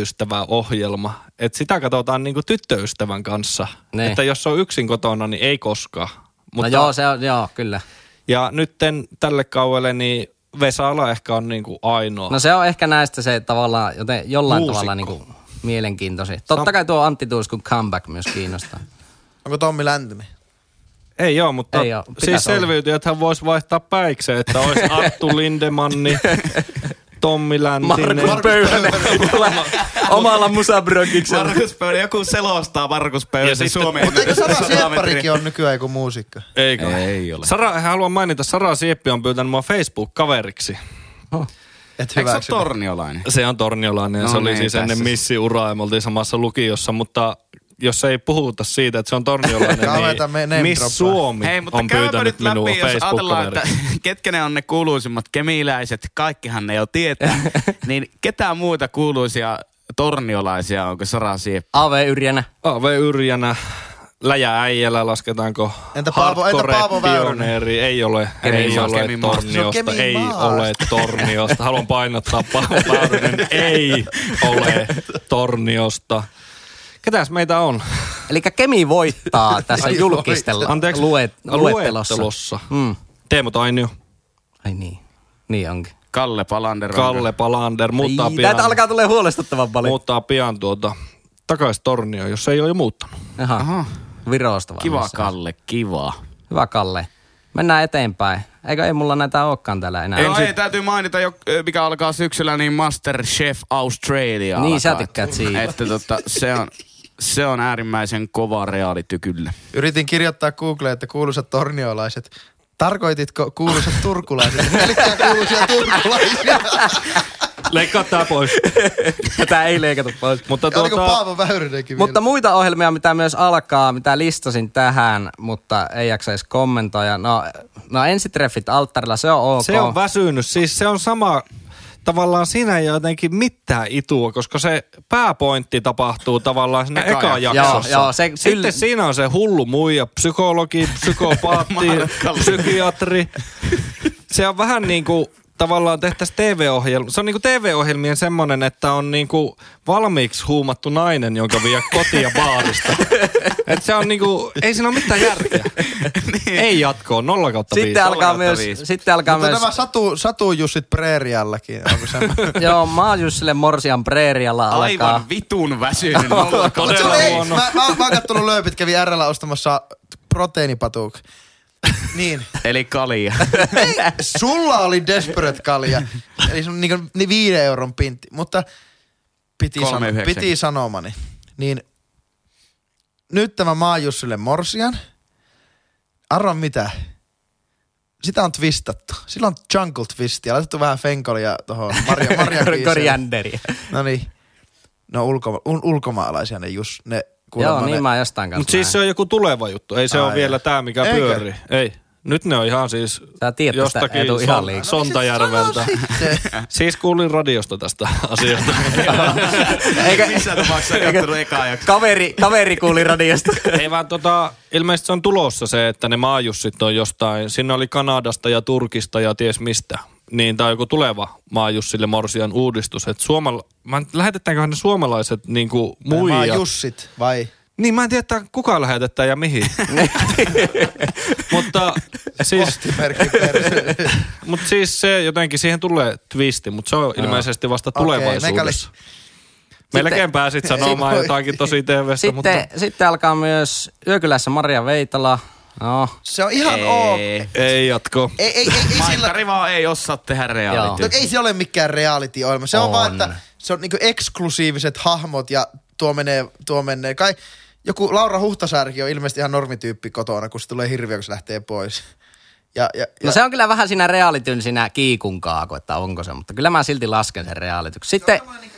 S4: tyttöystäväohjelma, että sitä katsotaan niinku tyttöystävän kanssa.
S1: Niin.
S4: Että jos on yksin kotona, niin ei koskaan.
S1: Mutta... No joo, se on, joo, kyllä.
S4: Ja nytten tälle kauelle, niin Vesala ehkä on niinku ainoa.
S1: No se on ehkä näistä se tavallaan, joten jollain
S4: Muusikko.
S1: tavalla niinku mielenkiintoisin. Totta kai tuo Antti Tuiskun comeback myös kiinnostaa.
S3: Onko Tommi Läntinen?
S4: Ei joo, mutta
S1: Ei oo,
S4: siis
S1: pitäis olla.
S4: selviytyi, että hän voisi vaihtaa päikseen, että olisi Arttu Lindemanni, Tommi Läntinen.
S1: Markus Pöydänen omalla musabrokiksella.
S2: Markus Pöydä, joku selostaa Markus Pöydä.
S4: Ja
S2: Siis
S4: sitten-
S2: Suomen
S3: Mutta eikö Sara
S2: ennätys-
S3: Siepparikin on nykyään joku muusikko?
S4: Eikö?
S2: Ei ole.
S4: Sara, hän haluan mainita, Sara Sieppi on pyytänyt mua Facebook-kaveriksi.
S3: Et
S2: Eikö se ole
S3: hyväksy.
S2: torniolainen?
S4: Se on torniolainen ja
S2: No
S4: se oli
S2: niin,
S4: siis ennen
S2: tässä se-
S4: missiuraa ja me oltiin samassa lukiossa, mutta jos ei puhuta siitä, että se on
S3: Kauheeta
S4: torniolainen,
S3: me name
S4: niin Miss
S3: droppaa.
S4: Suomi
S2: Hei, mutta
S4: on
S2: käypä
S4: pyytänyt
S2: nyt
S4: minua
S2: läpi, jos ajatellaan, että
S4: Facebook-kaveriksi.
S2: ketkä ne on ne kuuluisimmat kemiläiset, kaikkihan ne jo tietää, niin ketään muuta kuuluisia torniolaisia onko Sara Sieppi?
S1: AV Yrjänä.
S4: AV Yrjänä, Läjä Äijälä, lasketaanko
S3: Entä Paavo- entä
S4: hardcore
S3: Paavo Väyrynen?
S4: pioneeri? Ei ole,
S2: Kemin
S4: ei
S2: maasta,
S4: ole
S2: Kemin maasta.
S3: Se on
S4: torniosta,
S3: Kemin
S4: ei
S3: maasta.
S4: ole torniosta. Haluan painottaa, Paavo Väyrynen ei ole torniosta. Ketäs meitä on?
S1: Eli Kemi voittaa tässä julkistella
S4: Anteeksi, No,
S1: luet, luettelossa.
S4: luettelossa.
S1: Mm.
S4: Teemu Tainio,
S1: Ai niin, niin onkin.
S2: Kalle Palander.
S4: Kalle Palander, muuttaa
S1: Ei,
S4: pian,
S1: Näitä alkaa tulee huolestuttavan paljon. Mut.
S4: muuttaa pian tuota takaisin tornio, jos ei ole jo muuttanut.
S1: Aha.
S2: Aha,
S1: Virosta vaan.
S2: kiva
S1: missä on.
S2: Kalle, kiva.
S1: Hyvä Kalle. Mennään eteenpäin. Eikö ei mulla näitä olekaan täällä enää?
S2: Ensin... No ei, täytyy mainita, jo, mikä alkaa syksyllä, niin Masterchef Australia
S1: Niin, sä
S2: alkaa.
S1: tykkäät siitä.
S2: Että tota, se on, se on äärimmäisen kova reality kyllä.
S3: Yritin kirjoittaa Googleen, että kuuluisat torniolaiset. Tarkoititko kuuluisat turkulaiset? Pelkkää kuuluisia turkulaisia.
S4: Leikkaa tää pois.
S1: Tätä ei leikata pois.
S4: Mutta
S3: Ja Oliko
S4: tuota,
S3: Paavo Väyrynenkin
S1: Mutta
S3: vielä?
S1: muita ohjelmia, mitä myös alkaa, mitä listasin tähän, mutta ei jaksa edes kommentoida. No, no ensitreffit alttarilla, se on ok.
S4: Se on väsynyt. Siis se on sama, tavallaan siinä ei ole jotenkin mitään itua, koska se pääpointti tapahtuu tavallaan siinä
S2: Eka
S4: eka, eka
S2: jakso.
S4: jaksossa.
S1: Joo, joo, se kyllä-
S4: Sitten siinä on se hullu muija, psykologi, psykopaatti,
S2: Markkalle.
S4: psykiatri. Se on vähän niin kuin tavallaan tehtäisiin TV-ohjelma. Se on niinku TV-ohjelmien semmonen, että on niinku valmiiksi huumattu nainen, jonka vie kotia baarista. Et se on niinku, ei siinä ole mitään järkeä. Ei jatkoa, 0 kautta viisi.
S1: Niin. sitten alkaa,
S2: Kolme
S1: myös,
S2: kautta viisi.
S1: sitten alkaa
S3: Mutta
S1: myös,
S3: nämä satu, satu Jussit Preeriallakin, onko se?
S1: joo, Maajussille Morsian preerialla alkaa.
S2: Aivan vitun väsynyt. nolla kautta
S4: Todella
S3: Mut ei,
S4: huono.
S3: Mä, mä, mä oon kattonut lööpit, kävi RL ostamassa proteiinipatuk. Niin.
S2: Eli kalia.
S3: Sulla oli Desperate kalja. Eli sun niinku, niin viiden euron pintti. Mutta piti, sano,
S2: 3,90.
S3: piti sanomani. Niin nyt tämä maa Jussylle morsian. Arvaa mitä? Sitä on twistattu. Sillä on jungle twistiä. Laitettu vähän fenkolia tuohon Maria, Maria
S1: Korianderi.
S3: No niin. No ulkoma- un- ulkomaalaisia ne just, ne kuulemma
S1: Joo, niin
S3: ne, No
S1: mä jostain kanssa
S4: Mutta siis se
S1: näin.
S4: on joku tuleva juttu. Ei se
S3: Ai
S4: ole vielä
S3: ai.
S4: tämä, mikä
S3: Eikö?
S4: pyörii. Ei. Nyt ne on ihan siis
S1: Sä tiedät, että sitä
S4: jostakin
S1: ei tuu ihan liikaa. No
S4: Sontajärveltä. Siis kuulin radiosta tästä asiasta.
S2: Eikä missään tapauksessa kattonut ekaa jaksoa.
S1: Kaveri, kaveri kuuli radiosta.
S4: Ei vaan tota, ilmeisesti se on tulossa se, että ne maajussit on jostain. Sinne oli Kanadasta ja Turkista ja ties mistä. Niin tämä on joku tuleva maajussille morsian uudistus. Että suomala... Mä en- lähetetäänköhän ne suomalaiset niinku
S3: Maa
S4: muijat.
S3: Jussit vai?
S4: Niin mä en tiedä, että kuka lähetetään ja mihin. Mutta siis...
S3: Postimerkki perse.
S4: Mutta siis se jotenkin, siihen tulee twisti, mutta se on ilmeisesti vasta tulevaisuudessa.
S3: meikä
S4: Melkein pääsit sanomaan
S3: Sitten-
S4: jotakin tosi TV-stä, mutta
S1: Sitten, sitten alkaa myös Yökylässä Maria Veitala. No,
S3: Se on ihan
S2: Ei.
S3: ok. Ei,
S2: Ei,
S4: ei jatko.
S3: ei, ei, ei sillä...
S2: Maikkari vaan ei osaa tehdä
S3: No,
S1: Joo.
S2: reality.
S3: ei se ole mikään reality-ohjelma. Se on,
S1: On.
S3: on vaan, että se on niinku eksklusiiviset hahmot ja tuo menee, tuo menee. Kai joku Laura Huhtasaarikin on ilmeisesti ihan normityyppi kotona, kun se tulee hirviö, kun se lähtee pois. Ja, ja, ja
S1: no se on kyllä vähän siinä realityn siinä kiikun kaaku, että onko se, mutta kyllä mä silti lasken sen realityksi. Sitten
S3: niinku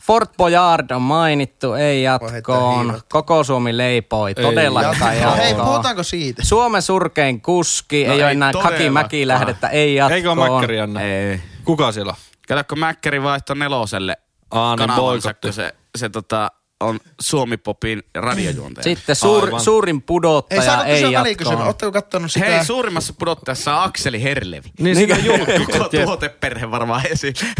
S1: Fort Boyard on mainittu, ei
S3: Voi heittää
S1: jatkoon.
S3: hiivat.
S1: Koko Suomi leipoi, todellakaan
S3: ja, no hei,
S1: jatkoon.
S3: puhutaanko siitä?
S1: Suomen surkein kuski, no ei ole
S2: ei
S1: enää Kaki
S2: todellakaan.
S1: Mäki lähdettä, ei jatkoon.
S4: Eikö ole mäkkäri, Anna?
S2: Ei.
S4: Kuka siellä on?
S2: Katsokko Mäkkäri vaihtoi neloselle
S4: Aa, niin
S2: kanavansa,
S4: boikotti.
S2: kun se, se tota, on Suomi-popin radiojuontaja.
S1: Sitten suur,
S4: Aivan.
S1: suurin
S3: Ei
S1: pudottaja
S3: saanut
S1: Tota, ei,
S3: kysyä välikysymyksiä.
S1: jatkoon.
S3: Oletteko kattonut sitä?
S2: Hei, suurimmassa pudottajassa on Akseli Herlevi.
S4: Niin sitä
S2: Koko
S4: julkisesti.
S2: tuoteperhe varmaan esille.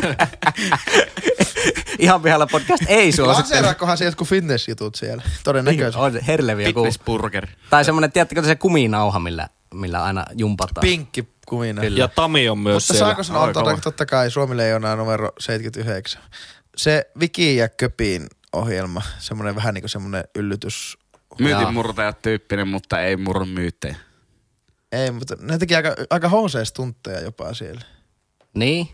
S1: Ihan pihalla podcast ei suosittele.
S3: Lanseeraakohan se jotkut fitness-jutut siellä? Todennäköisesti.
S1: On se herlevi joku.
S2: Fitness Burger.
S1: Tai semmonen, tiedättekö se kuminauha, millä, millä aina jumpataan.
S3: Pinkki kumina.
S4: Ja Tami on myös
S3: Mutta
S4: siellä.
S3: saako sanoa,
S2: Aika
S3: antaa
S2: kova.
S3: totta kai Suomi leijonaa numero 79. Se Viki ja Köpin ohjelma, semmoinen vähän niin kuin semmoinen yllytys.
S2: Myytinmurtajat tyyppinen, mutta ei murun myyttejä.
S3: Ei, mutta ne teki aika, aika HC-stuntteja jopa siellä.
S1: Niin.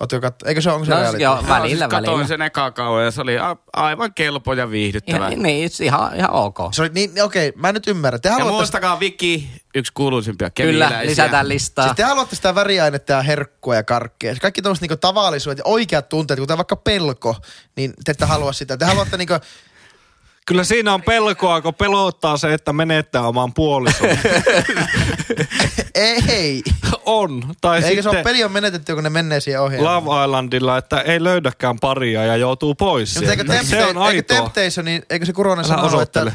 S3: Ootko katso, eikö se, onko se
S1: No,
S3: reality?
S1: joo, välillä,
S2: Joo, siis
S1: välillä.
S2: Katoin sen eka kauan ja se oli a- aivan kelpo ja viihdyttävä.
S1: Ihan, niin, ihan, ihan ok.
S3: Se oli, niin, niin okei, mä nyt ymmärrän. Te
S2: ja
S3: haluatte, sitä,
S2: muistakaa Viki, yksi kuuluisimpia
S1: Kyllä,
S2: keviläisiä.
S1: lisätään listaa.
S3: siis te haluatte sitä väriainetta ja herkkua ja karkkeja. Kaikki tommoset niinku tavallisuudet ja oikeat tunteet, kuten vaikka pelko, niin te ette halua sitä. Te haluatte niinku,
S4: Kyllä siinä on pelkoa, kun pelottaa se, että menettää oman puolison.
S3: ei, ei.
S4: on. Tai
S3: Eikö se ole
S4: sitten
S3: peli on menetetty, kun ne menee siihen ohjelmaan?
S4: Love Islandilla, että ei löydäkään paria ja joutuu pois
S3: Mutta eikö,
S4: sieltä. Se on
S3: Tempta- eikö
S4: aitoa.
S3: Temptationin, niin eikö se Kuronen
S4: Älä
S3: sanonut, että...
S4: osoittele.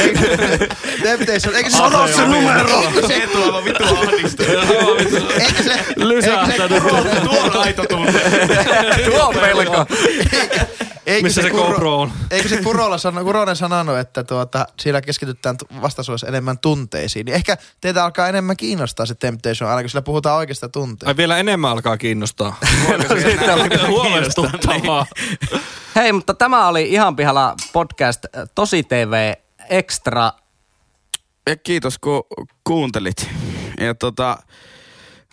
S3: Eikö- Temptation, eikö se
S4: Sano se numero!
S3: Eikö se,
S2: Eetu aivan vitu ahdistunut.
S3: eikö se,
S4: Lysähtänyt.
S2: Tuo on aito tunne.
S1: Tuo on pelko.
S3: eikö, eikö
S4: Missä se
S3: Kuro-
S4: GoPro on?
S3: Eikö se Kurola sano, Kuronen sanonut, että tuota, siellä keskitytään tu- vastaisuudessa enemmän tunteisiin? Niin ehkä teitä alkaa enemmän kiinnostaa se Temptation, aina kun sillä puhutaan oikeasta tunteista.
S4: Ai vielä enemmän alkaa kiinnostaa. Huolestuttavaa.
S1: Hei, mutta tämä oli Ihan pihalla podcast äh, Tosi TV Extra.
S2: Ja kiitos kun kuuntelit. Ja tota,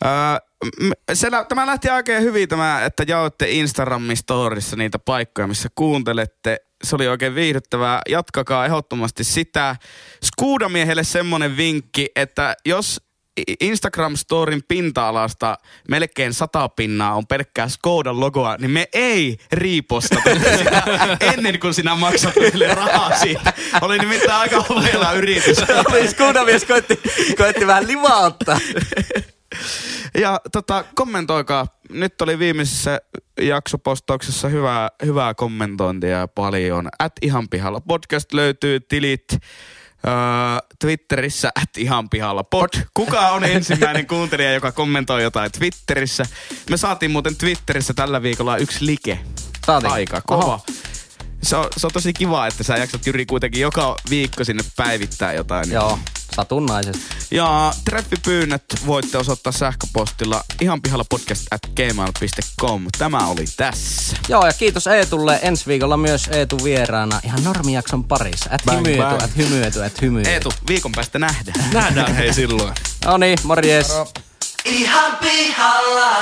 S2: ää, m- se, lä- tämä lähti oikein hyvin tämä, että jaoitte Instagramin storissa niitä paikkoja, missä kuuntelette. Se oli oikein viihdyttävää. Jatkakaa ehdottomasti sitä. Skuudamiehelle semmonen vinkki, että jos I- Instagram-storin pinta-alasta melkein sata pinnaa on pelkkää Skodan logoa, niin me ei riipostata sitä ennen kuin sinä maksat meille rahaa siitä. Oli nimittäin aika ovela yritys.
S1: Siis kuunnamies koetti, koetti vähän livauttaa.
S2: Ja tota, kommentoikaa. Nyt oli viimeisessä jaksopostauksessa hyvää, hyvää kommentointia paljon. At ihan pihalla podcast löytyy tilit. Öö, Twitterissä at ihan pihalla pod. Kuka on ensimmäinen kuuntelija, joka kommentoi jotain Twitterissä? Me saatiin muuten Twitterissä tällä viikolla yksi like.
S1: Saatiin.
S2: Aika
S1: Oho.
S2: kova. Se on, se on tosi kiva, että sä jaksat Jyri kuitenkin joka viikko sinne päivittää jotain.
S1: Joo, satunnaisesti.
S2: Ja treffipyynnöt voitte osoittaa sähköpostilla ihan pihalla podcast at gmail.com. Tämä oli tässä.
S1: Joo, ja kiitos Eetulle. Ensi viikolla myös Eetu vieraana ihan normijakson parissa. Et
S4: Bang,
S1: hymyöty,
S4: bang.
S1: et hymyöty, et hymyöty.
S2: Eetu, viikon päästä nähdään.
S4: Niin. Nähdään hei silloin.
S1: No niin, morjes.
S5: Ihan pihalla.